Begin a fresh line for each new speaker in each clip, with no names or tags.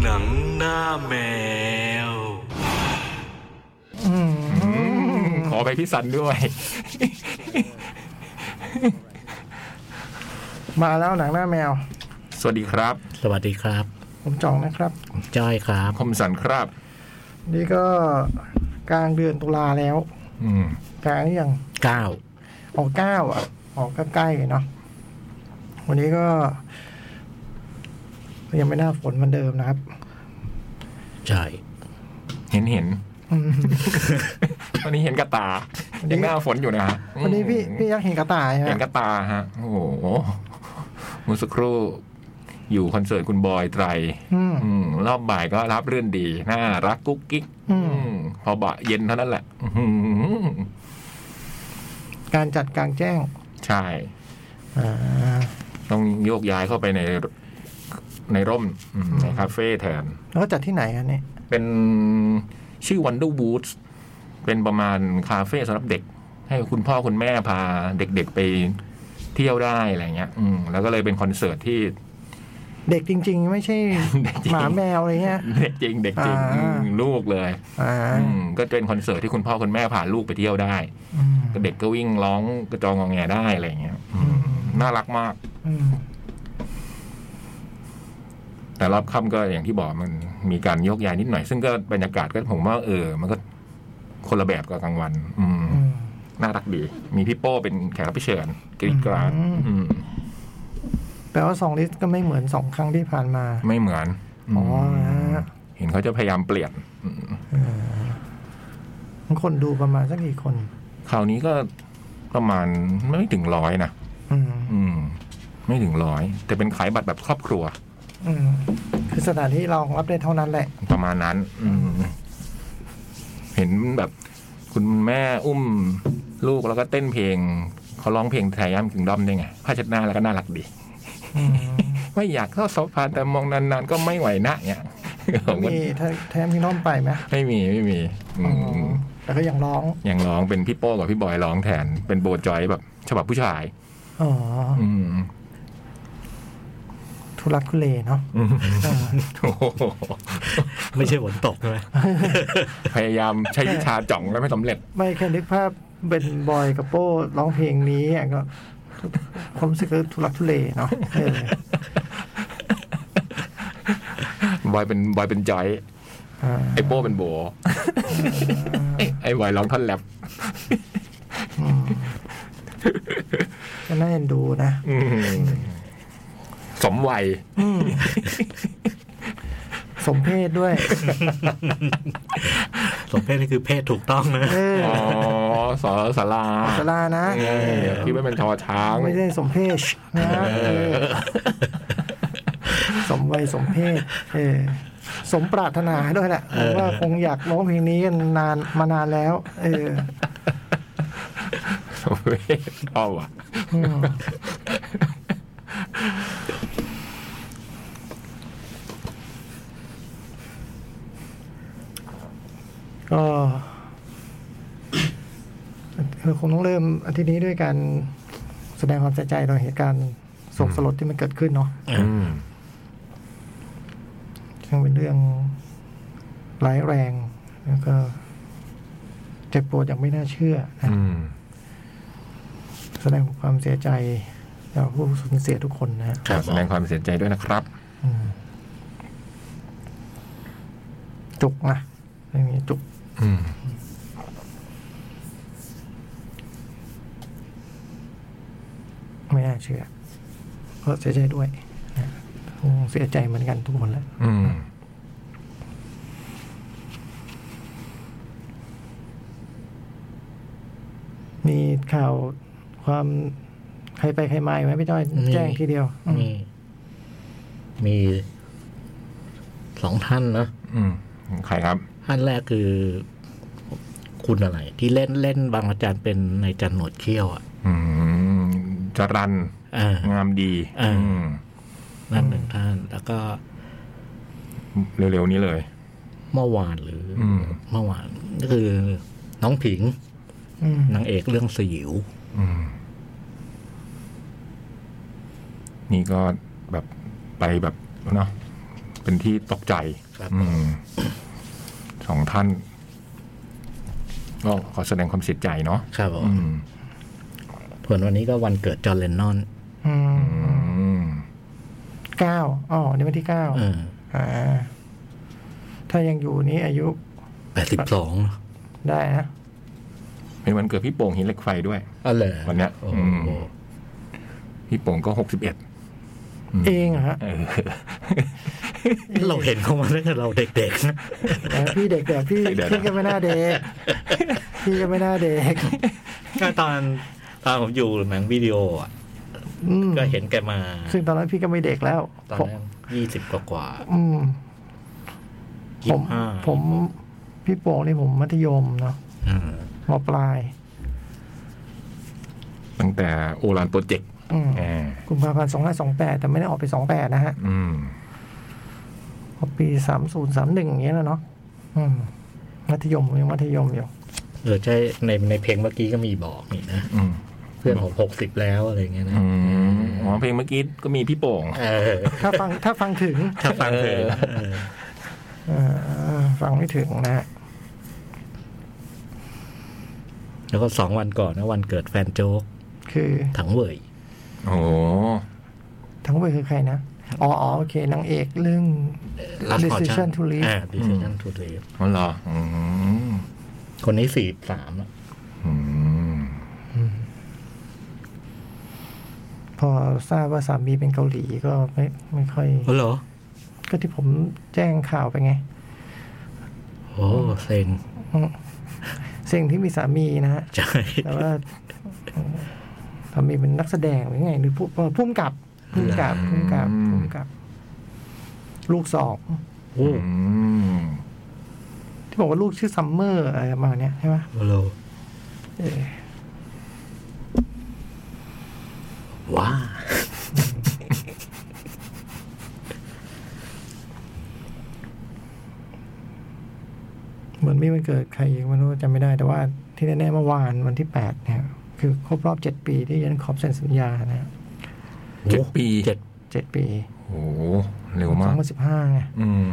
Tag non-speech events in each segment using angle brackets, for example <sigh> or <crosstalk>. หนังหน้าแมว
ขอไปพี่สันด้วย
มาแล้วหนังหน้าแมว
สวัสดีครับ
สวัสดีครับ
ผมจ่องนะครับ
ผมจ้อยครับ
คมสันครับ
นี่ก็กลางเดือนตุลาแล้ว
อืม
กลางหรือยัง
เก้า
ออกเก้าอ่ะ ออกใกล้ๆเนาะวันนี้ก็ ยังไม่น่าฝนเหมือนเดิมนะครับ
ใช่
เห็นเห็นวันนี้เห็นกระตา
วันนี้
ยังหน้าฝนอยู่นะฮะ
วันนี้พี่พี่ยักษ์เห็นกระต่าย
เห็น
ฮะ
กระตาฮะ โอ้โหเมื่อสักครู่ อยู่คอนเสิร์ตคุณบอยไตร
อืม
อืมรอบบ่ายก็รับเรื่องดี น่ารักกุ๊กกิ๊ก
อืม
อืมพอบ่ายเย็นเท่านั้นแหละ อื้อหือ
การจัดกลางแจ้ง
ใช่
อ่า
ต้องโยกย้ายเข้าไปในในร่มอืมในคาเฟ่แทน
แล้วก็จัดที่ไหนอันนี้
เป็นชื่อ Wonder Woods เป็นประมาณคาเฟ่สำหรับเด็ก ให้คุณพ่อคุณแม่พาเด็กๆไปเที่ยวได้อะไรเงี้ย อืมแล้วก็เลยเป็นคอนเสิร์ตที่
เด็กจริง ๆ ไม่ใช่
<laughs> เด็กจริง
หมาแมวอะไรเงี้ย
เด็กจริงเด็กจริง
อ่า
อืมลูกเลย
อ่า
อืมก็เป็นคอนเสิร์ตที่คุณพ่อคุณแม่พาลูกไปเที่ยวได้
อืม
เด็กก็วิ่งร้องกระจองงองแงได้อะไรเงี้ยอืมน่ารักมาก
อืม
แต่รอบค่ำก็อย่างที่บอกมันมีการโยกย้ายนิดหน่อย ซึ่งก็บรรยากาศก็ผมว่าเออ มันก็คนละแบบกับกลางวัน อืม
อืม
น่ารักดี มีพี่โป้เป็นแขกรับเชิญกรีดกราด
อืม
อืม
แปลว่าสองลิสต์ก็ไม่เหมือนสองครั้งที่ผ่านมา
ไม่เหมือน
อ๋อ
ม
นะฮะ
เห็นเขาจะพยายามเปลี่ยน
คนดูประมาณสักกี่คน
คราวนี้ก็ประมาณไม่ถึงร้อยนะ
อืม
อืม ไม่ถึงร้อย แต่เป็นขายบัตรแบบครอบครัว
อืม คือสถานที่รองรับได้เท่านั้นแหละ
ประมาณนั้น อืม เห็นแบบคุณแม่อุ้มลูกแล้วก็เต้นเพลง เขาร้องเพลงไทยย่ำกิงด้อมได้วยไงผ้าเช็ดหน้าแล้วก็น่ารักดี
อืม
<laughs> ไม่อยากเข้าสภาแต่มองนานๆก็ไม่ไหวนะเนี่ย <laughs> ผมก็
มีแทแทมที่น้อมไปไหม
ไม่มีไม่มี อืม
แต่ก็ยังร้อง
อย่างร้องเป็นพี่โป้กับพี่บอยร้องแทน เป็นโบจอยแบบ ฉบับผู้ชาย
อ๋อ
อืม
ทุลักทุเลเนาะเออ
โอ้โห
ไม่ใช่ฝนตกใช่ไหม
พยายามใช้วิชาจ่องแล้วไม่สำเร็จ
ไม่แค่นึกภาพเป็นบอยกับโป้ร้องเพลงนี้อ่ะก็ความรู้สึกก็ทุลักทุเลเนาะเอ
<laughs>
อบ
อยเป็นบอยเป็นจอย
อ่า
ไอโป้เป็นโบเอ้ยไอบอยร้องท่อนแรป
ก็น่าเอ็นดูนะ
อืมสมวัย
สมเพศด้วย
สมเพศนี่คือเพศถูกต้อง
<laughs>
นะ
เออ
อ๋อสอสารา
สารานะ
เออคิดว่าเป็นชอช้าง
ไม่ได้สมเพศนะ
เออ
เออสมวัยสมเพศเออสมปรารถนาด้วยแหละผมว่าคงอยากร้องเพลงนี้กันนานมานานแล้ว เออ
สมเพศอ้อว่ะ
อืมก็เออคงต้องเริ่มอาทิตย์นี้ด้วยการแสดงความเสียใจต่อเหตุการณ์โศกสลดที่มันเกิดขึ้นเนาะ
อื
อืม
ซึ่งเป็นเรื่องร้ายแรง แล้วก็เจ็บปวดอย่างไม่น่าเชื่อนะ
อืม
แสดงความเสียใจต่อผู้สูญเสียทุกคนนะฮะ
ขอแสดงความเสียใจด้วยนะครับ
อืมจุกนะเรื่องนี้จุก
อืม
ไม่น่าเชื่อก็เสียใจด้วยนะคงเสียใจเหมือนกันทุกคนแหละ
อืม
มีข่าวความใครไปใครมาอีกไหมพี่จ้อย
มี
แจ้งทีเดียวอืม
มี มีสองท่านนะ
อืม ใครครับ
ท่านแรกคือ คุณอะไร ที่เล่นเล่นบางอาจารย์เป็นในจันหนวดเขี้ยวอ่ะ
อืมจรัน
อ่า
งามดี
อ่า
อืม
นั่นหนึ่งท่าน แล้วก็
เร็วๆนี้เลย
เมื่อวานหรืออ
ม
เมื่อวานก็คือ น้องผิง
อืม
นางเอกเรื่องสยิว
อืม นี่ก็ แบบไปแบบเนาะเป็นที่ตกใจ
ครับ
อืมสองท่านก็ขอแสดงความเสียใจเนาะ
ครับผม
อืม
ส่วนวันนี้ก็วันเกิดจอห์นเลนนอน
อืม
อืม
เก้าอ๋อวันนี่วันที่เก้า
เออ
อ่า ถ้ายังอยู่นี้อายุ
แปดสิบสอง
ได้นะ
เป็นวันเกิดพี่โป่งหินเหล็กไฟด้วย
อ๋อเหรอ
วันเนี้ย
โอ้
อืม
โห
พี่โป่งก็หกสิบเอ็ด
เองเหรอฮะ
เออ
เราเห็นเขามาตั้งแต่เราเด็กๆนะ
แต่พี่เด็กแต่พี่
เดี๋ยวนะ
พี่ก็ไม่น่าเด็
<laughs>
ก พี่ก็ไม่น่าเด็ก
ก็ตอนตอนผมอยู่หนังวิดีโออ่ะ
อืม
ก็เห็นแกมา
ซึ่งตอนนั้นพี่ก็ไม่เด็กแล้ว
ตอน
ผม
นั้นยี่สิบกว่ากว่า
อืม
ยี่
ผ
สิ
ม
บห้า
ผมพี่โป่งนี่ผมมัธยมเนาะ
อืม
มปลาย
ตั้งแต่โอรานโปรเจกต์
อืม
แอบ
กุมภาพันธ์สองห้าสองแปดแต่ไม่ได้ออกไปสองแปดนะฮะ
อืม
ออกปีสามศูนย์สามหนึ่งอย่างเงี้ยแล้วเนาะอืมมัธยมผมยังมัธยมอยู่
<laughs> เออใช่ในในเพลงเมื่อกี้ก็มีบอกนี่นะ
อืม
เพื่อนผมหกสิบแล้วอะไรเงี้ยนะ
อืมอ๋อเพลงเมื่อกี้ก็มีพี่โป่ง
เออ
ถ้าฟังถ้าฟังถึง
ถ้าฟังเถอะเออ
เออฟังไม่ถึงนะฮะ
แล้วก็สองวันก่อนนะวันเกิดแฟนโจ๊ก
คือ
ถังเหวย
โอ้โห
ทั้งหมดคือใครนะอ๋ออ๋อโอเคนางเอกเรื่อง Decision to Leave
อ่า decision to leave
อ๋อเหรออืม
คนนี้สี่สามอะ
อืม
พอทราบว่าสามีเป็นเกาหลีก็ไม่ไม่ค่อย
เหรอ
ก็ที่ผมแจ้งข่าวไปไง
โอ้เซ็ง
อืมเสิ่งที่มีสามีนะฮะ
ใช่
แต่ว่าทำมีเป็นนักแสดงหรือไงหรือผู้เอ่อผู้กำกับผู้กำกับผู้กำกับผู้กำกับ ลูกสอง
โอ้
อืม
ที่บอกว่าลูกชื่อซัมเมอร์อะไรประมาณเนี้ยใช่ไหม
เหรอ
เออ
ว้า
เหมือนมีวันเกิดใครอีกไม่รู้จำไม่ได้ แต่ว่าที่แน่ๆเมื่อวานวันที่แปดเนี่ยคือครบรอบเจ็ดปีที่เยันคอปเซ็นสัญญานะฮะ
เจ็ดปี
เจ็ด
เจ็ดปี
โอ้โหเร็ว
สอ
มาง ก
พันสิบห้าไง
อืม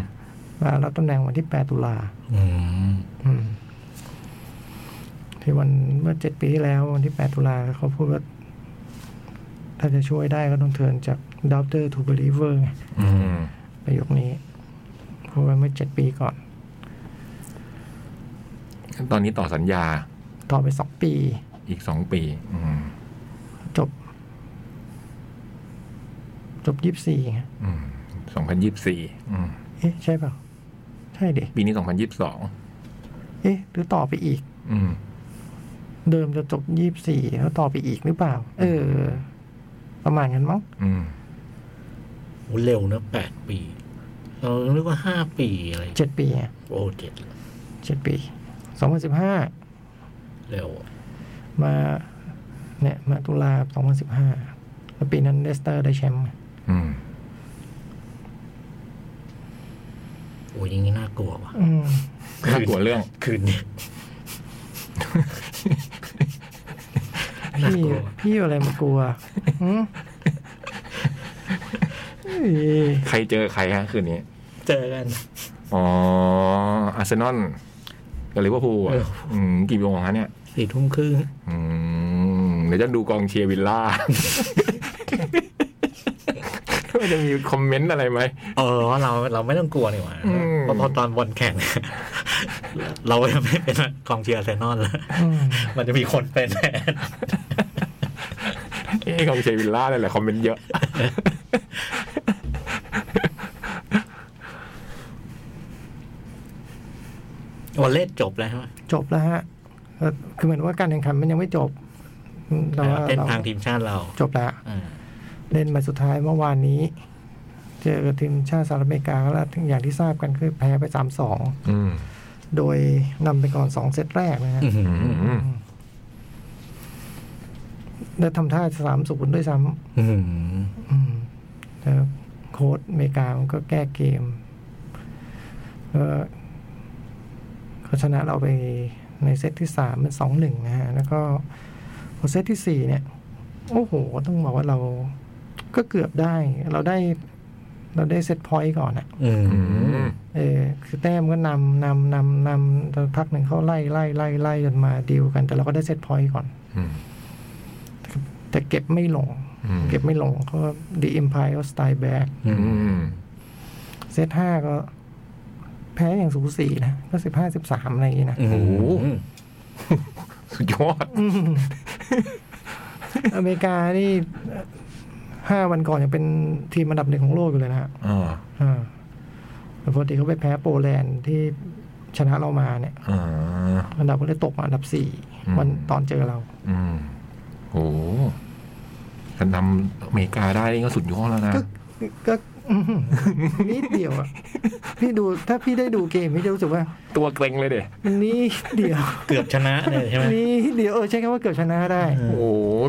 มารับตำแหน่งวันที่แปดตุลา
อืม
อืมที่วันเมื่อเจ็ดปีที่แล้ว วันที่แปดตุลาเขาพูดว่า ถ้าจะช่วยได้ก็ต้องเทินจาก doubter to believer ไง
อืม
ประโยคนี้พูดไว้เมื่อเจ็ดปีก่อน
ตอนนี้ต่อสัญญา
ต่อไปสองปี
อีกสองปี อืม
จบ จบยี่สี่
อืมสองพันยี่สิบสี่อืม
เอ๊ะ ใช่เปล่า ใช่เด็ก
ปีนี้สองพันยี่สิบสอง
เอ๊ะ หรือต่อไปอีก
อืม
เดิมจะจบยี่สี่แล้วต่อไปอีกหรือเปล่า เออ ประมาณนั้นมั้ง
อืม
โอ้เร็วนะแปดปี เรานึกว่าห้าปีอะไร
เจ็ดปีไง
โอ้เจ็ด
เจ็ดปีสองพันสิบห้า
เร็ว
มาเนี่ยมาตุลา2015 แล้วปีนั้นเลสเตอร์ได้แชมป์ไง
อืม
โอ้ยอย่างนี้น่ากลัวว่ะ
อืม
น่ากลัวเรื่อง
คืนนี้ น่า
พี่
กลัว
พี่อะไรมากลัวหืมเอ้ย
ใครเจอใครฮะคืนนี้
เจอกัน
อ๋อ อาร์เซนอลกับลิเวอร์พูลอ่ะ
เออ
อืม กี่โมงฮะเนี่ย
สี่ทุ่มครึ่ง
อืม เดี๋ยวจะดูกองเชียร์วิลล่า <laughs> ว่าจะมีคอมเมนต์อะไรไหม
เออเราเราไม่ต้องกลัวนี่หว่า
อืม
เพราะพอตอนบอลแข่ง <laughs> เรายังไม่เป็นกองเชียร์อาร์เซนอลแล้ว
อืม
มันจะมีคนเป็นแน่
เอ้กองเชียร์วิลล่าเลยแหละคอมเมนต์เยอะ
วอลเล่จบแล้วใช่ไหม
จบแล้วฮะเอ่อคือเหมือนว่าการแข่งขันมันยังไม่จบอืมแต่ว่า
เส้น
เรา
ทางทีมชาติเรา
จบแล้ว
อ่า
เล่นมาสุดท้ายเมื่อวานนี้ เจอกับทีมชาติสหรัฐอเมริกาแล้วอย่างที่ทราบกันคือแพ้ไป 3-2
อืม
โดยนำไปก่อน 2 เซตแรกนะฮะ
อื้อหือ
อืม
แล้วทำท่าสามศูนย์ด้วยซ้
อื้อหือ
ำอืมแล้วโค้ดอเมริกามันก็แก้เกมแล้วเขาชนะเราไปในเซตที่สามเป็นสองหนึ่งนะฮะ แล้วก็พอเซตที่สี่เนี่ย โอ้โห ต้องบอกว่าเรา ก็เกือบได้ เราได้ เราได้เซตพอยต์ก่อนอะ
อืม
อืม
เออ คือแต้มก็นำนำนำนำจนพักหนึ่งเขาไล่ไล่ไล่ไล่จนมาดีลกัน แต่เราก็ได้เซตพอยต์ก่อน
อืม
แต่เก็บไม่ลง
อืม
เก็บไม่ลงก็ดีอิมพายก็สไตล์แบก
อืม
อืม
เซตห้าก็ แพ้อย่างสูสีนะ ก็สิบห้าสิบสามอะไรอย่างงี้นะ
โอ้โห
สุดยอด
อเมริกานี่ห้าวันก่อนยังเป็นทีมอันดับหนึ่งของโลกอยู่เลยนะฮะ
อ่า
อ่าแต่ปกติเขาไปแพ้โปแลนด์ที่ชนะเรามาเนี่ย
อ่า
อันดับก็เลยตกมาอันดับสี่
อืม
วันตอนเจอเรา
อืมโหการนำอเมริกาได้นี่ก็สุดยอดแล้วนะ
ก็ก็ <laughs> อื้อหือนิดเดียวอะพี่ดูถ้าพี่ได้ดูเกมพี่จะรู้สึกว่า
ตัวเกรงเลยเด็
มันนิดเดียว
เกือบชนะเลยใช่ไหม
นิดเดียวเออใช้คำว่าเกือบชนะได้
เอ
โอ้โห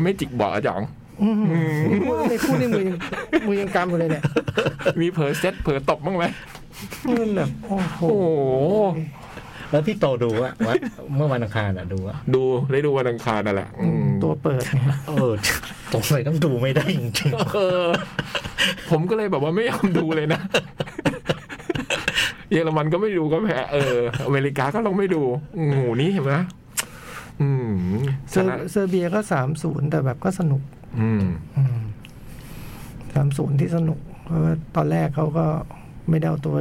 ไม่จิกเบาะอะจ่อง
อื้อหือพูดในพูดในมือยังมือยังกำอยู่เลยเนี่ย
มีเผลอเซตเผลอตบบ้างไหม
มันแบบโอ้โห
โอ้โห
แล้วพี่โตดูอะ <laughs> ว่าเมื่อวันอังคารอะดูอะ
ดูได้ดูวันอังคารนั่นแหละอืม
ตัวเปิดไง
เออสงสัยต้องดูไม่ได้จริง
เออ ผมก็เลยแบบว่าไม่ยอมดู <laughs> เลยนะ เยอรมันก็ไม่ดูก็แพ้เออ อเมริกาก็ลองไม่ดูโอ้โหนี่เห็นไหมอืม
เซ
ช
อร์
นะ
เซอร์เบียก็สามศูนย์แต่แบบก็สนุก
อืม
สามศูนย์ที่สนุก เพราะว่าตอนแรกเขาก็ไม่ได้เอาตัว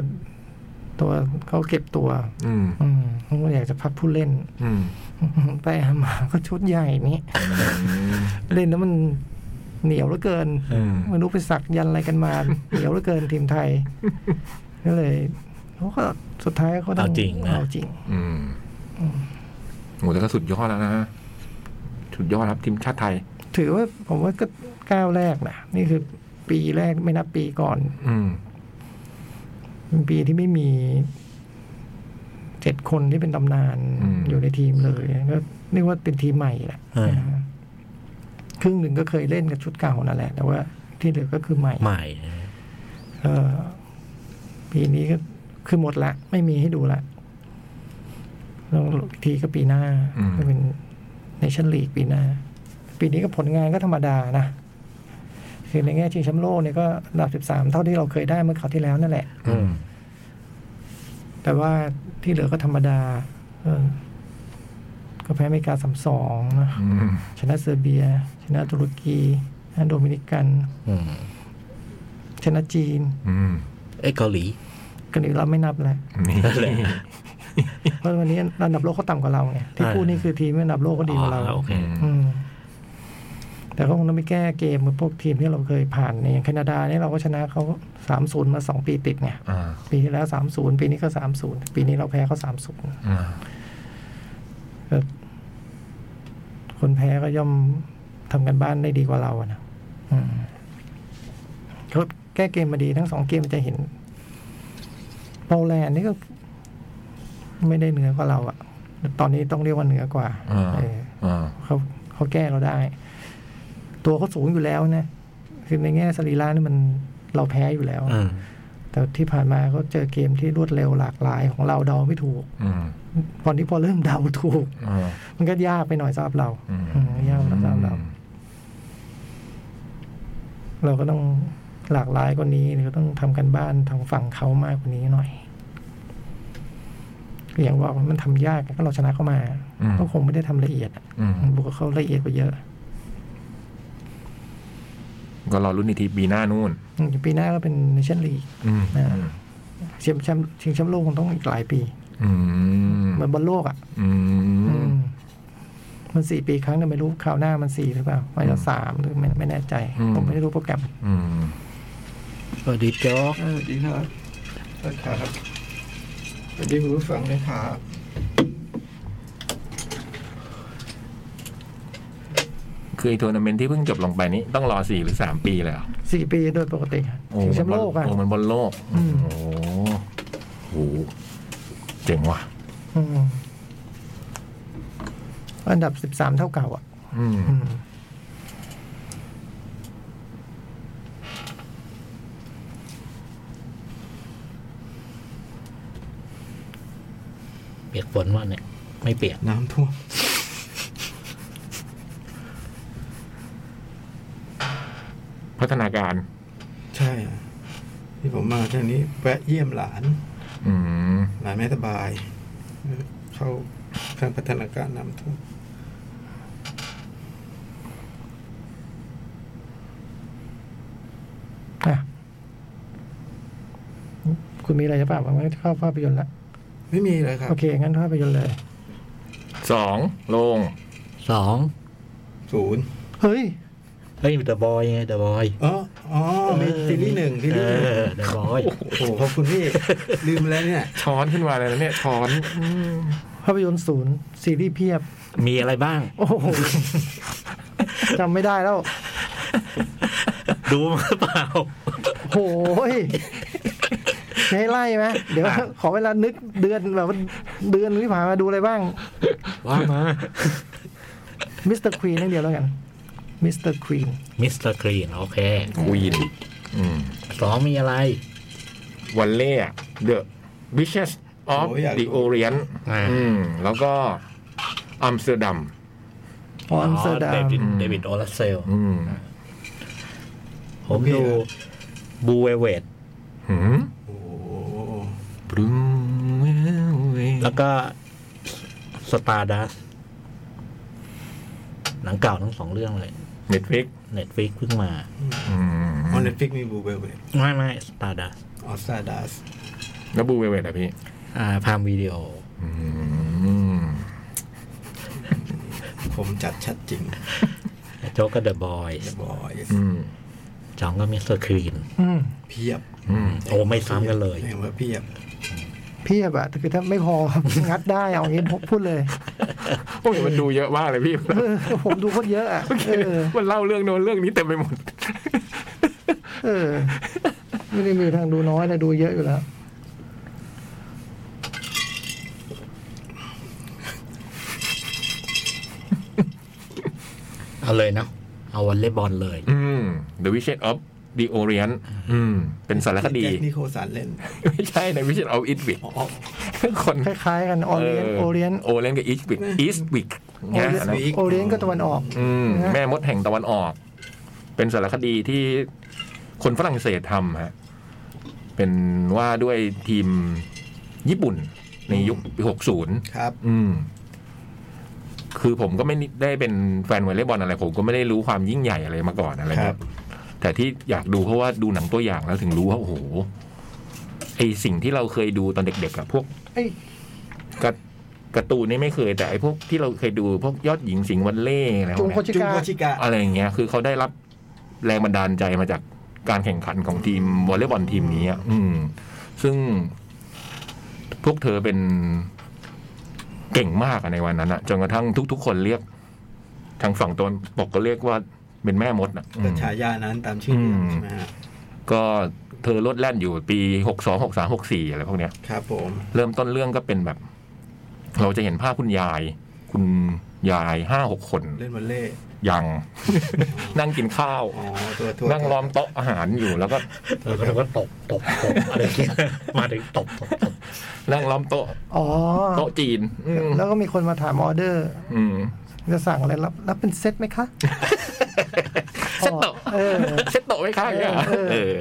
ตัวเขาเก็บตัว
อืม
อืมเขาก็อยากจะพักผู้เล่น <laughs>
อืม
ไปเอามาก็ชุดใหญ่นี้ เล่นแล้วมันเหนียวเหลือเกิน
อืม
ไม่รู้ไปสักยันต์อะไรกันมา เหนียวเหลือเกินทีมไทย ก็เลยเขาก็สุดท้ายเขาต้อ
เอาจริงนะ
เอาจริง
อืมโหแต่ก็สุดยอดแล้วนะสุดยอดครับทีมชาติไทย
ถือว่าผมว่าก็ก้าวแรกนะนี่คือปีแรกไม่นับปีก่อน
อืม
เป็นปีที่ไม่มีเจ็ดคนที่เป็นตำนาน
อืม
อยู่ในทีมเลยก็เรียกว่าเป็นทีมใหม่แหละ
อ่าน
ะฮะครึ่งหนึ่งก็เคยเล่นกับชุดเก่านั่นแหละ แต่ว่าที่เหลือก็คือใหม่
ๆใหม่ใช่ไหม
เออปีนี้ก็คือหมดละ ไม่มีให้ดูละแล้วอีกทีก็ปีหน้า
อืม
ก็เป็นในชั้นลีกปีหน้า ปีนี้ก็ผลงานก็ธรรมดานะคือในแง่ชิงแชมป์โลกเนี่ยก็อันดับสิบสามเท่าที่เราเคยได้เมื่อคราวที่แล้วนั่นแหละ
อืม
แต่ว่าที่เหลือก็ธรรมดาเออก็แพ้อเมริกาสามสองนะ
อืม
ชนะเซอร์เบีย ชนะตุรกีชนะโดมินิกัน
อืม
ชนะจีน
อืม
เอ้ยเกา <laughs> หลี
เกันอีกเราไม่นับแล้ว
นี่
นั่นแหละ
เพราะวันนี้อันดับโลกเขาต่ำกว่าเราไงที่
อ่า
พูดนี่คือทีมอันดับโลกก็ดีกว่าเรา
อ๋อโอเค
อืมแต่ก็คงต้องไปแก้เกมกับพวกทีมที่เราเคยผ่านเนี่ยอย่างแคนาดาเนี่ยเราก็ชนะเขาสามศูนย์มาสองปีติดไง
อ่า
ปีที่แล้วสามศูนย์ปีนี้ก็สามศูนย์ปีนี้เราแพ้เขาสามศูนย์
อ่า
ก็คนแพ้ก็ย่อมทำกันบ้านได้ดีกว่าเราอะนะอืมเขาแก้เกมมาดีทั้งสองเกมจะเห็นโปแลนด์นี่ก็ ไม่ได้เหนือกว่าเราอะตอนนี้ต้องเรียกว่าเหนือกว่า
อ่า
เออ
อ่า
เขาเขาแก้เราได้ ตัวเขาสูงอยู่แล้วนะคือในแง่สรีระนี่มันเราแพ้อยู่แล้ว
อืม
แต่ที่ผ่านมาเขาเจอเกมที่รวดเร็วหลากหลายของเราเดาไม่ถูก
อืม
ตอนนี้พอเริ่มเดาถูก
อ่า
มันก็ยากไปหน่อยสำหรับเรา
อืม
อืมยากสำหรับเรา เราก็ต้องหลากหลายกว่านี้เราก็ต้องทำกันบ้านทางฝั่งเขามากกว่านี้หน่อยอย่างว่ามันทำยากก็เราชนะเข้ามา
อืม
ก็คงไม่ได้ทำละเอียดอะ
อืม
บุกกับเขาละเอียดกว่าเยอะ
ก็รอรุ่นในทีปีหน้านู่น
อืมปีหน้าก็เป็นในชั้นลีก
อืม
นะแชมป์แชมป์ชิงแชมป์โลกคงต้องอีกหลายปี
อืม
เหมือนบอลโลกอ่ะ
อื
อื
ม
มมันสี่ปีครั้งเนี่ยไม่รู้คราวหน้ามันสี่หรือเปล่าไม่ก็สามหรือไม่ไม่แน่ใจ
อืม
ผมไม่ได้รู้โปรแกรม
อืม
สวัสดีโจ๊ก
เออดีครับสวัสดีครับสวัสดีคุณผู้ฟังนะครับ
คือไอ้ทัวร์นาเมนต์ที่เพิ่งจบลงไปนี้ต้องรอสี่หรือสามปีเลยเหรอ
สี่ปีโดยปกติอะ
โอ้
ถึงแชมป์โลกอ่ะ
โอ้มันบนโลก
อื
โอ้
ม
โหโหเจ๋งว่ะ
อืมอันดับสิบสามเท่าเก่าอ่ะ
อืม
อืม
เปียกฝนว่าเนี่ย ไม่เปียก
น้ำท่วม
พัฒ ฒนาการ
ใช่ ที่ผมมาทางนี้แวะเยี่ยมหลาน
อืม
หลานไม่สบาย เข้าการพัฒนาการน้ำท่วม
อ่ะคุณมีอะไรจะฝากบ้างไหมเข้าภาพยนตร์ละ
ไม่มีเลยครับ
โอเคงั้นภาพยนตร์เลย
สองโรง
สอง
ศูนย์
เฮ้ย
เฮ้ยเดอะบอยไงเดอะบอย
อ๋ออ๋อมีซีรีส์หนึ่งซี
เอ
รีส์หนึ่ง
อเดอะบอย
โอ้โหขอบคุณพี่ ลืมแล้วเนี่ย
ช้อนขึ้นมาเลยนะเนี่ย ช้อน
ภาพยนตร์ศูนย์ซีรีส์เพียบ
<laughs> มีอะไรบ้าง
โอ้โหจำไม่ได้แล้ว
ดูมาหรือเปล่ <laughs> า
โอ้ยให้ไล่ไหมเดี๋ยว ขอเวลานึกเดือนแบบว่าเดือนที่ผ่านมาดูอะไรบ้าง
ว่ามา
มิสเตอร์ควีนนั่นเดียวแล้วกัน มิสเตอร์ควีน
มิสเตอร์กรีนโอเค
ควีน อืม
สองมีอะไร
วันเล่ The Bishops of
โอ้ยอยากดู
the Orient
อ่า
อืม แล้วก็อัมสเตอร์ดัม
ออนเซอร์ดา
เด
ม
วิดเดวิดโอลาเซล
อืม
ผมดูบูเวเวต
หืม
โอ้โห
บรึ้ม
แล้วก็สตาร์ดัสหนังเก่าทั้งสองเรื่องเลย
เน็ตฟิก
เน็ตฟิกเพิ่งมา
อืม
ออนเน็ตฟิกมีบูเบลเวต
ไม่ไม่สตาร์ดัส
ออสตาดัส
แล้วบูเวเวทอะพี่
อ่าพามวิดีโอ
อืม
ผมจัดชัดจริง
โจ๊กก็เดอะบอย
บอย
อืม
จองก็มิสเตอร์ครีน
อืม
เพียบ
อืม
โอ้ไม่ซ้ำกันเลย
เห็นว่าเพียบ
เพียบอะแต่คือถ้าไม่พอครับ <laughs> งัดได้เอาอย่างงี้พูดเลย
โอ้ยมันดูเยอะมากเลยพี่
เออผมดูโคตรเยอะอะเออ
มันเล่าเรื่องโน้นเรื่องนี้เต็มไปหมด
เออ ไม่ได้มีทางดูน้อยนะดูเยอะอยู่แล้ว
เอาเลยเนาะเอาวอลเลย์บอลเลย
อืม The Vision of the Orient อืม เป็นสารคดี
แจ็คนิโคสันเล่น
ไม่ใช่ The Vision of Eastwick
อ๋อ
คน
คล้ายๆกันออเรียนโอเรียน
โอเลียนกับ Eastwick Eastwick
โอ
เนี่ย
เรียน
นะ
Eastwick
โอเรียนก็ตะวันออก
อืม
นะ
แม่มดแห่งตะวันออก เป็นสารคดีที่คนฝรั่งเศสทำฮะ เป็นว่าด้วยทีมญี่ปุ่นในยุค 60
ครับ
อืม คือผมก็ไม่ได้เป็นแฟนวอลเลย์บอลอะไร ผมก็ไม่ได้รู้ความยิ่งใหญ่อะไรมาก่อนอะไร
ค
ค
รั
รับ บ แต่ที่อยากดูเพราะว่าดูหนังตัวอย่างแล้วถึงรู้ว่า โอ้โหไอสิ่งที่เราเคยดูตอนเด็กๆอะพวก
เอ้ย
กระการ์ตูนนี่ไม่เคย แต่ไอพวกที่เราเคยดูพวกยอดหญิงสิงห์วันเล่อะไรพ
จุ
ว
ง
ก
โค
เนี้ย
ชิ
จุง
กา
โคชิกะ
อะไรอย่างเงี้ย คือเขาได้รับแรงบันดาลใจมาจากการแข่งขันของทีมวอลเลย์บอลทีมนี้อะอืม ซึ่งพวกเธอเป็นเก่งมากอะในวันนั้นอะจนกระทั่งทุก ๆ คนเรียก ทางฝั่งตนปกก็เรียกว่าเป็นแม่มดอะอื
แต่
ม
ฉายานั้นตามชื่อเรื่อง
อืม
ใช่ไหมฮะ
ก็เธอลดแล่นอยู่ปีหกสองหกสามหกสี่อะไรพวกเนี้ย
ครับผม
เริ่มต้นเรื่องก็เป็นแบบ เราจะเห็นภาพคุณยาย คุณยายห้าหกคน
เล่นวอลเล่ย์
ยัง <laughs> นั่งกินข้าว
อ๋อตัวตัว
นั่งล้อมโต๊ะอาหารอยู่แล้วก็
แล้วก็ตบตบตบอะไรอย่างเงี้ยมาถึงตบตบตบ
นั่งล้อมโต๊ะ
อ๋อ
โต๊ะจีน อืม
แล้วก็มีคนมาถามออเดอร์
อืม
จะสั่งอะไรรับรับเป็นเซตไหมคะ
เซ็ตโตะ
เออ
<laughs> เซ็ตโตะไว้ข้างเนี่ย
เออ
เออ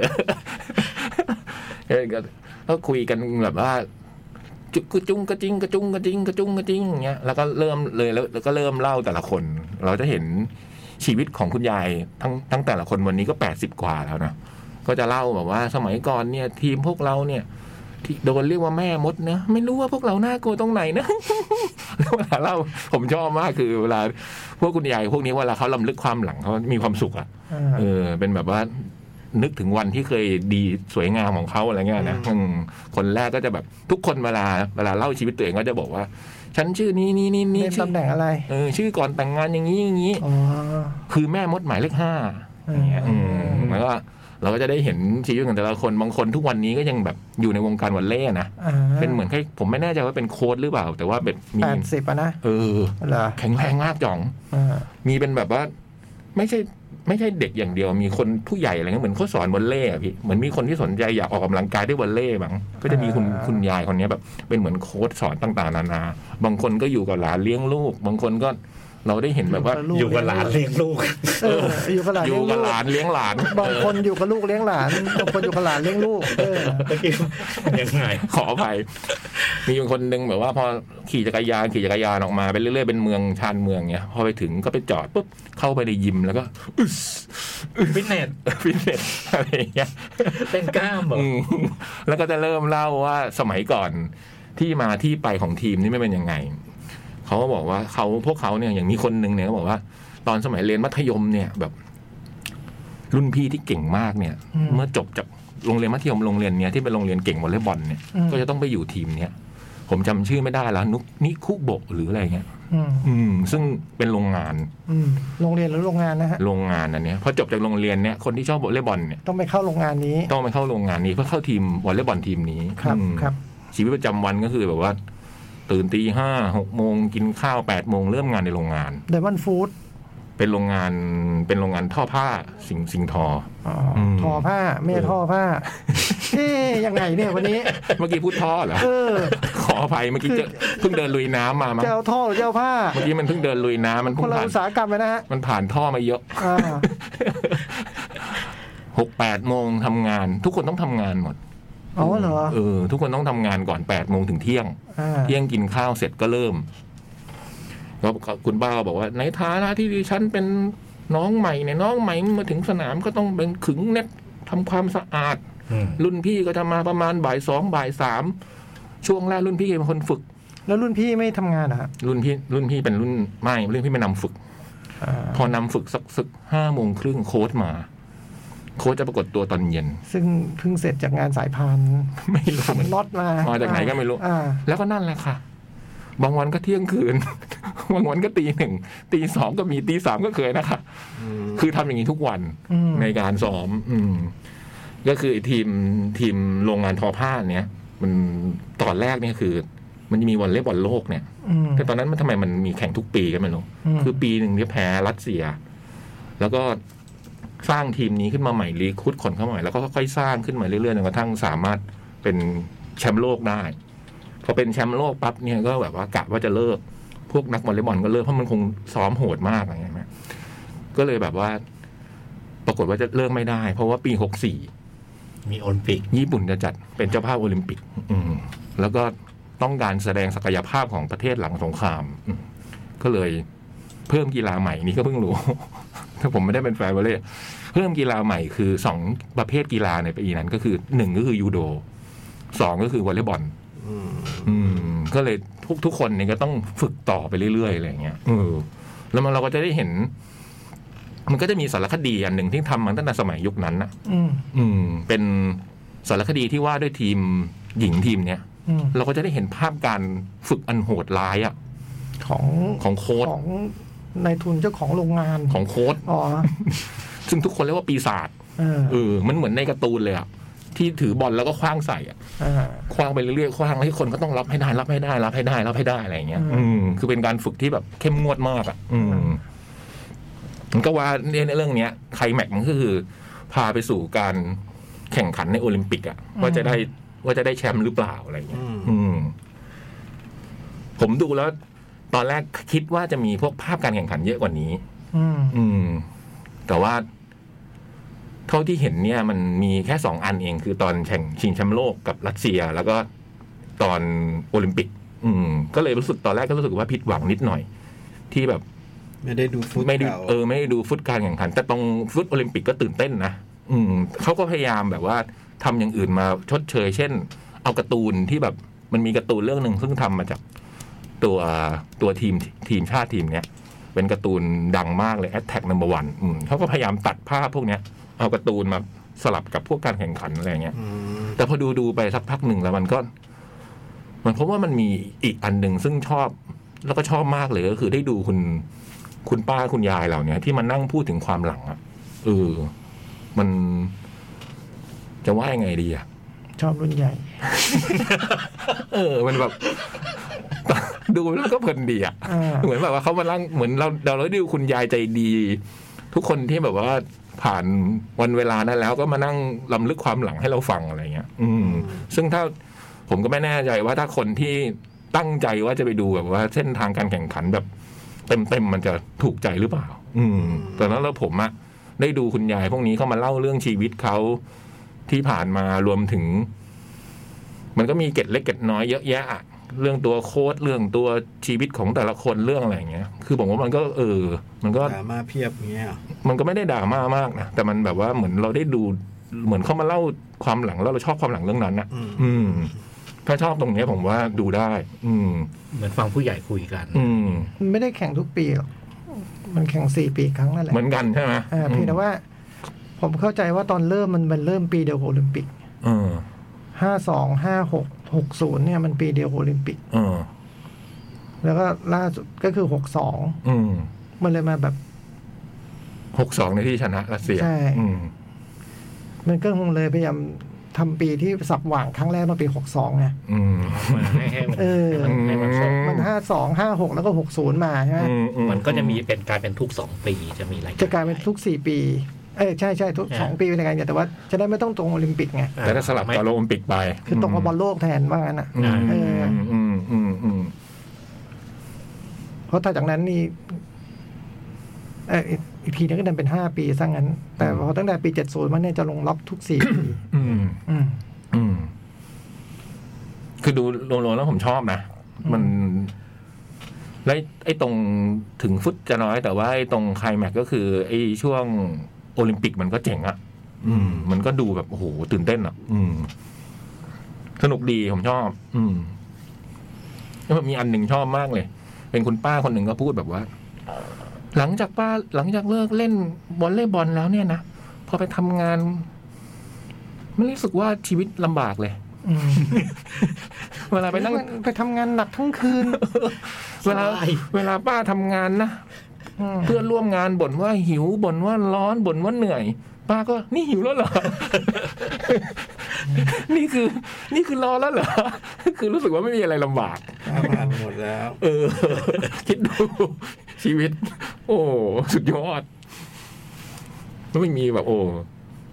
เออก็ก็คุยกันแบบว่าจุกจุ้งกระจิงกระจุ้งกระจิงกระจุ้งกระจิงอย่างเงี้ยแล้วก็เริ่มเลยแล้วแล้วก็เริ่มเล่าแต่ละคน เราจะเห็นชีวิตของคุณยายทั้งทั้งแต่ละคนวันนี้ก็แปดสิบกว่าแล้วนะก็จะเล่าแบบว่าสมัยก่อนเนี่ย ทีมพวกเราเนี่ย ที่โดนเรียกว่าแม่มดนะไม่รู้ว่าพวกเราหน้ากลัวตรงไหนนะ <laughs> เวลาเล่าผมชอบมากคือเวลาพวกคุณยายพวกนี้เวลาเขาลำลึกความหลังเขามีความสุขอะ
อ่า
เออเป็นแบบว่านึกถึงวันที่เคยดีสวยงามของเขาอะไรเงี้ยนะอืมคนแรกก็จะแบบทุกคนเวลาเวลาเล่าชีวิตตัวเองก็จะบอกว่า ฉันชื่อนี้นี้นี้นี้
เล่น
ชื่อ
ตำแหน่งอะไร
เออชื่อก่อนแต่งงานอย่างนี้อย่างนี้
อ๋อ
คือแม่มดหมายเลขห้าอย่างเงี้ย
อืม
อืมแล้วก็เราก็จะได้เห็นชีวิตของแต่ละคนบางคนทุกวันนี้ก็ยังแบบอยู่ในวงการวอลเล่นะ
อ่า
เป็นเหมือนแค่ผมไม่แน่ใจว่าเป็นโค้ดหรือเปล่า แต่ว่าแบบมี
แปดสิบอะนะ
เออ
เหรอ
แข็งแรงมากจ่อง
อ่า
มีเป็นแบบว่าไม่ใช่ไม่ใช่เด็กอย่างเดียว มีคนผู้ใหญ่อะไรเงี้ยเหมือนเขาสอนวอลเล่อะพี่เหมือนมีคนที่สนใจอยากออกกำลังกายด้วยวอลเล่บ้างก็จะมีคุณคุณยายคนเนี้ยแบบ เป็นเหมือนโค้ชสอนต่างๆนานา บางคนก็อยู่กับหลานเลี้ยงลูก บางคนก็ เราได้เห็นแบบว่า
ลูก
อยู่กับหลานเลี้ยงลูก
เอออยู่กับห
อยู่
ลานเลี้ยง
กั
ลู
บ
ก
หลานเลี้ยงหลาน
<laughs> บางคนอยู่กับลูกเลี้ยงหลานบางคนอยู่กับหลานเลี้ยงลูกเออ
ตะกี้ยังไง
ขออภัยมีคนหนึ่งแบบว่าพอขี่จักรยานขี่จักรยานออกมาไปเรื่อยๆเป็นเมืองชานเมืองเนี่ยพอไปถึงก็ไปจอดปุ๊บเข้าไปในยิมแล้วก็ <laughs> อึส
ฟิตเนส
ฟิตเนสอะไรอย่างเงี้ย
เต้นกล้ามเหรอ
อืม <laughs> แล้วก็จะเริ่มเล่าว่าสมัยก่อนที่มาที่ไปของทีมนี่ไม่เป็นยังไง เขาก็บอกว่าเขาพวกเขาเนี่ยอย่างมีคนหนึ่งเนี่ยเขาบอกว่า ตอนสมัยเรียนมัธยมเนี่ยแบบ รุ่นพี่ที่เก่งมากเนี่ย เมื่อจบจากโรงเรียนมัธยมโรงเรียนเนี้ยที่เป็นโรงเรียนเก่งวอลเลย์บอลเนี่ยก็จะต้องไปอยู่ทีมเนี้ยผมจำชื่อไม่ได้แล้วนุกนิคุโบะหรืออะไรเงี้ย
อืม
อืม ซึ่งเป็นโรงงาน
อืมโรงเรียนหรือโรงงานนะฮะ
โรงงานอันเนี้ยพอจบจากโรงเรียนเนี่ยคนที่ชอบวอลเลย์บอลเนี่ย
ต้องไปเข้าโรงงานนี้
ต้องไปเข้าโรงงานนี้เพื่อเข้าทีมวอลเลย์บอลทีมนี้
ครับ
อืม
ครับ
ชีวิตประจำวันก็คือแบบว่า ตื่นตีห้าหกโมงกินข้าวแปดโมงเริ่มงานในโรงงาน
ไดมอนฟู้ด
เป็นโรงงานเป็นโรงงานท่อผ้าสิงสิงทอ อืม
ทอผ้าแม่ทอผ้า เอ๊ยยังไงเนี่ยวันนี้
เมื่อกี้พูดท่อเหรอ <laughs>
เอ อ
ขออภัยเมื่อกี้เจอเพิ่งเดินลุยน้ำมามั้ง
จะเอาท่อหรือจะเอาผ้า
เมื่อกี้มันเพิ่งเดินลุยน้ำมัน
ค
เพิ่
น
ง
เรา
ผ่าน
อุตสาหกรรมเลยนะฮะ
มันผ่านท่อมาเยอะ
อ่า
หกแปดโมงทำงาน ทุกคนต้องทำงานหมด
อ๋อเหรอ
เออทุกคนต้องทำงานก่อนแปดโมงถึงเที่ยง
อ่า
เที่ยงกินข้าวเสร็จก็เริ่มแล้วคุณป้าก็บอกว่า ในฐานะที่ดิฉันเป็นน้องใหม่เนี่ยน้องใหม่มาถึงสนามก็ต้องเป็นขึงเน็ตทำความสะอาด
อืม
รุ่นพี่ก็จะมาประมาณบ่ายสองบ่ายสามช่วงแรกรุ่นพี่เป็นคนฝึก
แล้วรุ่นพี่ไม่ทำงานเหรอฮะ
รุ่นพี่รุ่นพี่เป็นรุ่นไม่รุ่นพี่ไม่นำฝึก
อ่า
พอนำฝึกสักสักห้าโมงครึ่งโค้ดมา โค้ดจะปรากฏตัวตอนเย็น <laughs>
ซึ่งเพิ่งเสร็จจากงานสายพาน
ไม่รู้เหมือนกัน
น็อตมา
มาจากไหนก็ไม่รู้
อ่า
แล้วก็นั่นแหละค่ะ บางวันก็เที่ยงคืน <laughs> บางวันก็ตีหนึ่ง ตีสองก็มีตีสามก็เคยนะคะ คือทำอย่างนี้ทุกวัน
อืม
ในการซ้อม อืม ก็คือไอ้ทีมทีมโรงงานทอผ้าเนี้ยมันตอนแรกเนี่ยคือ มันจะมีวอลเลย์บอลโลกเนี่ย
อืม
แต่ตอนนั้นมันทำไมมันมีแข่งทุกปีกันไม่รู้
อืม
คือปีหนึ่งเนี่ยแพ้รัสเซีย แล้วก็สร้างทีมนี้ขึ้นมาใหม่รีครูดคนเข้ามาใหม่แล้วก็ค่อยๆสร้างขึ้นมาเรื่อยๆจนกระทั่งสามารถเป็นแชมป์โลกได้พอเป็นแชมป์โลกปั๊บเนี่ยก็แบบว่ากะว่าจะเลิก พวกนักวอลเลย์บอลก็เลิกเพราะมันคงซ้อมโหดมากอะไรอย่างเงี้ยไหมก็เลยแบบว่า ปรากฏว่าจะเลิกไม่ได้ เพราะว่าปีหกสี่
มีโอลิมปิก
ญี่ปุ่นจะจัดเป็นเจ้าภาพโอลิมปิก อืมแล้วก็ต้องการแสดงศักยภาพของประเทศหลังสงครามอืมก็เลยเพิ่มกีฬาใหม่นี่ก็เพิ่งรู้ <laughs> ถ้าผมไม่ได้เป็นแฟนวอลเลย์เพิ่มกีฬาใหม่คือสองประเภทกีฬาในปีนั้น ก็คือหนึ่งก็คือยูโดสองก็คือวอลเลย์บอลอืมก็เลยทุกทุกคนเนี่ยก็ต้องฝึกต่อไปเรื่อยๆอะไรอย่างเงี้ยเออแล้วมันเราก็จะได้เห็น มันก็จะมีสารคดีอันหนึ่งที่ทำมาตั้งแต่สมัยยุคนั้นนะ
อืม
อืมเป็นสารคดีที่ว่าด้วยทีมหญิงทีมเนี้ย
อืม
เราก็จะได้เห็นภาพการฝึกอันโหดร้ายอะ
ของ
ของโค้ด
ของนายทุนเจ้าของโรงงาน
ของโค้ด
อ๋อ
ซึ่งทุกคนเรียกว่าปีศาจ
เออ
เออมันเหมือนในการ์ตูนเลยอะที่ถือบอลแล้วก็คว้างใส่อะ
อ่า
คว้างไปเรื่อยๆคว้างแล้วให้คนก็ต้องรับให้ได้รับให้ได้รับให้ได้รับให้ได้อะไรอย่างเงี้ย
อืม
อืมคือเป็นการฝึกที่แบบเข้มงวดมากอะอืมมันก็ว่าเนี่ยในเรื่องเนี้ยใครแม็กซ์มันก็คือ พาไปสู่การแข่งขันในโอลิมปิกอะว่าจะได้ว่าจะได้แชมป์หรือเปล่าอะไรอย่างเงี้ย อืมผมดูแล้ว ตอนแรกคิดว่าจะมีพวกภาพการแข่งขันเยอะกว่านี้
อืม
อืม แต่ว่า เท่าที่เห็นเนี่ย มันมีแค่สองอันเอง คือตอนแข่งชิงแชมป์โลกกับรัสเซีย แล้วก็ตอนโอลิมปิก อืม ก็เลยรู้สึกตอนแรกก็รู้สึกว่าผิดหวังนิดหน่อย ที่แบบ
ไม่ได้ดูฟุต
ไม่ได้
เก่า
เออไม่ได้ดูฟุตการแข่งขัน แต่ตรงฟุตโอลิมปิกก็ตื่นเต้นนะอืมเขาก็พยายามแบบว่าทำอย่างอื่นมาชดเชย เช่น เอาการ์ตูนที่แบบมันมีการ์ตูนเรื่องหนึ่งซึ่งทำมาจากตัวตัวทีมทีมชาติทีมเนี้ยเป็นการ์ตูนดังมากเลย Attack Number One อืมเขาก็พยายามตัดภาพพวกเนี้ย เอาการ์ตูนมาสลับกับพวกการแข่งขันอะไรเงี้ย
อืม
แต่พอดูดูไปสักพักหนึ่งแล้วมันก็ มันพบว่ามันมีอีกอันหนึ่งซึ่งชอบ แล้วก็ชอบมากเลยก็คือได้ดูคุณ คุณป้าคุณยายเหล่าเนี้ยที่มานั่งพูดถึงความหลังอะเออ มันจะว่ายังไงดีอะ
ชอบรุ่นใหญ่
เออ มันแบบ <laughs> ดูแล้วก็เพลินดีอะ
อ่า
เหมือนแบบว่าเขามานั่งเหมือนเราเราได้ดูคุณยายใจดี ทุกคนที่แบบว่าผ่านวันเวลานั้นแล้วก็มานั่งลำลึกความหลังให้เราฟังอะไรเงี้ย อืม ซึ่งถ้าผมก็ไม่แน่ใจว่าถ้าคนที่ตั้งใจว่าจะไปดูแบบว่าเส้นทางการแข่งขันแบบ เต็มเต็มๆมันจะถูกใจหรือเปล่า อืม แต่นั้นแล้วผมอะได้ดูคุณยายพวกนี้เข้ามาเล่าเรื่องชีวิตเขาที่ผ่านมารวมถึง มันก็มีเกร็ดเล็กเกร็ดน้อยเยอะแยะอะเรื่องตัวโค้ดเรื่องตัวชีวิตของแต่ละคนเรื่องอะไรอย่างเงี้ย คือผมว่ามันก็ เออ มันก็
ดราม่าเพียบเงี้ยเหรอ
มันก็ไม่ได้ดราม่ามากนะแต่มันแบบว่าเหมือนเราได้ดูเหมือนเขามาเล่าความหลังแล้วเราชอบความหลังเรื่องนั้นนะ
อืม
อืม ถ้าชอบตรงเนี้ยผมว่าดูได้ อืม
เหมือนฟังผู้ใหญ่คุยกัน
อืม
มันไม่ได้แข่งทุกปีหรอกมันแข่งสี่ปีครั้งนั่นแหละ
เหมือนกันใช่ไหม
อ่าเพียงแต่ว่า ผมเข้าใจว่าตอนเริ่มมันมันเริ่มปีเดียวกับโอลิมปิก
เออ
ห้าสองห้าหกหกศูนย์เนี่ยมันปีเดียวกับโอลิมปิก
เออ
แล้วก็ล่าสุดก็คือหกสอง
อืม
มันเลยมาแบบ
หกสองในที่ชนะรัสเซีย
ใช่
อืม
มันก็คงเลยพยายามทำปีที่สับหว่างครั้งแรกมาปีหกสองไง
อืม
ให้ให้มัน
เออ
ให้มันครบ
ม
มันห้าสองห้าหกแล้วก็หกศูนย์มาใช่ไหม
อือื
มันก็จะมีเป็นการเป็นทุกสองปีจะมีรายการ
จะกลายเป็นทุกสี่ปี เอ้ยใช่ใช่ทุก
ใช่
สองปีเป็นอย่างแต่ว่าจะได้ไม่ต้องตรงโอลิมปิกไง
แต่ถ้าสลับกับโอลิมปิกไป
คือตรงกับบอลโลกแทนว่างั้นอ่ะ
อืม
เออ
อืมอืมอืม
เพราะถ้าจากนั้นนี่เอออีกทีนึงก็ดันเป็นห้าปีซะงั้น แต่พอตั้งแต่ปีเจ็ดศูนย์มันเนี่ยจะลงล็อกทุกสี่ปี
อืม
อืม
อืม คือดูรวมๆแล้วผมชอบนะ มันและไอ้ตรงถึงฟุตจะน้อย แต่ว่าไอ้ตรงไคลแม็กซ์ก็คือ ไอ้ช่วงโอลิมปิกมันก็เจ๋งอะอืม มันก็ดูแบบโอ้โหตื่นเต้นอะอืม สนุกดีผมชอบ อืมแล้วมันมีอันหนึ่งชอบมากเลย เป็นคุณป้าคนหนึ่งก็พูดแบบว่า หลังจากป้าหลังจากเลิกเล่นบอลเล่บอลแล้วเนี่ยนะพอไปทำงาน ไม่รู้สึกว่าชีวิตลำบากเลย
อืม
เวลาไปนั่ง
ไปทำงานหนักทั้งคืน
เวลา
สบาย
เวลาป้าทำงานนะ
อืม
เพื่อนร่วมงานบ่นว่าหิวบ่นว่าร้อนบ่นว่าเหนื่อย ป้าก็นี่หิวแล้วเหรอ นี่คือ นี่คือรอแล้วเหรอ คือรู้สึกว่าไม่มีอะไรลำบาก
ข้ามผ่านหมดแล้ว
เออ คิดดู ชีวิต โอ้สุดยอดแล้วไม่มีแบบ โอ้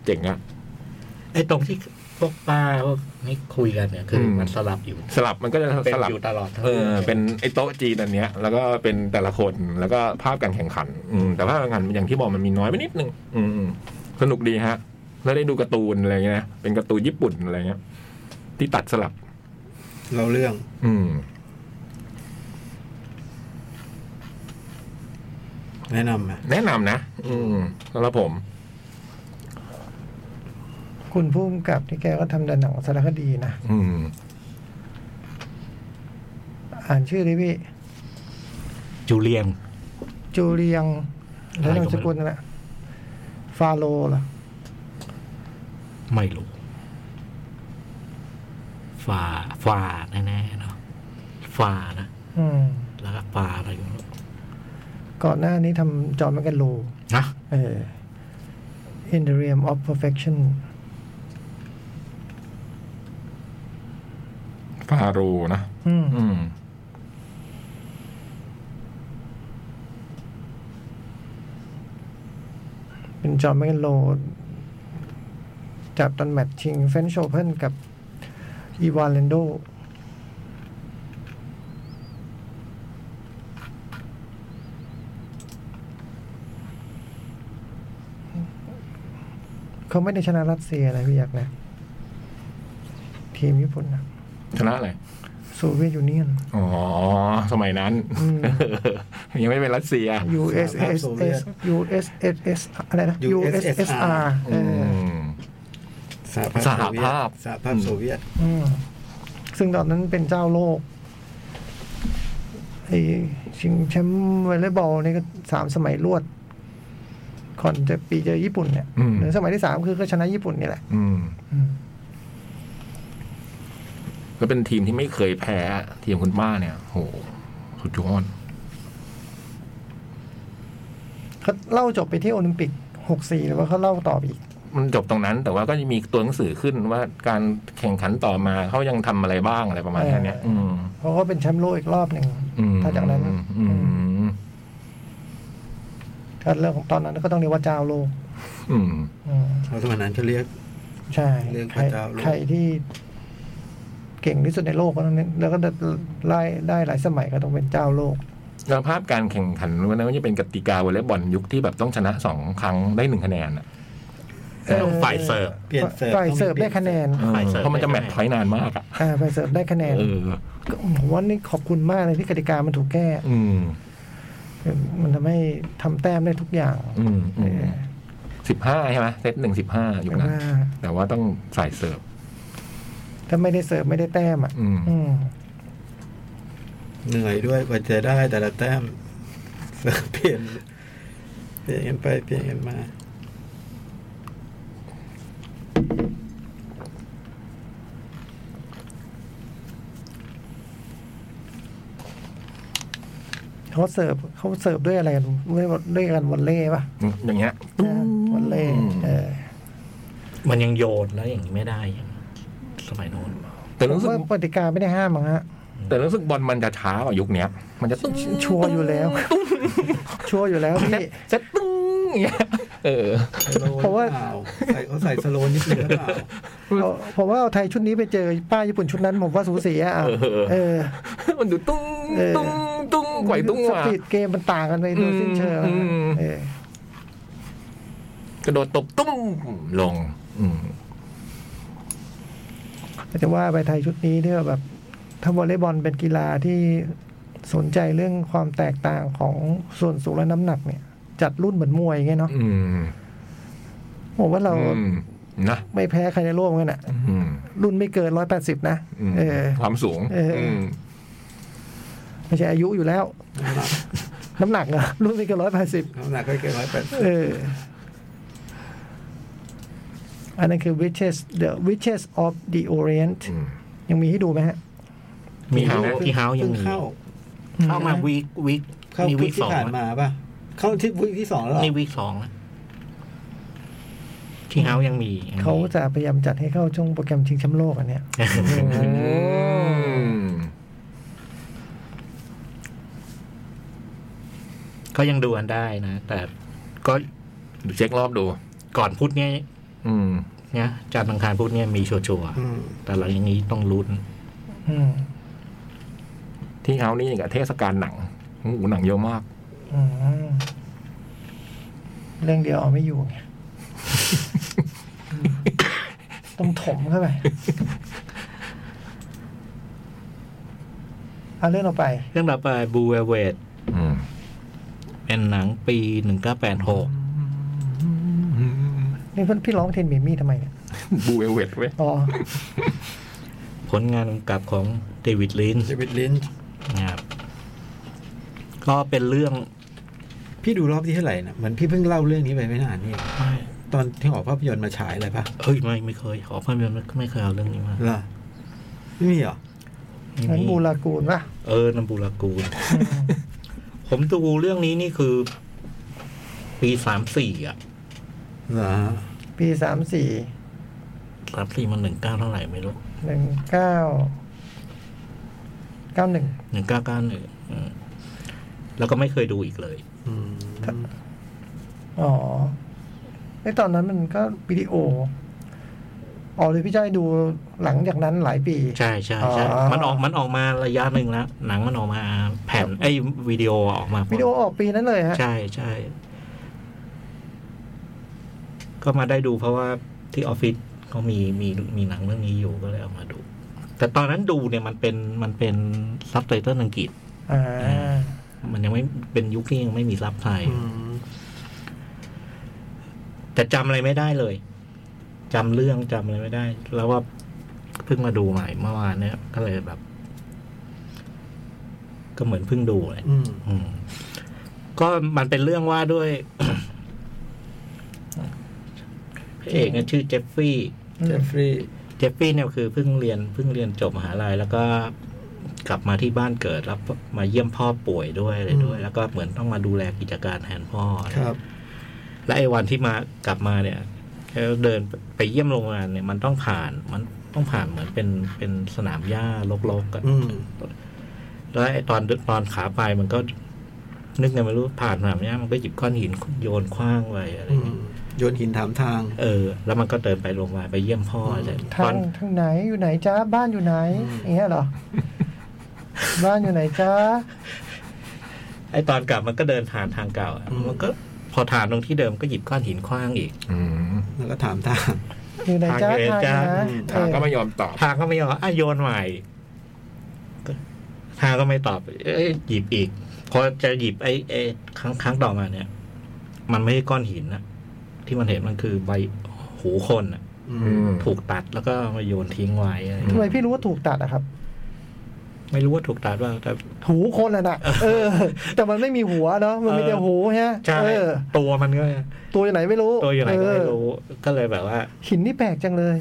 เจ๋งอะ
ไอ้ตรงที่พวกป้าพวกนี่คุยกันเนี่ยคืออ
ม
มันสลับอยู่
สลับมันก็จะ
เป็น
สลับ
อยู่ตลอดทั้ง
เออเป็นไอ้โต๊ะจีนอันเนี้ย แล้วก็เป็นแต่ละคนแล้วก็ภาพการแข่งขัน อืมแต่ภาพการแข่งขันอย่างที่บอกมันมีน้อยไปนิดนึงอืมสนุกดีฮะ แล้วได้ดูการ์ตูนอะไรเงี้ยนะเป็นการ์ตูนญี่ปุ่นอะไรเงี้ย ที่ตัดสลับ
เราเรื่อง
อืม
แนะนำไหม
แนะนำนะอืมสำหรับผม
<laughs> คุณผู้กำกับที่แกก็ทำแต่หนังสารคดีนะ
อืม
อ่านชื่อดิพี่
จูเลียน
จูเรียง แล้วนามสกุลนั่นแหละฟาโลเหรอ
ไม่รู้ฟาฟาแน่ๆเนาะฟานะ
อืม
แล้วก็ฟาอะไรอยู่นะ
ก่อนหน้านี้ทำจอห์นแมกกันโล
ฮะ
เออ In the Realm of Perfection
ฟาโรห์นะ
อืม
อืม
เป็นจอห์นแมกกันโล จับตอนแมตช์ชิงเฟนช์โอเพ่นกับอีวานเลนโด เขาไม่ได้ชนะรัสเซียนะพี่ยักษ์นะ ทีมญี่ปุ่นนะ
ชนะอะไร
โซเวียตยูเนียน
อ๋อ สมัยนั้น
อืม
ยังไม่เป็นรัสเซีย
USSS USSS อะไรนะ USSR เอ
อื
อ
ม
สหภาพโซเวีย
สหภาพ
ตสหภาพโซเวียต
อืมซึ่งตอนนั้นเป็นเจ้าโลกไอ้ชิงแชมป์วอลเลย์บอลนี่ก็สามสมัยรวดก่อนจะปีเจอญี่ปุ่นเนี่ย
อืม
หรือสมัยที่สามคือก็ชนะญี่ปุ่นนี่แหละ
อืม
อืม
แล้วเป็นทีมที่ไม่เคยแพ้ทีมคุณป้าเนี่ยโหสุดยอด
เขาเล่าจบไปที่โอลิมปิกหกสี่หรือว่าเขาเล่าต่อไปอีก
มันจบตรงนั้น แต่ว่าก็จะมีตัวหนังสือขึ้นว่าการแข่งขันต่อมาเขายังทำอะไรบ้างอะไรประมาณแค่เนี้ย
เอ
อื
อ
ม
เพราะว่าเป็นแชมป์โลกอีกรอบหนึ่ง
อืม
ถ้าจากนั้น
อืม
ก็เรื่องของตอนนั้นก็ต้องเรียกว่าเจ้าโลก
อืม
อืม
เพราะสมัยนั้นเขาเรียก
ใช่
เรื่อง
ใค
พ
ร
ระเจ้าโลก
ใครที่เก่งที่สุดในโลกก็ต้องเน้นแล้วก็ได้ได้หลายสมัยก็ต้องเป็นเจ้าโลก
แล้วภาพการแข่งขันวันนั้นมันจะเป็นกติกาวอลเลย์บอลยุคที่แบบต้องชนะสองครั้งได้หนึ่งคะแนนอะ
ต้องฝ่ายเสิร์ฟ
เปลี่ยนเสิร์ฟ
ฝ่าย
ต้องมี
เสิร์ฟได้คะแนน
เออ
ฝ่ายเสิร์ฟ
เพราะมันจะ
ได้
แม
คะ
ต
แนน
ช์พอยต์นานมากอะ
อ่าฝ่ายเสิร์ฟได้คะแนน
เออ
ก็ผมว่านี่ขอบคุณมากเลยที่กติกามันถูกแก้
อืม
มันทำให้ทำแต้มได้ทุกอย่าง
อืม
เอ
อืม
อ
สิบห้าใช่ไหมเซตหนึ่งสิบห้าอยู่
แต่
นะ
ว่า
แต่ว่าต้องใส่เสิร์ฟ
ถ้าไม่ได้เสิร์ฟไม่ได้แต้มอ่ะ
อืม
อืม
เหนื่อยด้วยกว่าจะได้แต่ละแต้ม <laughs> เสิร์ฟเปลี่ยนเปลี่ยนกันไปเปลี่ยนกันมา
เขาเสิร์ฟเขาเสิร์ฟด้วยอะไรกันด้วยด้วยกันวอลเล่ป่ะ
อย่างเงี้ย
นะวอลเล่เออ
มันยังโยนแล้วอย่างนี้ไม่ได้อย่างสมัยโน้น
แต่
ผม
รู้สึก
ว่าปฏิกาไม่ได้ห้ามมั้งฮะ
แต่รู้สึกบอลมันจะช้ากว่ายุคเนี้ย มันจะตุ้ง
ชัวร์อยู่แล้ว <laughs> ชัวร์อยู่แล้วพี่
<laughs> เซตตึ้งอย่างเงี้ยเออ
เพราะว่า
ใส่เขาใส่สโลนิดนึงหรือเปล่า
เอาผมว่าเอาไทยชุดนี้ไปเจอป้าญี่ปุ่นชุดนั้น ผมว่าสูสีอะอ่ะ
เออ
เออ
มันดูตุ้ง
เออ
ตุ้งตุ้งไกวตุ้ง
ส
ว่ะ
ปีดเกมมันต่างกันไปโดยสิ้นเชิงอะ
อืม
เออก
ระโดดตบตุ้มลง อืม
แต่จะว่าไปไทยชุดนี้ที่ยแบบถ้าวอลเลย์บอลเป็นกีฬาที่สนใจเรื่องความแตกต่างของส่วนสูงและน้ำหนักเนี่ย จัดรุ่นเหมือนมวยอย่างเงี้ยเนาะ
อืม
ผมว่าเรา
อืมนะ
ไม่แพ้ใครในโลกเหมือนกันอะ
อืม
รุ่นไม่เกินร้อยแปดสิบนะ
อืม
เออ
ความสูง
เอออื
ม
ไม่ใช่อายุอยู่แล้ว น้ำหนักอะรุ่นไม่เกินร้อยแปดสิบ
น้ำหนักก็เกินร้อยแปดสิบ
เออ อันนั้นคือ witches the witches of the Orient
อืม
ยังมีให้ดูไหมฮะ
มี
ที่
ที่
เฮา
เฮายั
เพิ่ง
งมี
เข้า
เข้ามาวีควีค
เข้า
นี่
วิ
วี
ก
คส
ที่
อง
ผ่านมาป่ะ เข้าที่วิกที่สองแล้วเหรอ
นี่วีคสองแล้วที่เฮายังมีอันนี้
เขาจะพยายามจัดให้เข้าช่วงโปรแกรมชิงแชมป์โลกอันเนี้ย
อืม
<laughs> ก็ยังดูกันได้นะ แต่ก็
เช็ครอบดู
ก่อนพุธเนี้ย
อืม
นะจานทร์อังคารพุธเนี้ยมีชัวร์
อืม
ๆแต่หลังอย่างนี้ต้องลุ้น
อืม
ที่เฮานี่อย่างกับเทศกาลหนังโอ้โหหนังเยอะมาก
อืมเรื่องเดียวเอาไม่อยู่ไงอืมต้องถมเข้าไปเอาเรื่องเราไป
เรื่องต่อไปบูเวเวต
อืม
เป็นหนังปี 1986
นี่เพื่อนพี่ร้องเทนมีมี่ทำไมเนี่ย
บูเอลเวตเว้ย
อ๋อ
ผลงานกำกับของเดวิดลินช์
เดวิดลินช์
นะครับก็เป็นเรื่อง
พี่ดูรอบที่เท่าไหร่นะเหมือนพี่เพิ่งเล่าเรื่องนี้ไปไม่นานนี่ ตอนที่หอภาพยนตร์มาฉายอะไรป่ะ
เอ้ยไม่ไม่เคย ขอพาพยนตร์ไม่เคยเอาเรื่องนี้มา
เหรอไม่มีเหรอ
ไม่
นั้น
มี
บูรากูนป่ะ
เออนัมบูลากู <laughs> ล
อืม
ผมดูเรื่องนี้นี่คือ ปีสามสี่อ่ะ
เหรอ
ปีสามสี่
สามสี่มันหนึ่งเก้าเท่าไหร่ไม่รู้
หนึ่งเก้าเก้าหนึ่ง
หนึ่งเก้าเก้าหนึ่งแล้วก็ไม่เคยดูอีกเลย
อืม
อ๋อไอตอนนั้นมันก็วิดีโออ๋อเลยพี่จ้อยดูหลังจากนั้นหลายปี
ใช่ใช่ใช่
อ๋อ
มันออกมันออกมาระยะหนึ่งแล้วหนังมันออกมาแผ่นไอ้ยวิดีโอออกมา
วิดีโอออกปีนั้นเลยฮะ
ใช่ใช่ก็มาได้ดูเพราะว่าที่ออฟฟิศเขามีมีมีหนังเรื่องนี้อยู่ก็เลยเอามาดู แต่ตอนนั้นดูเนี่ยมันเป็นมันเป็นซับไตเติลอังกฤษ
อ่า
มันยังไม่เป็นยุคที่ยังไม่มีซับไทย
อืม
แต่จำอะไรไม่ได้เลยจำเรื่องจำอะไรไม่ได้ แล้วว่าเพิ่งมาดูใหม่เมื่อวานเนี่ยก็เลยแบบ ก็เหมือนเพิ่งดูเลย
อืม
อืม ก็มันเป็นเรื่องว่าด้วย <coughs> พระเอกเนี่ยชื่อเจฟฟี่
อื
เจ
ม
ฟฟรีย์
เจฟฟี่เนี่ยคือเพิ่งเรียนเพิ่งเรียนจบมหาลัยแล้วก็กลับมาที่บ้านเกิดแล้วมาเยี่ยมพ่อป่วยด้วยอะไรด้วย แล้วก็เหมือนต้องมาดูแลกิจการแทนพ่ออะไร
ครับ
และไอ้วันที่มากลับมาเนี่ยแล้วเดินไปเยี่ยมโรงงานเนี่ย มันต้องผ่านมันต้องผ่านเหมือนเป็นเป็นสนามหญ้ารกๆกัน
อืม
แล้วไอ้ตอนตอนขาไปมันก็ นึกไงไม่รู้ผ่านสนามหญ้ามันก็หยิบก้อนหินโยนคว้างไปอะไร
อืม
เงี้ย
โยนหินถามทาง
เออ แล้วมันก็เดินไปโรงพยาบาลไปเยี่ยมพ่อเลย
ทา
ตอง น
ทางไหนอยู่ไหนจ้าบ้านอยู่ไหนอย่างเงี้ยเหรอ บ้านอยู่ไหนจ้า
ไอ้ตอนกลับมันก็เดินผ่านทางเก่าอะมันก็พอถามตรงที่เดิมก็หยิบก้อนหินคว้างอีก
อืม
แล้วก็ถามทาง
อยู่ไหนจ้า
ทางเดินจ้า
ทางนะ
ทางก็
เออ
ไม่ยอมตอบ
ทางก็ไม่ยอมอ่ะโยนใหม่ก็ทางก็ไม่ตอบ เอ้ยหยิบอีก พอจะหยิบไอ้ไอ้ครั้งครั้งต่อมาเนี่ย มันไม่ใช่ก้อนหินนะที่มันเห็นมันคือใบหูคนน่ะ
อื
อื
ม
ม
ถูกตัดแล้วก็มาโยนทิ้งไว้อะไร
ทำไมพี่รู้ว่าถูกตัดอะครับ
ไม่รู้ว่าถูกตัดว่าแต่
หูคนอะนะเออ แต่มันไม่มีหัวเนาะมันมีแต่
เออ
หูฮะ
ใช่
เออ
ตัวมันก็
ตัวอยู่ไหนไม่รู้
ตัวอยู่ไหนก็ไม่
เอ
รู้ ก็เลยแบบว่า
อหินนี่แปลกจังเลย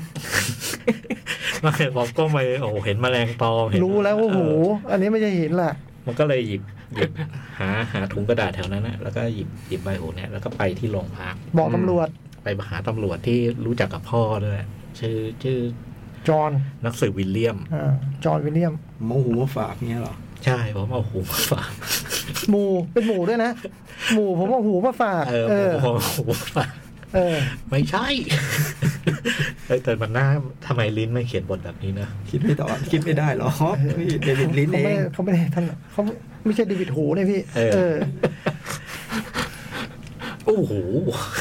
มันเลยบอกก็ไปโอ้โหเห็นแมลงตอมเห็น
รู้แล้วว่าหู
เออ
อันนี้ไม่ใช่หินล่ะ
มันก็เลยหยิบหยิบหาหาถุงกระดาษแถวนั้นนะแล้วก็หยิบหยิบใบหูเนี่ยแล้วก็ไปที่โรงพัก
บอก
อืม
ตำรวจ
ไปหาตำรวจที่รู้จักกับพ่อด้วย ชื่อชื่อ
จอห์น
นักสืบวิลเลียม
อ่าจอห์นวิลเลียม
หมอหูมาฝากเงี้ยเหรอ
ใช่ผมเอาหูมาฝาก
หมูเป็นหมูด้วยนะหมูผมว่าหูมาฝาก
เออ
เออ
ผมเอาหูมาฝาก
เออ
ไม่ใช่ <laughs> เอ้ยแต่มันน่าทำไมลิ้นไม่เขียนบทแบบนี้นะ
คิดไม่ต่อคิดไม่ได้หรอเฮ้ยเดวิดลิน
เขา
เอง
ไม่ได้เขาไม่ได้ท่านเขาไม่ใช่เดวิดหูเนี่ยพี่
เออ
เออ
โอ้โห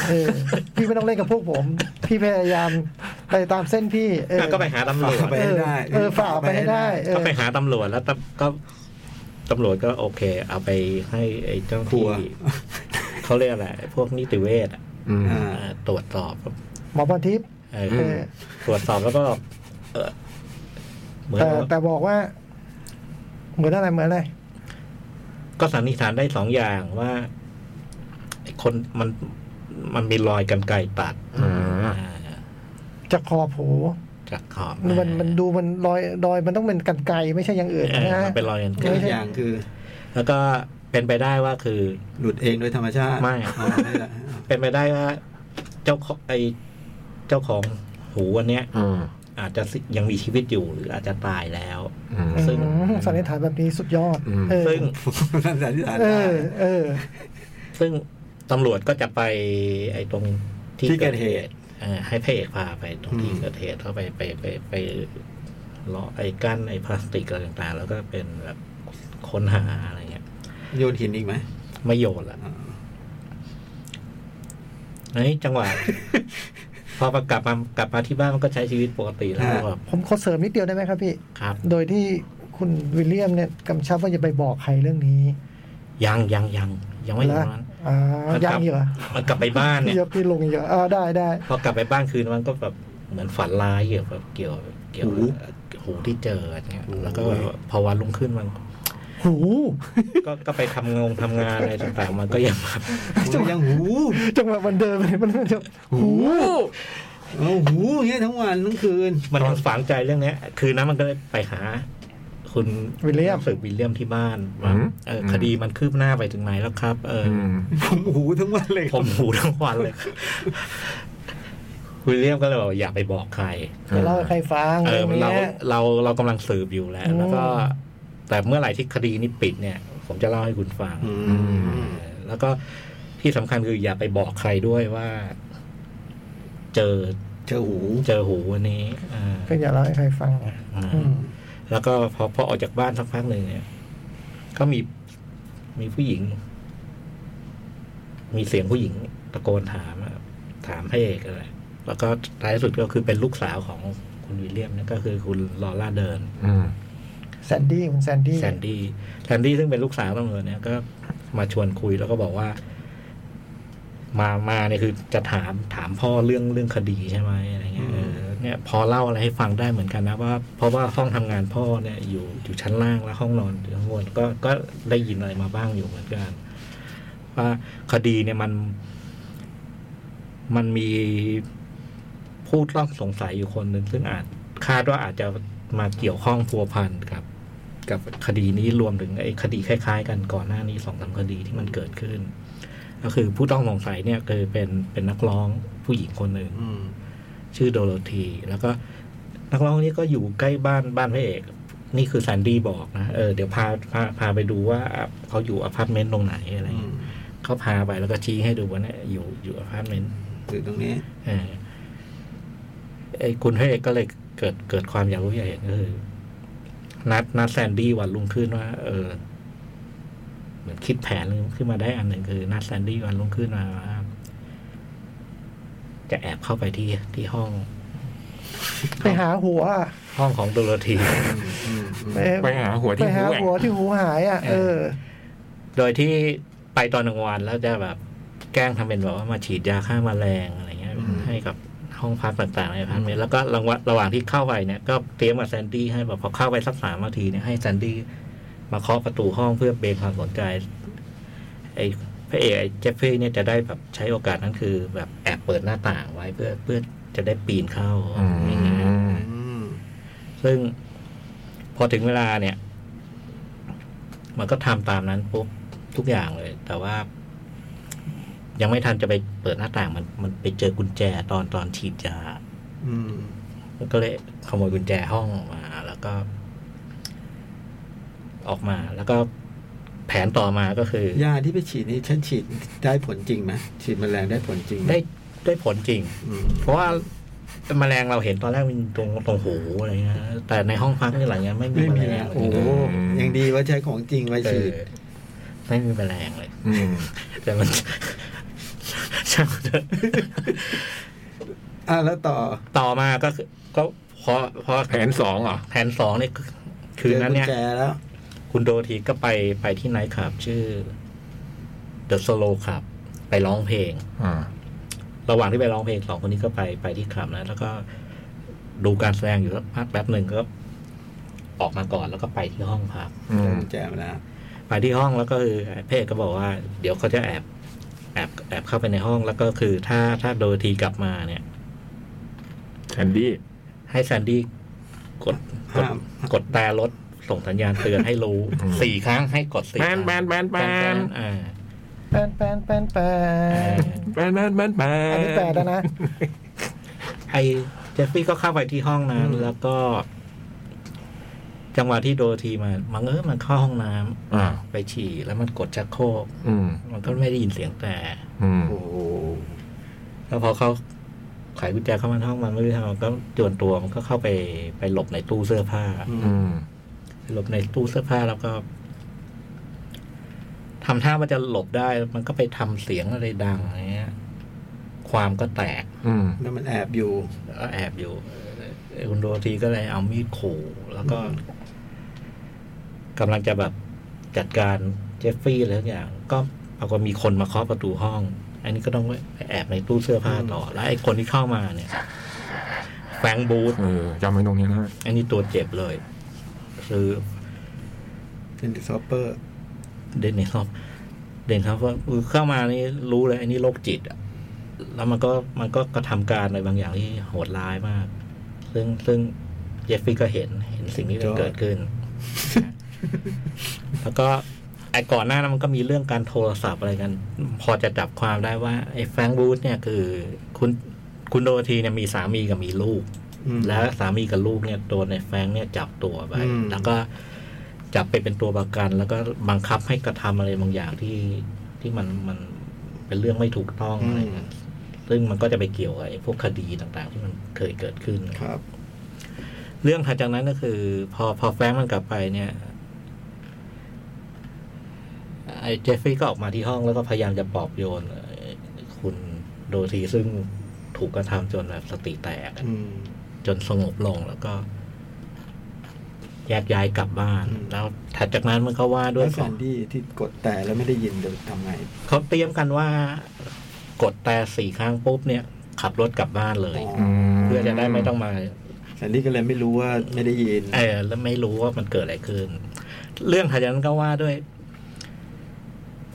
เออพี่ไม่ต้องเล่นกับพวกผม พี่พยายามไปตามเส้นพี่เออ
แล้วก็ไปหาตำรวจ
ฝ่าไป
เออ
ให้ได้
เออฝ่าไปให้ได้เอ
ก็
อ
ไปหาตำรวจแล้วตำก็ตำรวจก็โอเค เอาไปให้ไอ้เจ้าหน้า
ค
ที่
รัว
เขาเรียกอะไรพวกนิติเวชอะ
อืม
อ่า
เอ่อตรวจสอบ
หมอพรทิพย์
เออ
เออ
ตรวจสอบแล้วก็ เออเหมือน
แต่แต่บอกว่า เหมือนอะไรเหมือนอะไร
ก็สันนิษฐานได้สองอย่างว่าไอ้คนมันมันมีรอยกันไกรตัด
อ่า
อ่า
จากคอผู
จากขอบ
มันมันมันดูมันรอยรอยมันต้องเป็นกันไกลไม่ใช่อย่างอื่น
เออ
นะฮะ
มันเป็นรอยกันไกร
อี
ไม่
ก
ใช่
อย่างคือ
แล้วก็เป็นไปได้ว่าคือ
หลุดเองโดยธรรมชาติ
ไม่
อ๋อไม่ละ
เป็นไปได้ว่า เจ้าของไอเจ้าของหูวันเนี้ย
อืม
อาจจะยังมีชีวิตอยู่หรืออาจจะตายแล้ว
อืม
ซึ่ง
อืมสันนิษฐานแบบนี้สุดยอด
อืม
เออ
ซึ่ง
นั่นสันนิษฐาน
เอ
ได้
อ เออ
ซึ่งตำรวจก็จะไปไอ้ตรง
ที่เกิดเหตุ
เอ่อให้พระเอกพาไปตรงที่
อืม
เกิดเหตุเขาไปไปไปไปเลาะไอ้กั้นไอ้พลาสติกอะไรต่างๆ แล้วก็เป็นแบบค้นหาอะไรเงี้ย
โยนหินอีกไหม
ไม่โยนละ
อ่า
ไอ้จังหวะ พอมากลับมากลับมาที่บ้านมันก็ใช้ชีวิตปกติแล้วก็แบบ
ผมขอเสริมนิดเดียวได้ไหมครับพี่
ครับ
โดยที่คุณวิลเลียมเนี่ยกำชับว่าอย่าไปบอกใครเรื่องนี้
ยังยังยังยังไม่ถึง
นะ
ตรงนั้น
อ่า
มัน
ยั
ก
ง
ลับ
อยู่เหรอ
มันกลับไปบ้านเนี่ย
พี่ยกพี่ลงอีกเหรออ่าได้ได้
พอกลับไปบ้านคืนมันก็แบบเหมือนฝันร้ายเกี่ยวกับเกี่ยวกับเกี่ยวกับหูที่เจออะไรเงี้ยแล้วก็แบบพอวันรุ่งขึ้นมัน
หู
ก็ก็ไปทำงงทำงานอะไรต่างๆ มันก็ยังแบบ
โอ้ยยังหู
จังหวะมันเดินเลย <laughs> มันจะหู
เอาหูอย่างเงี้ยทั้งวันทั้งคืน
มันยังฝังใจเรื่องเนี้ย คืนนั้นมันก็เลยไปหา คุณ
วิลเลียม
นักสืบวิลเลียมที่บ้านว่า
อืม
เออคดีมันคืบหน้าไปถึงไหนแล้วครับ เออ
อืม
ผมหูทั้งวันเลย
ผมหูทั้งวันเลย <laughs> วิลเลียมก็เลยบอกอย่าไปบอกใคร
จะเล่าให้ใครฟัง
เอ
เรื่
อ
อง
เรา
เนี้ย
เราเรากำลังสืบอยู่แหล้ว
อืม
แล้วก็ แต่เมื่อไหร่ที่คดีนี้ปิดเนี่ย ผมจะเล่าให้คุณฟัง
อืม
เออแล้วก็ที่สำคัญคืออย่าไปบอกใครด้วยว่า เจอ
เจอหู
เจอหูวันนี้อ่า
ก็อย่าเล่าให้ใครฟังไง
อ่า
อืม
แล้วก็พอพอออกจากบ้านสักพักหนึ่งเนี่ย ก็มีมีผู้หญิง มีเสียงผู้หญิงตะโกนถามอะถามพระเอกอะไรแล้วก็ท้ายสุดก็คือเป็นลูกสาวของคุณวิลเลียมนั่นก็คือคุณลอร่าเดิน
อืม
แซนดี้คุณแซนดี้
แซนดี้แซนดี้ซึ่งเป็นลูกสาวตำรวจเนี่ยก็มาชวนคุยแล้วก็บอกว่า มามาเนี่ยคือจะถามถามพ่อเรื่องเรื่องคดีใช่ไหมอะไรเงี้ยเออเนี่ย พอเล่าอะไรให้ฟังได้เหมือนกันนะว่าเพราะว่าห้องทำงานพ่อเนี่ยอยู่อยู่ชั้นล่างแล้วห้องนอนอยู่ข้างบนก็ก็ได้ยินอะไรมาบ้างอยู่เหมือนกัน ว่าคดีเนี่ยมัน มันมีผู้ต้องสงสัยอยู่คนหนึ่งซึ่งอาจคาดว่าอาจจะมาเกี่ยวข้องพัวพันกับ กับคดีนี้รวมถึงไอ้คดีคล้าย ๆ กันก่อนหน้านี้สองสามคดีที่มันเกิดขึ้น ก็คือผู้ต้องสงสัยเนี่ยคือเป็นเป็นนักร้องผู้หญิงคนหนึ่ง
อืม
ชื่อโดโรธีแล้วก็นักร้องคนนี้ก็อยู่ใกล้บ้านบ้านพระเอก นี่คือแซนดี้บอกนะเออเดี๋ยวพาพาพาไปดูว่าเขาอยู่อพาร์ตเมนต์ตรงไหนอะไร
อื
อย่างเงี้ย
ม
เขาพาไปแล้วก็ชี้ให้ดูว่าเนี่ยอยู่อยู่อพาร์ตเมนต์
อยู่ตรงนี้
เออไอ้คุณพระเอกก็เลยเกิดเกิดความอยากรู้อยากเห็นก็คือนัดนัดแซนดี้วันรุ่งขึ้นว่า เออ มือนคิดแผนขึ้นมาได้อันหนึ่งคือนัดแซนดี้วันรุ่งขึ้นมาว่าจะแอบเข้าไปที่ที่ห้อง
ไปหาหัวอะ
ห้องของโดโรธี
อืมอืม
ไป
ไปหาหัว
ไป
ที่หู
หา
แหว่ง
หัวที่หูหายอ่ะ เออ
โดยที่ไปตอนกลางวันแล้วจะแบบแกล้งทำเป็นแบบว่ามาฉีดยาฆ่าแมลงอะไรเงี้ยให้กับห้องพักต่างๆในพันเมตรแล้วก็ระหว่างระหว่างที่เข้าไปเนี่ยก็เตรียมมาแซนดี้ให้แบบพอเข้าไปสักสามนาทีเนี่ยให้แซนดี้มาเคาะประตูห้องเพื่อเบนความสนใจไอ้พระเอกไอ้เจฟฟี่เนี่ยจะได้แบบใช้โอกาสนั้นคือ แบบแอบเปิดหน้าต่างไว้เพื่อเพื่อจะได้ปีนเข้า
อื
อะไรเงี้ย
ม
อืม
ซึ่งพอถึงเวลาเนี่ย มันก็ทำตามนั้นปุ๊บทุกอย่างเลย แต่ว่า ยังไม่ทันจะไปเปิดหน้าต่างมันมันไปเจอกุญแจตอนตอนฉีดยา
อืม
มันก็เลยขโมยกุญแจห้องออกมา แล้วก็ ออกมา แล้วก็แผนต่อมาก็คือ
ยาที่ไปฉีดนี่ฉันฉีดได้ผลจริงไหมฉีดแมลงได้ผลจริงหม
ได้ได้ผลจริง
อืม
เพราะว่าแมลงเราเห็นตอนแรกมันตรงตรงหูอะไรเงี้ยแต่ในห้องพักนี่หลังเงี้ยไม่มี
ไม่
แม
มี
ล
นะ
ง
โอ้โหยังดีว่าใช้ของจริงไว้
เอ
ฉี
อ
ด
ไม่มีแมลงเลย
อืม
แต่มัน <laughs> ช่างมันเถอะ
อ่ะแล้วต่อ
ต่อมาก็คือก็พอพอ
แผนสองเหรอ
แผนสองนี่คือคืนนั้นเนี่ย
จอกุญแจแล้ว
คุณโดทีก็ไปไปที่ไนท์คลับ ชื่อ The Solo Club ไปร้องเพลง
อ่า
ระหว่างที่ไปร้องเพลงสองคนนี้ก็ไปไปที่คลับนะแล้วก็ดูการแสดงอยู่สักพักแป๊บหนึ่งก็ออกมาก่อนแล้วก็ไปที่ห้องพัก
อืม
กุญแจมาแล้ว
ไปที่ห้องแล้วก็คือเพศก็บอกว่า เดี๋ยวเขาจะแอบ แอบแอบเข้าไปในห้องแล้วก็คือ ถ้าถ้าโดทีกลับมาเนี่ย
แอนดี้
ให้แซนดี้กดกด
ห้าม
กดแต่รถส่งสัญญาณเตือนให้รู้
อืม
สี่ครั้งให้กดสี่
แม
ครั้
น
ง
แมนแมนแม
แป้
น
นๆอ่า
แปนแปนแปนแป
เออน
แมนแมนแมนแมน
อันนี้แปดแล้วนะ
ไอเจฟฟี่ก็เข้าไปที่ห้องนั้นแล้วก็ จังหวะที่โดทีมามันเออมันเข้าห้องน้ำ
อ่า
ไปฉี่แล้วมันกดชักโครก
อืม
มันก็ไม่ได้ยินเสียงแต่
อืม
โอ้โห
แล้วพอเขาไขกุญแจเข้ามาในห้องมันไม่รู้ทำมันก็จวนตัวมันก็เข้าไปไปหลบในตู้เสื้อผ้า
อื
อื
ม
ม
หลบในตู้เสื้อผ้าแล้วก็ทำท่าว่าจะหลบได้ มันก็ไปทำเสียงอะไรดังอะไรเงี้ย ความก็แตก
อืม
แล้วมันแอบอยู่
แล้วก็แอบอยู่เอ่อคุณโดทีก็เลยเอามีดขู่แล้วก็กำลังจะแบบจัดการเจฟฟี่อะไรทุกอย่าง ก็ปรากฏมีคนมาเคาะประตูห้อง อันนี้ก็ต้องไปแอบในตู้เสื้อผ้าต่อ แล้วไอ้คนที่เข้ามาเนี่ยแฟรงค์บูธ
เออจำไว้ตรงนี้นะ
อันนี้ตัวเจ็บเลย คือ
เป็นซอปเปอร์
เด่นเนี่ยครับ เด่นครับว่าคือเข้ามานี่รู้เลยอันนี้โรคจิตอะแล้วมันก็มันก็กระทำการอะไรบางอย่างที่โหดร้ายมาก ซึ่งซึ่งเจฟฟี่ก็เห็นเห็นสิ่งที่มัน
Joy
เกิดขึ้น แล้วก็ไอ้ก่อนหน้านั้นมันก็มีเรื่องการโทรศัพท์อะไรกัน พอจะจับความได้ว่าไอ้แฟรงค์บูธเนี่ยคือ คุณคุณโดโรธีเนี่ยมีสามีกับมีลูก
อืม
แล้วสามีกับลูกเนี่ยโดนในแฟรงค์เนี่ยจับตัวไป
อืม
แล้วก็จับไปเป็นตัวประกัน แล้วก็บังคับให้กระทำอะไรบางอย่างที่ที่มันมันเป็นเรื่องไม่ถูกต้องอะไรเงี้ยซึ่งมันก็จะไปเกี่ยวกับไอ้พวกคดีต่างๆ ที่มันเคยเกิดขึ้น
ครับ
เรื่องถัดจากนั้นก็คือ พอพอแฟรงค์มันกลับไปเนี่ยไอ้เจฟฟี่ก็ออกมาที่ห้องแล้วก็พยายามจะปลอบโยนไอ้คุณโดทีซึ่งถูกกระทำจนแบบสติแตกอะ
อืม
จนสงบลงแล้วก็แยกย้ายกลับบ้าน
อืม
แล้วถัดจากนั้นมันก็ว่าด้
แล้ว
ยว
แซนดี้ที่กดแต่แล้วไม่ได้ยินเดี๋ยวทำไง
เขาเตรียมกันว่ากดแต่สี่ครั้งปุ๊บเนี่ย ขับรถกลับบ้านเลย
อืม
เพื่อจะได้ไม่ต้องมา
แซนดี้ก็เลยไม่รู้ว่าไม่ได้ยิน
เออแล้วไม่รู้ว่ามันเกิดอะไรขึ้น เรื่องถัดจากนั้นก็ว่าด้วย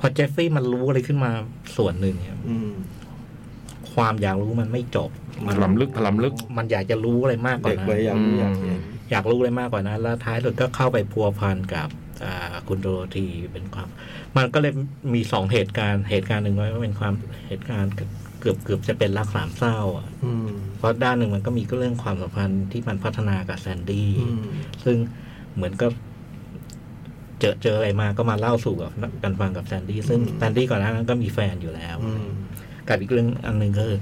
พอเจฟฟี่มันรู้อะไรขึ้นมาส่วนหนึ่งเนี่ย
อืม
ความอยากรู้มันไม่จบ มั
ถลำลึกถลำลึก
มันอยากจะรู้อะไรมากกว่า
เด็ก
นั้น
ไว้อยากรู้อยากเห็น
อยากรู้เลยมากกว่านั้น แล้วท้ายสุดก็เข้าไปพัวพันกับอ่าคุณโดโรธีเป็นความ มันก็เลยมีสองเหตุการณ์ เหตุการณ์หนึ่งไว้ว่าเป็นความเหตุการณ์เกือบเกือบจะเป็นรักสามเศร้าอะ
อืม
เพราะด้านหนึ่งมันก็มีก็เรื่องความสัมพันธ์ที่มันพัฒนากับแซนดี้
อืม
ซึ่งเหมือนก็เจอเจออะไรมาก็มาเล่าสู่กับกันฟังกับแซนดี้ ซึ่งแซนดี้ก่อนหน้านั้นก็มีแฟนอยู่แล้ว
อืม
กับอีกเรื่องอันหนึ่งก็คือ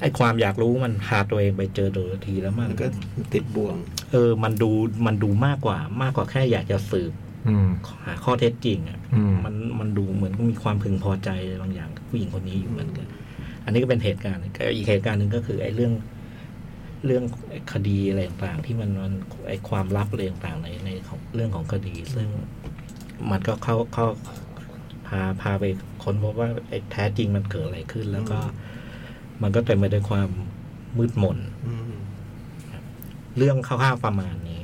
ไอ้ความอยากรู้มันพาตัวเองไปเจอโดโรธีแล้วมั
มัน นก็ติดบ่วง
เออ มันดู มันดูมากกว่า มากกว่าแค่อยากจะสืบ
อืม
หาข้อเท็จจริงอ่ะ
อืม
มันมันดูเหมือนมีความพึงพอใจบางอย่างกับผู้หญิงคนนี้อยู่เหมือนกัน อันนี้ก็เป็นเหตุการณ์ก็อีกเหตุการณ์หนึ่งก็คือไอ้เรื่อง เรื่องคดีอะไรต่างๆ ที่มันมันไอ้ความลับอะไรต่างๆในในของเรื่องของคดี ซึ่งมันก็เข้าเข้าพาพาไปค้นพบว่าไอ้แท้จริงมันเกิดอะไรขึ้น แล้วก็ มันก็เต็มไปด้วยความมืดมน
อืม
เรื่องคร่าวๆประมาณนี้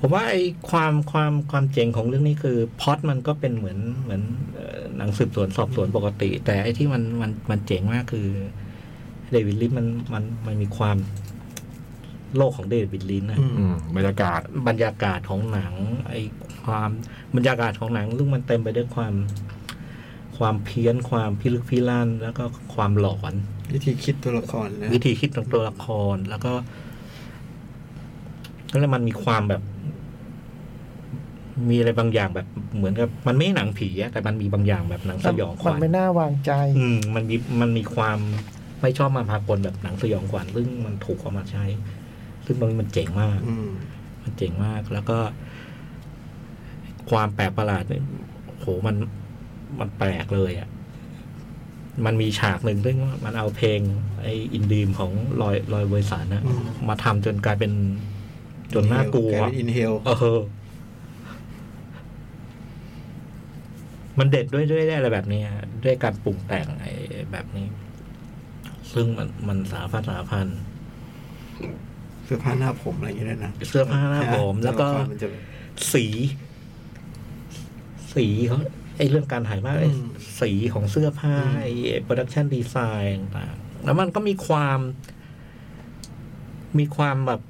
ผมว่าไอ้ความความความเจ๋งของเรื่องนี้คือพล็อดมันก็เป็นเหมือนเหมือนเอ่อหนังสืบสวนสอบสวนปกติ แต่ไอ้ที่มันมันมันเจ๋งมากคือเดวิดลินช์มันมันมันมีความโลกของเดวิดลินช์นะ
อืม
อืมบรรยากาศ
บรรยากาศของหนัง ไอ้ความบรรยากาศของหนังซึ่งมันเต็มไปด้วยความ ความเพี้ยนความพิลึกพิลั่นแล้วก็ความหลอน
วิธีคิดตัวละครนะ
วิธีคิดของตัวละครแล้วก็แล้วมันมีความแบบ มีอะไรบางอย่างแบบเหมือนกับ มันไม่ใช่หนังผีอะแต่มันมีบางอย่างแบบหนังสยองข
มั
วัน ญ
ไม่น่าวางใจ
อืมมันมีมันมีความไม่ชอบมาพากลแบบหนังสยองขวัญซึ่งมันถูกเอามาใช้ ซึ่งตรงนี้มันเจ๋งมาก
อืม
มันเจ๋งมากแล้วก็ ความแปลกประหลาดเนี่ยโหมันมันแปลกเลยอะ่ะ มันมีฉากหนึ่งซึ่งมันเอาเพลง ไออินดีมของลอยลอยเวอร์สันนะมาทำจนกลายเป็นจนน่ากลั
ย
ว
เป็นอินเฮล
เออ มันเด็ดด้วยด้วยอะไรแบบนี้ฮะด้วยการปรุงแต่งไอ้แบบนี้ ซึ่งมันมันสาพันสาพัน
เสื้อผ้าหน้าผมอะไรอย่างเงี้ยด้วยนะ
เสื้อผ้าหน้า
<laughs>
ผมแล้วก็
ตัวะครมันจะ
สี สีเขาไอเรื่องการถ่ายภาพไอ้
อืม
สีของเสื้อผ้าไอโปรดักชันดีไซน์ต่างๆแล้วมันก็มีความ มีความแบบ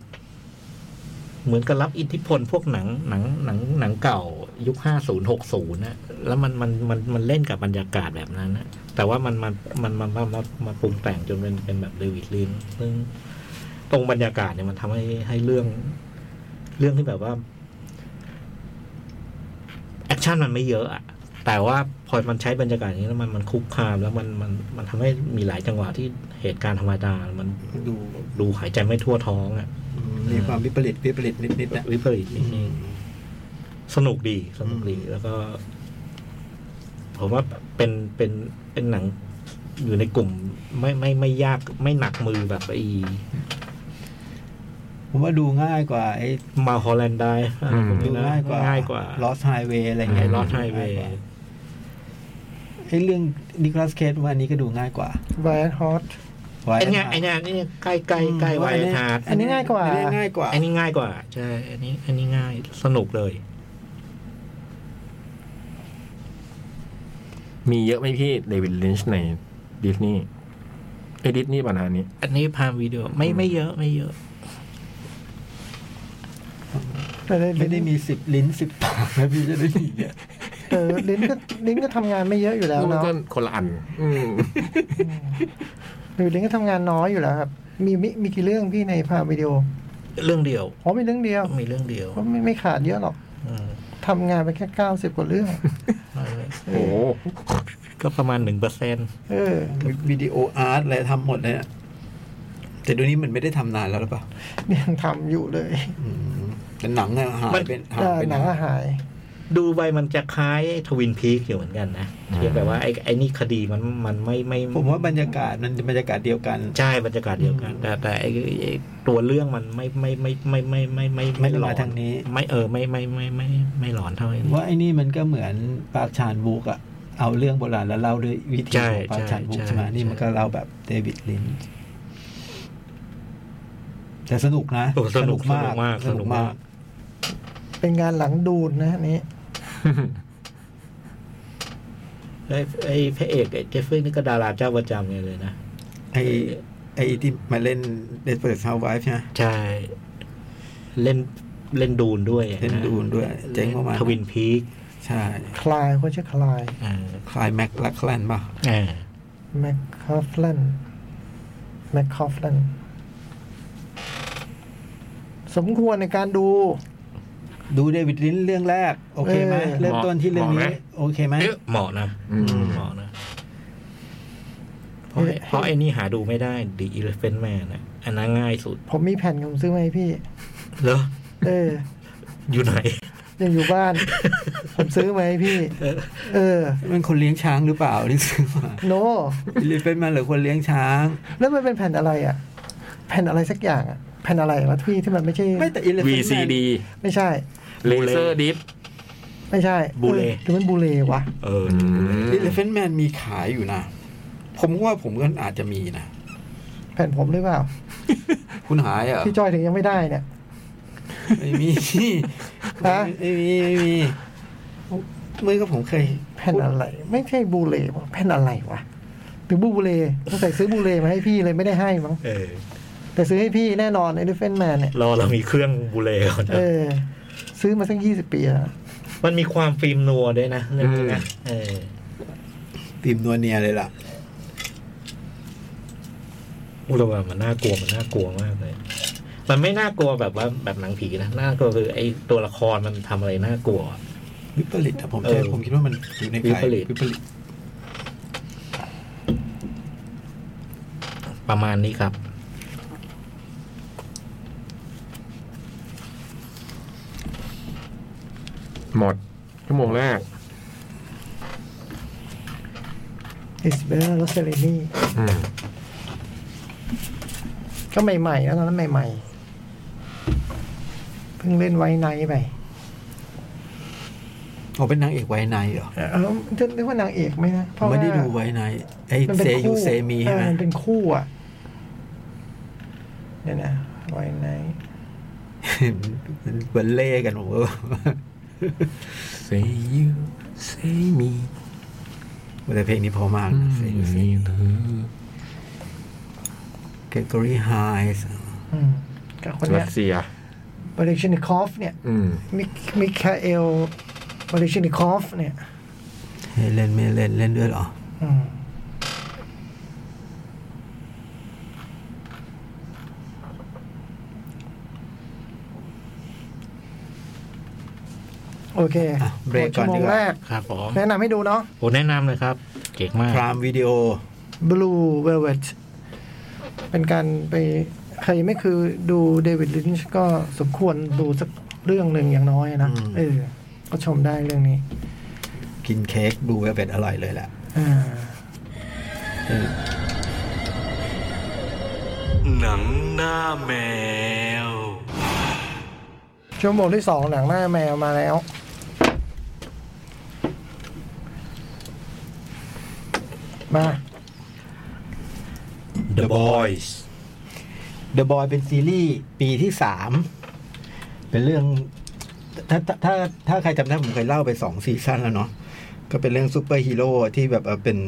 เหมือนกับรับอิทธิพลพวกหนังหนังหนังหนังเก่า ยุคห้าศูนย์หกศูนย์นะแล้วมันมันมันมันเล่นกับบรรยากาศแบบนั้นนะแต่ว่ามันมันมันมันมันมันมันปรุงแต่งจนเป็นเป็นแบบเดวิดลินช์ซึ่งตรงบรรยากาศเนี่ยมันทำให้ให้เรื่อง เรื่องที่แบบว่า แอคชั่นมันไม่เยอะอะ แต่ว่าพอมันใช้บรรยากาศอย่างนี้แล้วมันมันคุกคามแล้วมันมันมันทำให้มีหลายจังหวะที่เหตุการณ์ธรรมดา มัน
ดู
ดูหายใจไม่ทั่วท้องอะ
อืมมีความวิปริตวิปริตนิดๆนะ
วิปริตนิดนึงสนุกดีสนุกดีแล้วก็ ผมว่าเป็นเป็นเป็นหนังอยู่ในกลุ่ม ไม่ไม่ไม่ยากไม่หนักมือแบบไอ้
ผมว่าดูง่ายกว่าไอ้
มาฮอลแลนด์ได้
อืม
ดูง่ายกว่า
ง่ายกว่า
ลอสไฮเวย์อะไรอย่างเงี้
ไอ้
ย
ลอสไฮเวย์
ไอ้เรื่องนิโคลัสเคสว่าอันนี้ก็ดูง่ายกว่า
Wild Horse
ว้
ไอ้เนี่ยไอ้เนี่ยนี่ใกล้ใกล้ใกล้ไวทาร์ด
อันนี้ง่ายกว่า
อันนี้ง่ายกว่า
อันนี้ง่ายกว่าใช่อันนี้ อันนี้ง่ายสนุกเลย
มีเยอะไหมพี่เดวิดลินช์ในดิสนีย์ไอ้ดิสนีย์ปัญหานี้
อันนี้พามวิดีโอไม่ไม่เยอะไม่เยอะ
แต่ได้
ไม่ได้มีสิบลิ้นสิบปากนะพี่จะได้ยินเนี่ย
เออลิ้นก็ลิ้นก็ทำงานไม่เยอะอยู่แล้ว
มัน
เนาะ
ก็คนละอัน อืม
หรือลิ้นก็ทำงานน้อยอยู่แล้วครับ มีมิมีกี่เรื่องพี่ในภาพวิดีโอ
เรื่องเดียว
อ๋อมีเรื่องเดียว
มีเรื่องเดียว
ก็ไม่ไม่ขาดเยอะหรอก
อืม
ทำงานไปแค่เก้าสิบกว่าเรื่อง
โอ้โห
ก็ประมาณหนึ่งเปอร์เซ็น
เออ
วิดีโออาร์ตอะไรทำหมดเลยอะแต่เดี๋ยวนี้มันไม่ได้ทำนานแล้วหรือเปล่า
ยังทำอยู่เลย
อืมแต่หนังอะหายเป็นหาย
เออ
ไป
หนังก็หาย
ดูไปมันจะคล้ายทวินพีคอยู่เหมือนกันนะเพียงแต่ว่าไอ้ไอ้นี่คดีมันมันไม่ไม่
ผมว่าบรรยากาศมันบรรยากาศเดียวกัน
ใช่บรรยากาศเดียวกัน แต่แต่ไอ้ไอ้ตัวเรื่องมันไม่ไม่ไม่ไม่ไม่ไม่ไม่
ไม่ได้มาทางนี้
ไม่เออไม่ไม่ไม่ไม่ไม่หลอนเท่า
ผม
นี้
ว่าไอ้นี่มันก็เหมือนปราชานบุกอะเอาเรื่องโบราณแล้วเล่าด้วยวิธี
ใช่
ของปราชานบุก
ใช่
ใช่ไหม
ใช่
นี่มันก็เล่าแบบเดวิดลินช์แต่สนุกนะ
โอ้สนุกสนุกมาก
สนุกมาก
สนุกม
เป็นงานหลังดูนนะอันนี้
ไอ้ไอ้พระเอกไอ้เจฟฟี่นี่ก็ดาราเจ้าประจำไงเลยนะ
ไอ้ไอ้ที่มาเล่นเดสเปิร์ดเฮาไวฟ์ใช่ไหม
ใช่ เล่นเล่นดูนด้วย
เล่นดูนด้วย เจ๋งมากๆ
ทวินพีค
ใช่
คลายเขาชื่อคลาย
อ่า
คลายแม็กลักแลนป่ะ
อ่า
แมคคอฟลันแมคคอฟลันสมควรในการดู
ดูเดวิดลินช์เรื่องแรก โอเคไหม
เออ
เริ่มต้นที่เรื่องนี้โอเคไหม
เอ๊ะเหมาะนะ
อืม
เหมาะนะเพราะไอ้เพราะไอ้นี่หาดูไม่ได้ The Elephant Man นะอันนั้นง่ายสุด
ผมมีแผ่นผมซื้อมาให้พี่
เหรอ
เออ
อยู่ไหน
ยังอยู่บ้าน ผมซื้อไหมพี่ เออ
มันคนเลี้ยงช้างหรือเปล่าที่ซื้อมา
โน
หรือเป็นมันหรือคนเลี้ยงช้าง
แล้วมันเป็นแผ่นอะไรอ่ะ แผ่นอะไรสักอย่างอ่ะ แผ่นอะไรวะพี่ที่มันไม่ใช่
ไม่แต่ Elephant Man
VCD
ไม่ใช่
เลเซอร์ดิฟ
ไม่ใช่
บูเล่
ออหรือมันบูเลวะ
เออ
Elephant Man มีขายอยู่นะ ผมว่าผมก็อาจจะมีนะ
แผ่นผมหรือเปล่า
คุณหายเหรอ่ะ
พี่จอยถึงยังไม่ได้เนี่ย
ไม่มี
ฮะ
ไม่มีไม่มีมือก็ผมเคย
แผ่นอะไร ไม่ใช่บูเลวะแผ่นอะไรวะหรือบูเลต้องใส่ซื้อบูเลมาให้พี่เลยไม่ได้ให้มั้ง
เออ
แต่ซื้อให้พี่แน่นอน e อ e p h a n t Man เนี่ย
รอเรามีเครื่องบูเลก่อนนะ
เออ ซื้อมาสักยี่สิบปีแล้ว
มันมีความฟิล์มนัวด้วยนะเรื่องนี้นะเออ
ติมนัวเนียเลยล่ะ
พูดว่ามันน่ากลัวมันน่ากลัวมากเลย มันไม่น่ากลัวแบบว่าแบบหนังผีนะน่ากลัวคือไอ้ตัวละครมันทำอะไรน่ากลัว
วิปริตอะผม
เอ
ใช่
อ
ผมคิดว่ามันอยู่ใน
วิ
ขาย
ปริต
วิปริต
ประมาณนี้ครับ
หมด ชั่วโมงแรก
อิสเบลลอสเซเลนี
อืม
ก็ใหม่ๆนะตอนนั้นใหม่ๆ เพิ่งเล่นไว้ไนท์ไป
ผมเป็นนางเอกไว้ในเหรอ
เออจะเรียกว่านางเอกไหมนะ
ผม
เพราะว่า
ไม่ได้ดูไว้ในไอ้
มันเป็น
เซยู
คู่
เซมีใช่ไหม
เออมันเป็นคู่อ่ะเนี่ยวนะไว้ไนท์
มันเหมือนเล่กันผมก็
say you say me
แต่เพลงนี้เพอมากนะเซยูเซเกรกอรี่ไฮส์
อืมกับคน
รั
เนี้ย
สเซีย
บริชินิคอฟเนี่ย
อืม
มิคมิคาเอลบริชินิคอฟเนี่ย
เล่นไม่เล่นเล่นด้วยเหรอ
อืมโอเค
อ่ะเบรกก่อน
หมดชั่วโม
ดี
ง
กว่า
แรก
ครับผม
แนะนำให้ดูเนาะ
โอ้แนะนำเลยครับ เจ๋งมาก
พรามวิดีโอ
Blue Velvet เป็นการไปใครไม่คือดูเดวิดลินช์ก็สมควรดูสักเรื่องหนึ่งอย่างน้อยนะ
อืม
เออ ก็ชมได้เรื่องนี้
กินเค้กดูเวลเวดอร่อยเลยแหละ
อ่า
เออ
หนังหน้าแมว
ชั่วโมงที่สองหนังหน้าแมวมาแล้ว มา
The Boys
เดอะบอยเป็นซีรีส์ปีที่สาม เป็นเรื่อง ถ้าถ้าถ้าถ้าใครจำได้ผมเคยเล่าไปสองซีซั่นแล้วเนาะก็เป็นเรื่องซูเปอร์ฮีโร่ที่แบบเอ่อเป็น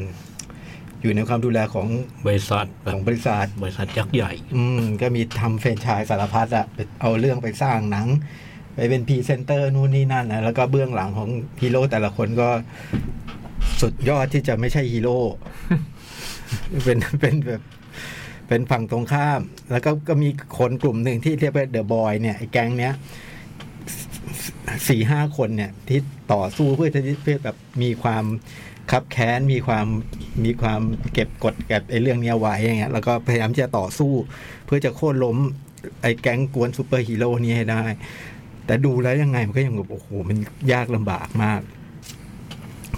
อยู่ในความดูแลของ
บริษัทแบ
ข
บ
องบริษัท
บริษัทยักษ์ใหญ่
อืม ก็มีทำแฟรนไชายสารพัดอะไปเอาเรื่องไปสร้างหนัง ไปเป็นพรีเซนเตอร์นู่นนี่นั่นนะแล้วก็เบื้องหลังของฮีโร่แต่ละคนก็สุดยอดที่จะไม่ใช่ฮีโร่ <laughs> เป็นเป็นแบบ เป็นฝั่งตรงข้าม แล้วก็ก็มีคนกลุ่มหนึ่งที่เรียกว่าเดอะบอยเนี่ยไอ้แก๊งเนี้ยสสี่ห้าคนเนี่ย ที่ต่อสู้เพื่อที่เพื่อแบบมีความคับแค้นมีความมีความเก็บกดเก็บไอ้เรื่องเนี้ยไว้อย่างเงี้ยแล้วก็พยายามที่จะต่อสู้ เพื่อจะโค่นล้มไอ้แก๊งกวนซูเปอร์ฮีโร่นี้ให้ได้ แต่ดูแล้วยังไงมันก็ยังแบบโอ้โหมันยากลำบากมาก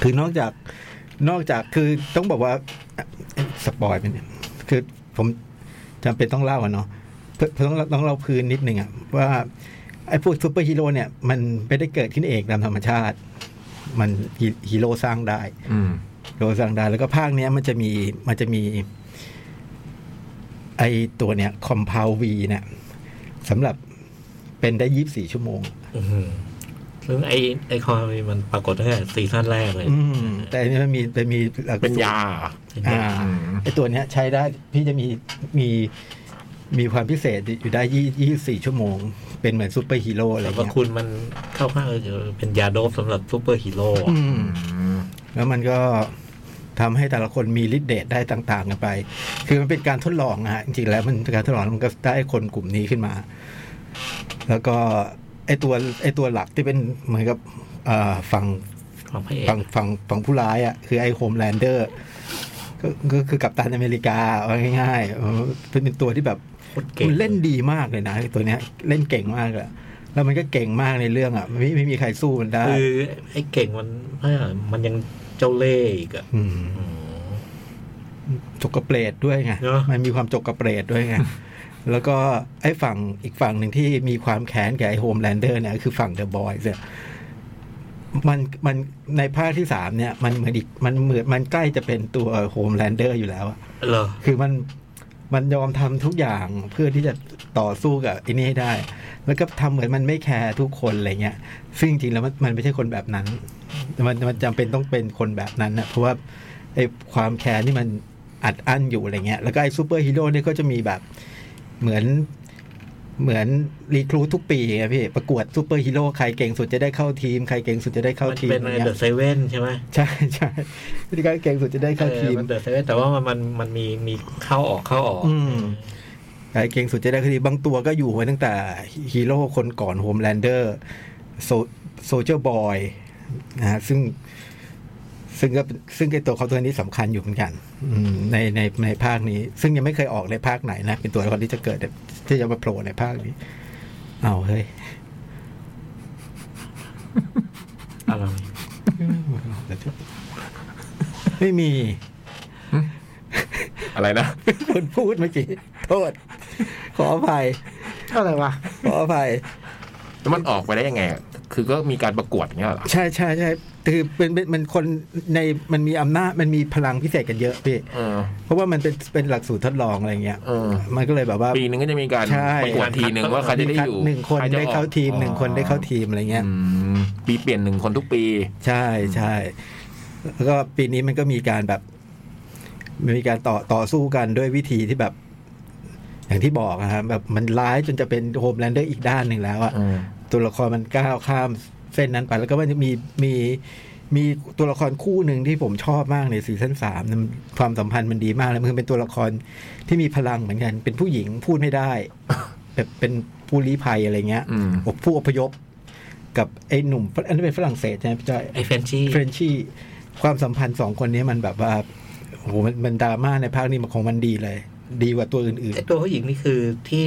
คือนอกจากนอกจากคือต้องบอกว่าเอ๊ะสปอยล์ไปเนี่ยคือผมจำเป็นต้องเล่าอะเนาะเพื่อเพื่อต้องต้องเล่าพื้นนิดนึงอะว่า ไอ้พวกซูเปอร์ฮีโร่เนี่ย มันไม่ได้เกิดขึ้นเองตามธรรมชาติ มันฮีฮีโร่สร้างได้
อืม
โดยสั่งได้แล้วก็ภาคเนี้ยมันจะมีมันจะมี ไอตัวเนี้ยคอมเพลวีเนี่ยสำหรับเป็นได้ยี่บสี่ชั่วโมง
อื้อหือซึ่งไอ้ไอ้คอยมันปรากฏตั้งแต่ซีซั่นแรกเลย
อืม แต่อันนี้มันมีมันมี
เป็นยา
เป็น
อ่า
แบบ
ไอตัวเนี้ยใช้ได้พี่จะมีมีมีความพิเศษอยู่ได้ยี่ยี่สี่ชั่วโมง เป็นเหมือนซูเปอร์ฮีโร่อะไร
แต่
เงี้ย
ว่าคุณมันเข้าข้างเออเป็นยาโดบสำหรับซูเปอร์ฮีโร่อะ
อืมแล้วมันก็ทำให้แต่ละคนมีฤทธิ์เดชได้ต่าง ๆ กันไป คือมันเป็นการทดลองนะฮะจริงๆแล้วมันเป็นการทดลองแล้วมันก็ได้คนกลุ่มนี้ขึ้นมา แล้วก็ไอตัวไอตัวหลักที่เป็นเหมือนกับเอ่อฝั่ง
ของพระเอก
ฝั่งฝั่งฝั่งผู้ร้ายอ่ะคือไอโฮมแลนเดอร์ก็ก็คือกัปตันอเมริกาเอาง่ายๆเออเป็นตัวที่แบบ
โคตรเก่ง
มันเล่นดีมากเลยนะไอ้ตัวเนี้ยเล่นเก่งมากอะ แล้วมันก็เก่งมากในเรื่องอ่ะไม่ไม่มีใครสู้มันได้
คือไอ้เก่งมันเอ้ยมันยังเจ้าเล่ห์อีกอะ
มจกกระเปรดด้วยไง
เนอะ
มันมีความจกกระเปรด
<laughs>
ด้วยไงแล้วก็ไอ้ฝั่งอีกฝั่งหนึ่งที่มีความแค้นกับไอ้โฮมแลนเดอร์เนี่ยคือฝั่งเดอะบอยเนี่ยมันมันในภาคที่สามเนี่ย มันเหมือนอีกมันเหมือนมันใกล้จะเป็นตัวโฮมแลนเดอร์อยู่แล้วอะ
เหรอ
คือมันมันยอมทำทุกอย่างเพื่อที่จะต่อสู้กับไอ้นี่ให้ได้ แล้วก็ทำเหมือนมันไม่แคร์ทุกคนอะไรเงี้ย ซึ่งจริงๆแล้วมันมันไม่ใช่คนแบบนั้น มันมันจำเป็นต้องเป็นคนแบบนั้นนะเพราะว่าไอ้ความแคร์นี่มันอัดอั้นอยู่อะไรเงี้ย แล้วก็ไอ้ซูเปอร์ฮีโร่เนี่ยก็จะมีแบบเหมือนเหมือนรีครูททุกปีไงพี่ประกวดซูเปอร์ฮีโร่ใครเก่งสุดจะได้เข้าทีมใครเก่งสุดจะได้เข้า
มัน
ทีม
เป็น
อะไร
ในเด
เงี้
อะ
ย
เซเว่นใช่ไหม
ใช่ใช่วิธีการเก่งสุดจะได้เข้าทีม
เออมันเดอะเซเว่นแต่ว่ามันมันมันมีมีเข้าออกเข้าออก
อืม ไอ้เก่งสุดจะได้คดีบางตัวก็อยู่ไว้ตั้งแต่ฮีโร่คนก่อนโฮมแลนเดอร์โซเจอร์บอยนะฮะซึ่ง ซึ่งก็ซึ่งไอตัวเขาตัวนี้สำคัญอยู่เหมือนกัน อืมในในในภาคนี้ ซึ่งยังไม่เคยออกในภาคไหนนะ เป็นตัวละครที่จะเกิดที่จะมาโผล่ในภาคนี้ เอาเฮ้ย
อะไร
ไม่มี <laughs>
อะไรนะ
คนพูดเมื่อกี้โทษ ขออภัย
อะไรวะ
ขออภัย
แล้วมันออกไปได้ยังไงอะคือก็มีการประกวดเงี้ยเหรอ
ใช่ใช่ใช่คือเป็นเป็นมันคนในมันมีอำนาจมันมีพลังพิเศษกันเยอะพี่
เออ
เพราะว่ามันเป็นเป็นหลักสูตรทดลองอะไรเงี้ย
เออ
มันก็เลยแบบว่า
ปีหนึงก็จะมีการ
ใช่
ประกวดทีหนึ่งว่าใครจะได้อยู่
หนึ่งคน
ใรจะอ
ได้
อก
เข้าทีมหนึ่งคนได้เข้าทีมอะไรเงี้ย
อืมปีเปลี่ยนหนึ่งคนทุกปี
ใช่ใช่แล้วก็ปีนี้มันก็มีการแบบ มีการต่อต่อสู้กันด้วยวิธีที่แบบ อย่างที่บอกนะครับแบบมันร้ายจนจะเป็นโฮมแลนเดอร์อีกด้านหนึ่งแล้วอะ
อืม
ตัวละครมันก้าวข้ามเส้นนั้นไป แล้วก็มันจะมีมีมีตัวละครคู่หนึ่งที่ผมชอบมากในซีซั่นสามเนี่ยความสัมพันธ์มันดีมากเลยมันเป็นตัวละครที่มีพลังเหมือนกัน เป็นผู้หญิงพูดไม่ได้ แบบเป็นผู้ลี้ภัยอะไรเงี้ย
อืม
อบผู้อพยพ กับไอ้หนุ่ม อันนี้นเป็นฝรั่งเศสใช่ไหมพี่จ้อย
ไอ้เฟนชี่
เฟรนชี่ความสัมพันธ์สองคนนี้มันแบบว่าโอ้โหมันมันดราม่าในภาคนี้มันของมันดีเลย ดีกว่าตัวอื่น
ไอตัวผู้หญิงนี่คือที่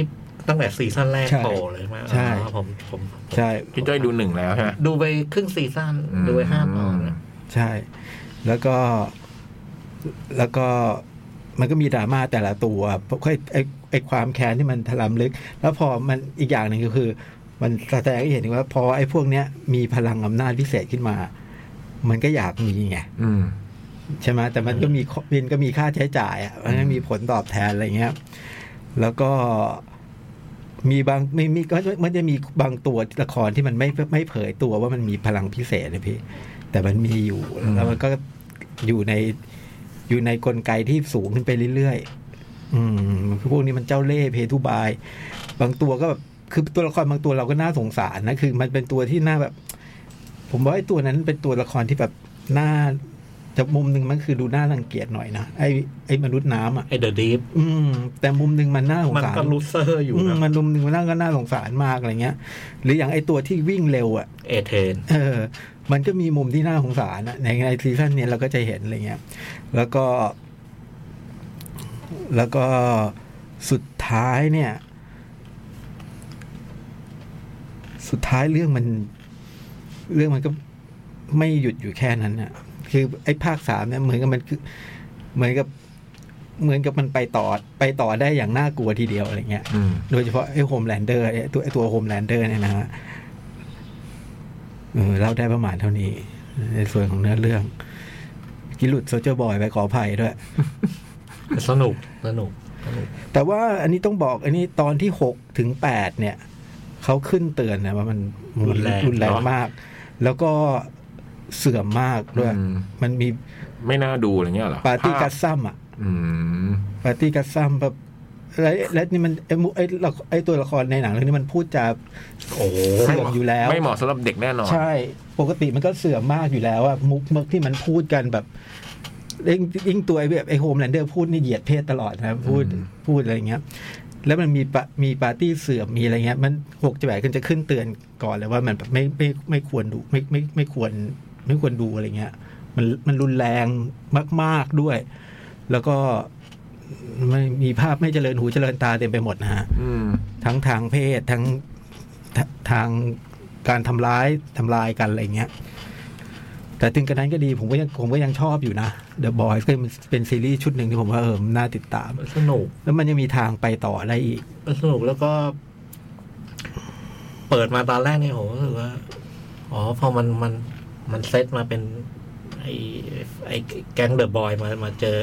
ตั้งแต่ซีซั่นแรก
ใช่
โผล่เลยไหม
ใช่
อ๋อผมผมผม
ๆ ใช่
พี่จ้อยดูหนึ่งแล้วใช่ไหม
ดูไปครึ่งซีซั่นดูไปห้าตอนนะ
ใช่ แล้วก็ แล้วก็มันก็มีดราม่าแต่ละตัวเพราะไอ้ไอ้ไอ้ความแค้นที่มันถลำลึก แล้วพอมันอีกอย่างหนึ่งก็คือ มันแสดงให้เห็นถึงว่าพอไอ้พวกเนี้ยมีพลังอำนาจพิเศษขึ้นมา มันก็อยากมีไง
อืม
ใช่ไหมแต่มันก็มีข้อมันก็มีค่าใช้จ่ายอ่ะมันก็มีผลตอบแทนอะไรเงี้ย แล้วก็มีบางไม่มีก็มันจะมีบางตัวละครที่มันไม่ไม่เผยตัวว่ามันมีพลังพิเศษนะพี่ แต่มันมีอยู่
อืม
แล้วมันก็อยู่ในอยู่ในกลไกที่สูงขึ้นไปเรื่อยๆ อืมคือพวกนี้มันเจ้าเล่ห์เพทุบาย บางตัวก็แบบคือตัวละครบางตัวเราก็น่าสงสารนะคือ มันเป็นตัวที่น่าแบบ ผมว่าไอ้ตัวนั้นเป็นตัวละครที่แบบน่าจากมุมหนึ่งมันคือดูน่ารังเกียจหน่อยนะไอ้ไอ้มนุษย์น้ำอ่ะ
ไอเดอะดีฟ
อืม แต่มุมหนึ่งมันน่าสง
มัน
สาร
ก็ลูเซอร์อยู่
ม
นะ
มันรุมหนึ่งมันน่าก็น่าสงสารมากอะไรเงี้ย หรืออย่างไอตัวที่วิ่งเร็วอ่ะ
เอเทน
เออ มันก็มีมุมที่น่าสงสารอะในในซีซั่นเนี้ยเราก็จะเห็นอะไรเงี้ย แล้วก็ แล้วก็สุดท้ายเนี่ย สุดท้ายเรื่องมัน เรื่องมันก็ไม่หยุดอยู่แค่นั้นน่ะ คือไอ้ภาคสามเนี่ยเหมือนกับมันคือ เหมือนกับ เหมือนกับมันไปต่อไปต่อได้อย่างน่ากลัวทีเดียวอะไรเงี้ย
อืม
โดยเฉพาะไอ้โฮมแลนเดอร์ตัวไอ้ตัวโฮมแลนเดอร์เนี่ยนะฮะเออเล่าได้ประมาณเท่านี้ ในส่วนของเนื้อเรื่องกิลุดโซเจอร์บอยไปขออภัยด้วย
สนุกสนุกสนุก
แต่ว่าอันนี้ต้องบอกอันนี้ตอนที่หกถึงแปดเนี่ย เขาขึ้นเตือนนะว่ามัน
รุนแรง
รุนแรง
เนอะ
มาก แล้วก็เสื่อมมากด้วย
อืม
มันมี
ไม่น่าดูอะไรเงี้ยเหรอ
ปาร์ตี้
ภพ
กัสซัมอ่ะ
อืม
ปาร์ตี้กัสซัมแบบและและนี่มันไอ้มุไอ้ละไอ้ตัวละครในหนังเรื่องนี้มันพูดจา
โอ้โห
เสื่อมอยู่แล้ว
ไม่เหมาะสำหรับเด็กแน่นอน
ใช่ ปกติมันก็เสื่อมมากอยู่แล้วอะมุกมึกที่มันพูดกันแบบยิ่งยิ่งตัวไอ้แบบไอ้โฮมแลนเดอร์พูดนี่เหยียดเพศตลอดนะพูด
อืม
พูดอะไรอย่างเงี้ย แล้วมันมีปะมีปาร์ตี้เสื่อมมีอะไรเงี้ย มันหกจะแหวกกันจะขึ้นเตือนก่อนเลยว่ามันแบบไม่ไม่ไม่ควรดูไม่ไม่ไม่ควร ไม่ควรดูอะไรเงี้ย มันมันรุนแรงมาก ๆด้วย แล้วก็ไม่มีภาพไม่เจริญหูเจริญตาเต็มไปหมดนะฮะ
อืม
ทั้งทางเพศทั้ง ททางการทำร้ายทำลายกันอะไรเงี้ย แต่ถึงกระนั้นก็ดีผมก็ยังผมก็ยังชอบอยู่นะ The Boys ก็เป็นเป็นซีรีส์ชุดหนึ่งที่ผมว่าเออมันน่าติดตาม
สนุก
แล้วมันยังมีทางไปต่อได้อีก
สนุกแล้วก็ เปิดมาตอนแรกเนี่ยผมรู้สึกว่า อ๋อ พอมันมันมันเซตมาเป็น ไอไอแก๊งเดอะบอยมามาเจอ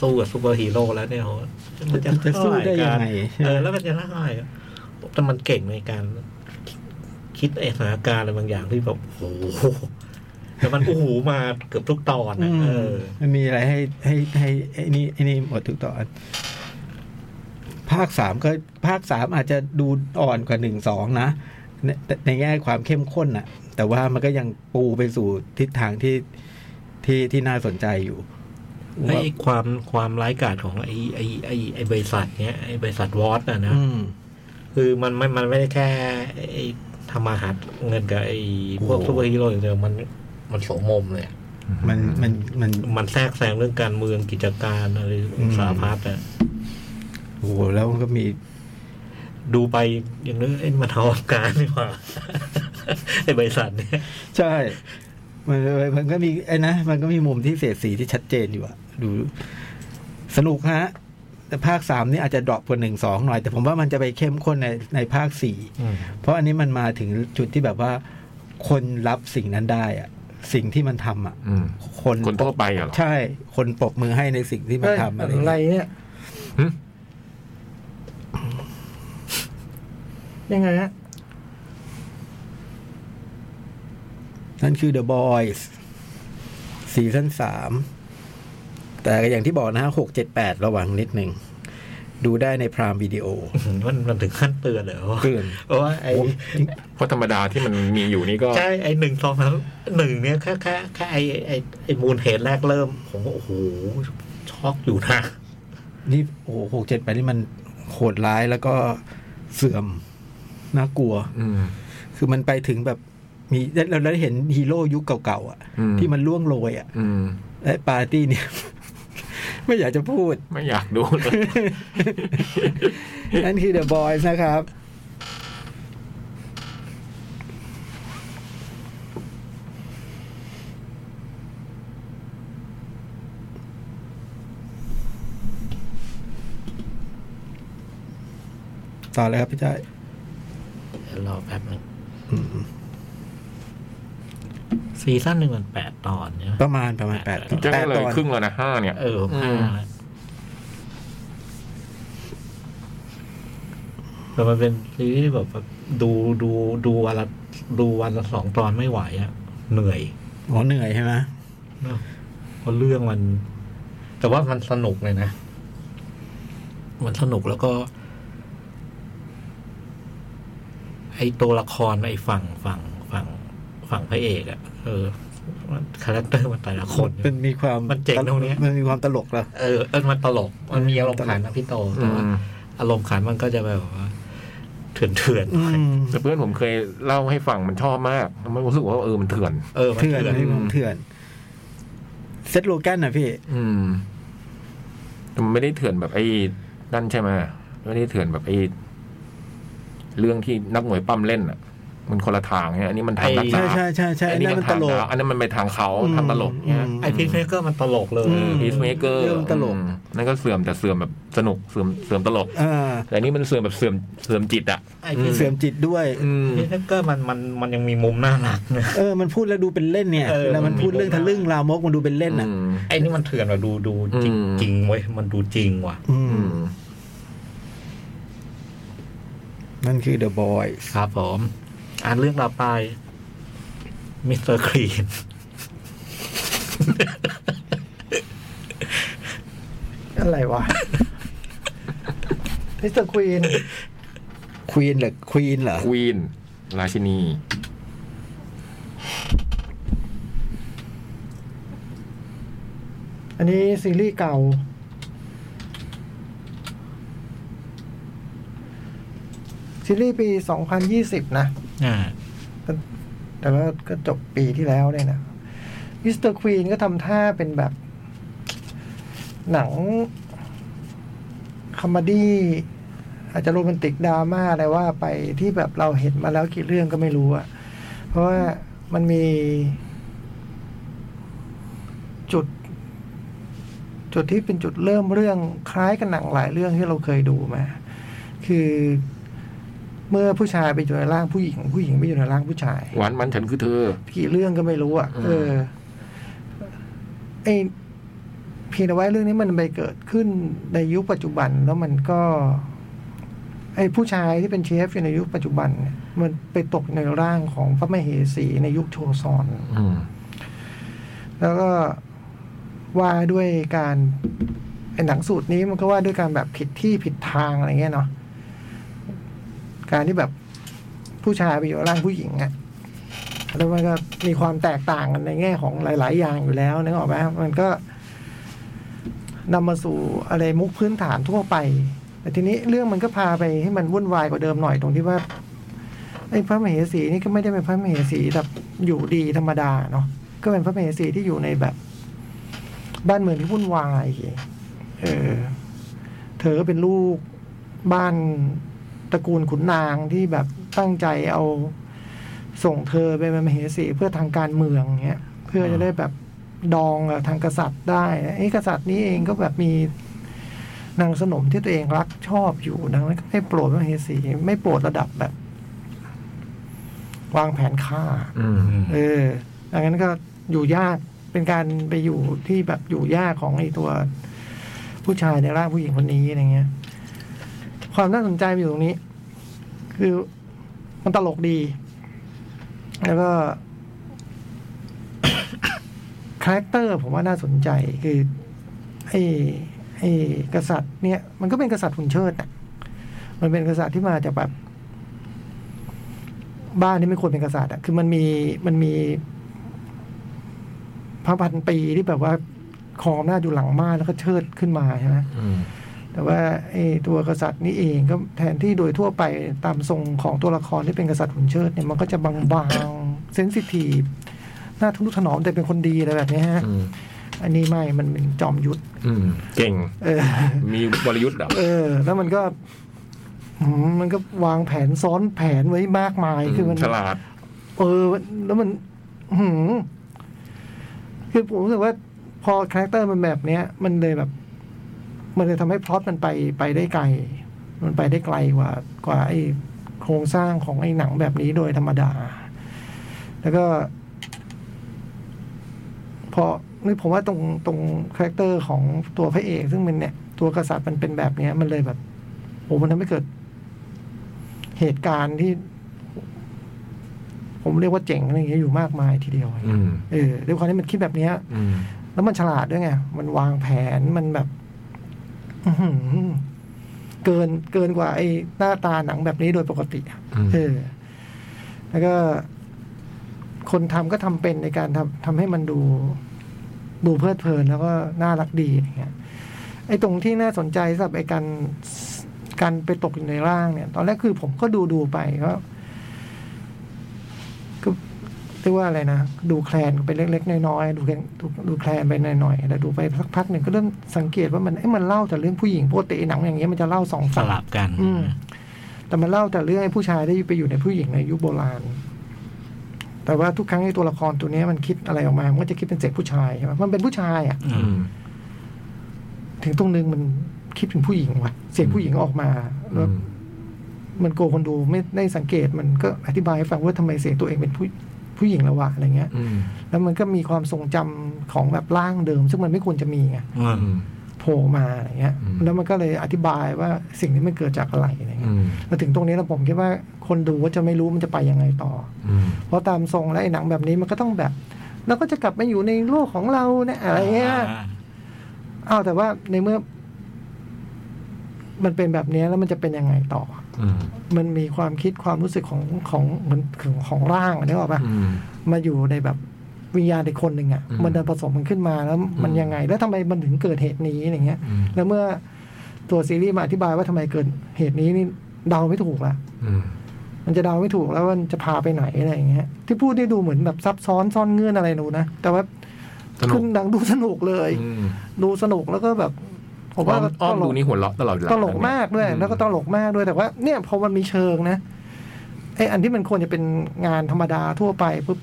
สู้กับซูเปอร์ฮีโร่แล้วเนี่ยโหมันจะ
จะสู้ได้ยังไง
เออแล้วมันจะเท่าไหร่แต่มันเก่งในการ คิดไอสถานการณ์อะไรบางอย่างที่แบบโอ้โหแล้วมันโอ้โหมาเกือบทุกตอนนะเออ
มันมีอะไรให้ให้ให้ไอ้นี่ไอ้นี่หมดทุกตอนภาคสามก็ภาคสามอาจจะดูอ่อนกว่าหนึ่งสองนะในในแง่ความเข้มข้นอะแต่ว่ามันก็ยังปูไปสู่ทิศทางที่ที่ที่น่าสนใจอยู่
ไอ้ความความร้ายกาจของไอ้ไอ้ไอ้ไอ้บริษัทเนี้ยไอ้บริษัทวอตอะนะ
อืม
คือมันไม่ มันไม่ได้แค่ไอ้ทำมาหาเงินกับไอ้พวก
โอ้โห
ซูเปอร์ฮีโร่อย่างเดียวมันมันโสมมเลยอะ
มันมันมัน
มันแทรกแซงเรื่องการเมืองกิจการอะไร
อืม
สารพัดอะ
โอ้โหแล้วมันก็มี
ดูไปอย่างนึกเอ้ยมันทำการนี่
<laughs>
หว่า ไอ้บริษัทเนี่ย
ใช่ มันมันก็มีไอ้นะ มันก็มีมุมที่เสียดสีที่ชัดเจนอยู่อะดู สนุกฮะ แต่ภาคสามนี่อาจจะดรอปกว่าหนึ่งสองหน่อย แต่ผมว่ามันจะไปเข้มข้นในในภาคสี่ เพราะอันนี้มันมาถึงจุดที่แบบว่า คนรับสิ่งนั้นได้อะสิ่งที่มันทำอะ
อืม
คน
คนทั่วไปอะเหรอ
ใช่ คนปรบมือให้ในสิ่งที่มัน
เอ้ย
ทำอะไร
อะไรเนี่ย
หึ
ยังไงฮะ
นั่นคือ The Boys ซีซั่นสามแต่อย่างที่บอกนะฮะหกเจ็ดแปดระวังนิดหนึ่ง ดูได้ในพรามวิ
<laughs>
ดีโอ
มันมันถึงขั้นเตือนเลย
<laughs>
ว่า
เตือน
เพราะว่าไอ้
เพราะธรรมดาที่มันมีอยู่นี่ก็
ใช่ไอ้หนึ่งสองสามหนึ่งเนี่ยแค่แค่แค่ไอ้ไอ้ไอ้มูลเหตุแรกเริ่ม ผมก็โอ้โหช็อกอยู่นะ
นี่โอ้โหกเจ็ดไปนี่มันโหดร้ายแล้วก็เสื่อมน่ากลัว
อืม
คือมันไปถึงแบบมีเราได้เห็นฮีโร่ยุคเก่าๆอ่ะ
อืม
ที่มันล่วงโรยอ่ะ
อืม
และปาร์ตี้เนี่ย <laughs> ไม่อยากจะพูด
ไม่อยากดู
<laughs>
เลย
นั่นคือ The Boys นะครับ ต่อเลยครับพี่จ้อย
เดี๋ยวรอแป๊บหนึงซีซั่นหนึ่งมันแปดตอนใช่ไหม
ประมาณประมาณแปด
จะ
แป
ได้
ด
เลย
ตอน
ครึ่งแล้วนะห้าเนี่ย
เออ
อื
ห้าม แล้วแต่มันเป็นซีรีส์ที่แบบว่าดูดูดูวันละดูวันละสองตอนไม่ไหวอะเหนื่อย
อ๋อเหนื่อยใช่ไหม
เนอะเพราะเรื่องมัน แต่ว่ามันสนุกเลยนะ มันสนุกแล้วก็ ไอตัวละครไอฝั่งฝั่งฝั่งฝั่งพระเอกอะเออมันคาแรคเตอร์มันแต่ละคน
มันมีความ
มันเจ๋งตรงเนี้ย
มันมีความตลกแล้ว
เออเออมันตลก มันมีอารมณ์ขันนะพี่โตแต่ว่า
อืม
อารมณ์ขันมันก็จะแบบว่าเถื่อนเถื่อนๆห
อื
น่อย
ม
แต่เพื่อนผมเคยเล่าให้ฟังมันชอบมากมันรู้สึกว่าเออมันเถื่อน
เออมัน
เถื่อน
เถื่อน
มีความเถื่อนเซตโลแกนนะพี่
อืมแต่มันไม่ได้เถื่อนแบบไอ้นั่นใช่ไหมไม่ได้เถื่อนแบบไอ้เรื่องที่นักมวยปั้มเล่นอ่ะ มันคนละทางเนี่ยอันนี้มันทางรักษา
ใช่ใช่ใช่ใช่
อั
อัน
นนี้
นั้น
มั
มัน นต
ทาง
ลก
เราอันนั้นมันไปทางเขา
อืม
ทางตลกเนี่ย
อืม
ไอพีชเมเกอร์มันตลกเลย
อืม
พีซเมเกอร์
เรื่องตลก
นั่นก็เสื่อมแต่เสื่อมแบบสนุกเสื่อมเสื่อมตลก
เออ
แต่อันนี้มันเสื่อมแบบเสื่อมเสื่อมจิตอ่ะ
ไอพีช
เสื่อมจิตด้วย
อืม
พีชเมเกอร์มันมันมันยังมีมุมน่ารักนะ
เออ มันพูดแล้วดูเป็นเล่นเนี่ย
เออ
เวลามันพูดเรื่องทะลึ่งลามกมันดูเป็นเล่นอ่ะ
ไอนี่มันเถื่อนว่ะดูดูจริง
อืม
จริงเว้ยมันดูจริงว่ะ
อื
อื
ม
ม
นั่นคือ The Boys
ครับผมอ่านเรื่องต่อไปมิสเตอร์ครีน
อะไร
<laughs>
วะ มิสเตอร์ควีน
Queen เหรอ Queen เหรอ
ควีน ราชินี
อันนี้ซีรีส์เก่า ซีรีส์ปี 2020 นะ
อ่า
แต่ว่าก็จบปีที่แล้วเนี่ยนะมิสเตอร์ควีนก็ทำท่าเป็นแบบ หนังคอมเมดี้ อาจจะโรแมนติกดราม่าอะไรว่าไปที่แบบเราเห็นมาแล้วกี่เรื่องก็ไม่รู้อะเพราะว่ามันมี จุด จุดที่เป็นจุดเริ่มเรื่องคล้ายกับหนังหลายเรื่องที่เราเคยดูมา คือเมื่อผู้ชายไปอยู่ในร่างผู้หญิง ผู้หญิงไปอยู่ในร่างผู้ชาย
หวานมันฉันคือเธอ
กี่เรื่องก็ไม่รู้อ่ะ
อืม
เออ ไอเพียงแต่ว่าเรื่องนี้มันไปเกิดขึ้นในยุคปัจจุบันแล้วมันก็ ไอผู้ชายที่เป็นเชฟอยู่ในยุคปัจจุบันเนี่ยมันไปตกในร่างของพระมเหสีในยุคโชซอน
อืม
แล้วก็ว่าด้วยการไอหนังสูตรนี้มันก็ว่าด้วยการแบบผิดที่ผิดทางอะไรเงี้ยเนาะการที่แบบผู้ชายไปอยู่ร่างผู้หญิงอะแล้วมันก็มีความแตกต่างกันในแง่ของหลาย ๆ อย่างอยู่แล้วนึกออกไหมมันก็นำมาสู่อะไรมุกพื้นฐานทั่วไป แต่ทีนี้เรื่องมันก็พาไปให้มันวุ่นวายกว่าเดิมหน่อยตรงที่ว่าไอ้พระมเหสีนี่ก็ไม่ได้เป็นพระมเหสีแบบอยู่ดีธรรมดาเนาะ ก็เป็นพระมเหสีที่อยู่ในแบบ บ้านเมืองที่วุ่นวาย เออ เธอก็เป็นลูกบ้านตระกูลขุนนางที่แบบตั้งใจเอาส่งเธอไปเป็นมเหสีเพื่อทางการเมืองเงี้ย เพื่อจะได้แบบดองกับทางกษัตริย์ได้ไอ้กษัตริย์นี้เองก็แบบมีนางสนมที่ตัวเองรักชอบอยู่ดังนั้นก็ไม่โปรดพระมเหสีไม่โปรดระดับแบบ วางแผนฆ่า
อืม
เออดังนั้นก็อยู่ยาก เป็นการไปอยู่ที่แบบอยู่ยากของไอ้ตัวผู้ชายในร่างผู้หญิงคนนี้อะไรเงี้ย ความน่าสนใจมันอยู่ตรงนี้ คือมันตลกดี แล้วก็ <coughs> คาแรคเตอร์ผมว่าน่าสนใจคือไอ้ไอ้กษัตริย์ เนี่ย มันก็เป็นกษัตริย์หุ่นเชิดน่ะ มันเป็นกษัตริย์ที่มาจากแบบ บ้านนี่ไม่ควรเป็นกษัตริย์อะคือมันมีมันมีพระพันปีที่แบบว่าครองอำนาจอยู่หลังม่านแล้วก็เชิดขึ้นมาใช่ไหม
อืม
แต่ว่าไอ้ตัวกษัตริย์นี่เองก็แทนที่โดยทั่วไปตามทรงของตัวละครที่เป็นกษัตริย์หุ่นเชิดเนี่ยมันก็จะบางๆเซนซิทีฟหน้าทะนุถนอมแต่เป็นคนดีอะไรแบบเนี้ยฮะ
อืม
อันนี้ไม่ มันเป็นจอมยุทธ
อืม เก่ง
เออ
มีบริยุทธ์เหรอ
เออ แล้วมันก็หืมมันก็วางแผนซ้อนแผนไว้มากมายคือมัน
ฉลาด
เออแล้วมันหืมคือผมรู้สึกว่า พอคาแรคเตอร์มันแบบเนี้ย มันเลยแบบ มันเลยทำให้พล็อตมันไปไปได้ไกล มันไปได้ไกลกว่ากว่าไอ้โครงสร้างของไอ้หนังแบบนี้โดยธรรมดา แล้วก็ พอนี่ผมว่าตรงตรงคาแรคเตอร์ของตัวพระเอก ซึ่งมันเนี่ย ตัวกษัตริย์มันเป็นแบบเนี้ย มันเลยแบบโอ้มันทำให้เกิด เหตุการณ์ที่ ผมเรียกว่าเจ๋งอะไรอย่างเงี้ยอยู่มากมายทีเดียว
อืม
เออด้วยความที่มันคิดแบบเนี้ย
อืม
แล้วมันฉลาดด้วยไง มันวางแผน มันแบบ อื้อหือเกิน เกินกว่าไอ้หน้าตาหนังแบบนี้โดยปกติอะ
อืม
เออ แล้วก็ คนทำก็ทำเป็นในการทำทำให้มันดู ดูเพลิดเพลินแล้วก็น่ารักดีอย่างเงี้ย ไอ้ตรงที่น่าสนใจสำหรับไอ้การ การไปตกอยู่ในร่างเนี่ย ตอนแรกคือผมก็ดูดูไปก็ ก็เรียกว่าอะไรนะ ดูแคลนไปเล็กๆ น้อยๆดูแคลนดูดูแคลนไปหน่อยๆแล้วดูไปสักพักหนึ่งก็เริ่มสังเกตว่ามันเอ้ยมันเล่าแต่เรื่องผู้หญิงปกติหนังอย่างเงี้ยมันจะเล่าสอง
ส
ฝั่ง
ลับกัน
อืม แต่มันเล่าแต่เรื่องไอ้ผู้ชายได้ไปอยู่ในผู้หญิงในยุคโบราณ แต่ว่าทุกครั้งไอ้ตัวละครตัวเนี้ยมันคิดอะไรออกมา มันก็จะคิดเป็นเสกผู้ชายใช่ไหมมันเป็นผู้ชายอ่ะ
อื
อืม
ม
ถึงตรงนึงมันคิดถึงผู้หญิงว่ะ เสียงผู้หญิงออกมาแล้ว มันโกคนดูไม่ได้สังเกตมันก็อธิบายให้ฟังว่าทำไมเสียงตัวเองเป็นผู้ผู้หญิงแล้ววะอะไรเงี้ย
อืม
แล้วมันก็มีความทรงจำของแบบร่างเดิม ซึ่งมันไม่ควรจะมีไง
อืม
อืม
โผล่มาอะไรเงี้ย
อืม
แล้วมันก็เลยอธิบายว่าสิ่งนี้มันเกิดจากอะไรอะไร
อื
เงี้ย
ม
มาถึงตรงนี้แล้วผมคิดว่าคนดูก็จะไม่รู้มันจะไปยังไงต่อ
อืม
เพราะตามทรงแล้วไอ้หนังแบบนี้มันก็ต้องแบบ แล้วก็จะกลับมาอยู่ในโลกของเราเนี่ยอะไรเงี้ย อ้าวแต่ว่าในเมื่อ มันเป็นแบบนี้แล้วมันจะเป็นยังไงต่อ
อืม
มันมีความคิดความรู้สึกของของเหมือนของของร่างอะนึกออกปะ
อืม
มาอยู่ในแบบวิญญาณในคนหนึ่งอ่ะ
อืม
มันดันผสมมันขึ้นมาแล้วมัน
อืม
ยังไง แล้วทำไมมันถึงเกิดเหตุนี้อย่างเงี้ย
อืม
แล้วเมื่อตัวซีรีส์มาอธิบายว่าทำไมเกิดเหตุนี้นี่เดาไม่ถูกละ
อืม
มันจะเดาไม่ถูกแล้วว่ามันจะพาไปไหนอะไรอย่างเงี้ย ที่พูดนี่ดูเหมือนแบบซับซ้อนซ่อนเงื่อนอะไรหนูนะแต่ว่า
สนุก
ขึ้นดังดูสนุกเลย
อืม
ดูสนุกแล้วก็แบบ ผมว่า
อ้ออ้อม
ตลก
ดูนี่หัวเราะตลอดเวลา
ตลกมากด้วย
อื
แล้วก็ตลกมากด้วยแต่ว่าเนี่ยพอมันมีเชิงนะไออันที่มันควรจะเป็นงานธรรมดาทั่วไปปุ๊บ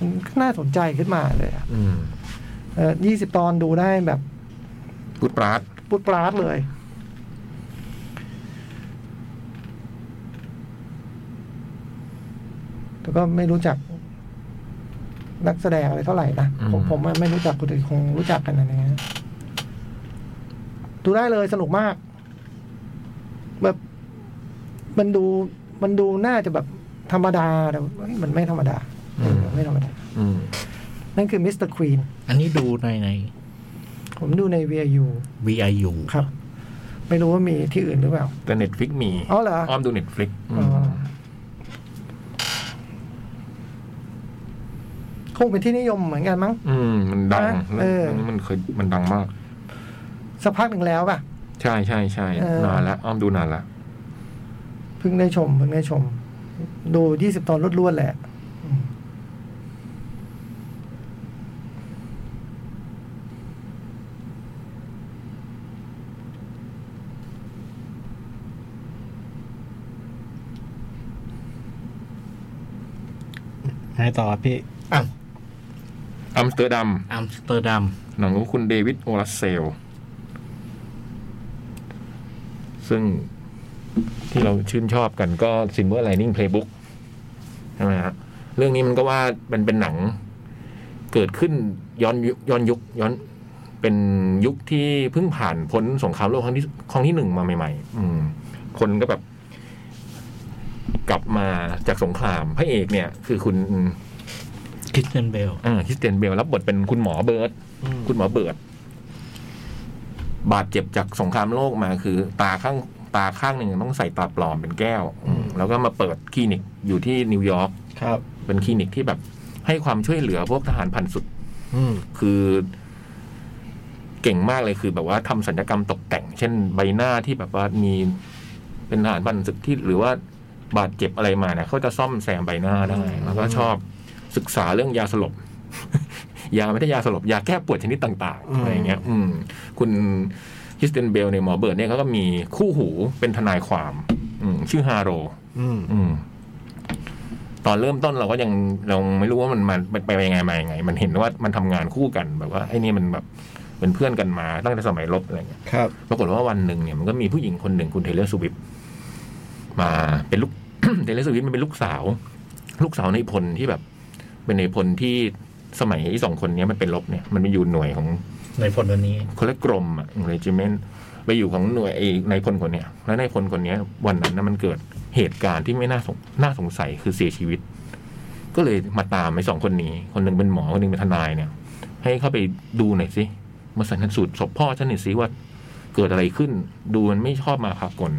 มันก็น่าสนใจขึ้นมาเลยอะ
อืม
เออยี่สิบตอนดูได้แบบ
กูดปราด
ปุดปลาดเลย แต่ก็ไม่รู้จัก นักแสดงอะไรเท่าไหร่นะ ผมผมไม่รู้จักคนอื่นคงรู้จักกันอะไรเงี้ยดูได้เลยสนุกมาก แบบมันดูมันดูน่าจะแบบธรรมดาแต่เฮ้ยมันไม่ธรรมดาเออไม่ธรรมดา
อืม
นั่นคือมิสเตอร์ควีน
อันนี้ดูในใน
ผมดูใน VIU
VIU
ครับ ไม่รู้ว่ามีที่อื่นหรือเปล่า
แต่เน็ตฟลิกมี
อ๋อเหรอ
อ้อมดูเน็ตฟลิก
อ๋อคงเป็นที่นิยมเหมือนกันมั้ง
อืมมันดัง
เออ
มันมันเคยมันดังมาก
สักพักหนึ่งแล้วป่ะ
ใช่ใช่ใช่
เออ
นานละอ้อมดูนานละ
เพิ่งได้ชมเพิ่งได้ชม ดูยี่สิบตอนรวดๆแหละ
ให้ต่อพี่
อ้าว
อัมสเตอร์ดัม
อัมสเตอร์ดัม
หนังของคุณเดวิดโอลัสเซล ซึ่งที่เราชื่นชอบกันก็ซิมเ e อร์ไลนิ่งเพลย์บุ๊กใช่ไหมฮะเรื่องนี้มันก็ว่ามันเป็นหนัง เกิดขึ้นย้อนยุคย้อนยุคย้อน เป็นยุคที่เพิ่งผ่านพ้นสงครามโลกครั้งที่ครั้งที่หนึ่งมาใหม่ ๆ อืม คนก็แบบ กลับมาจากสงครามพระเอกเนี่ย คือคุณ
คิสเทนเบล
อ่าคริสเตียนเบลรับบทเป็นคุณหมอเบิร์ต
อืม
คุณหมอเบิร์ตบาดเจ็บจากสงครามโลกมาคือ ตาข้างตาข้างหนึ่งต้องใส่ตาปลอมเป็นแก้วอืมแล้วก็มาเปิดคลินิกอยู่ที่นิวยอร์ก
ครับ
เป็นคลินิกที่แบบให้ความช่วยเหลือพวกทหารผ่านศึก
อืม
คือเก่งมากเลยคือแบบว่าทำสัญญกรรมตกแต่ง เช่นใบหน้าที่แบบว่ามีเป็นทหารบันศึกที่หรือว่าบาดเจ็บอะไรมาเนี่ยเขาจะซ่อมแซมใบหน้าได้
อืม
แล้วก็ชอบศึกษาเรื่องยาสลบ <laughs> ยาไม่ได้ยาสลบ ยาแก้ปวดชนิดต่างๆอะไรอย่างเงี้ย อืม คุณคริสเตนเบลในยหมอเบิร์ดเนี่ยเขาก็มีคู่หูเป็นทนายความ อืมชื่อฮาโร
อืม
อืม ตอนเริ่มต้นเราก็ยังเราไม่รู้ว่ามันมันมันไปยังไงมายังไง มันเห็นว่ามันทำงานคู่กันแบบว่าไอ้นี่มันแบบเป็นเพื่อนกันมาตั้งแต่สมัยรบอะไรเงี้ย
ครับ
ปรากฏว่าวันหนึ่งเนี่ยมันก็มีผู้หญิงคนหนึ่งคุณเทเลอร์สวิฟต์มาเป็นลูก <coughs> เทเลอร์สวิฟต์มันเป็นลูกสาว ลูกสาวในพลที่แบบ เป็นในพลที่สมัยไอ้สองคนเนี้ยมันเป็นรบเนี่ยมันไปอยู่หน่วยของ
ในผลวันนี้
คนละกรมอะเรจิเมนต์ไปอยู่ของหน่วยไอ้นายพลคนเนี้ยแล้วนายพลคนเนี้ย วันนั้นนะมันเกิดเหตุการณ์ที่ไม่น่าสงน่าสงสัยคือเสียชีวิต ก็เลยมาตามไอ้สองคนนี้ คนหนึ่งเป็นหมอคนหนึ่งเป็นทนายเนี่ย ให้เข้าไปดูหน่อยสิมาสันนสูตรศพพ่อฉันหน่อยสิว่าเกิดอะไรขึ้น ดูมันไม่ชอบมาพากล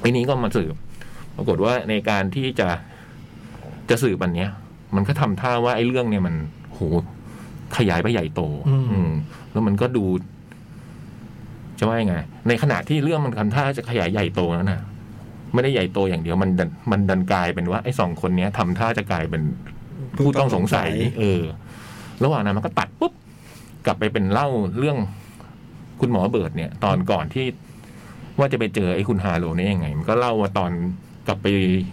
ไอ้นี้ก็มาสืบปรากฏว่าในการที่จะจะสืบอันเนี้ย มันก็ทำท่าว่าไอ้เรื่องเนี่ยมันโหขยายไปใหญ่โต
อืม
อืม แล้วมันก็ดู จะว่ายังไง ในขณะที่เรื่องมันทำท่าจะขยายใหญ่โตนั้นน่ะ ไม่ได้ใหญ่โตอย่างเดียวมันดันมันดันกลายเป็นว่าไอ้สองคนเนี้ยทำท่าจะกลายเป็น ผู้ต้องสงสัย เออ ระหว่างนั้นมันก็ตัดปุ๊บ กลับไปเป็นเล่าเรื่องคุณหมอเบิร์ดเนี่ย ตอนก่อนที่ว่าจะไปเจอไอ้คุณฮาโลเนี่ยยังไง มันก็เล่าว่าตอนกลับไป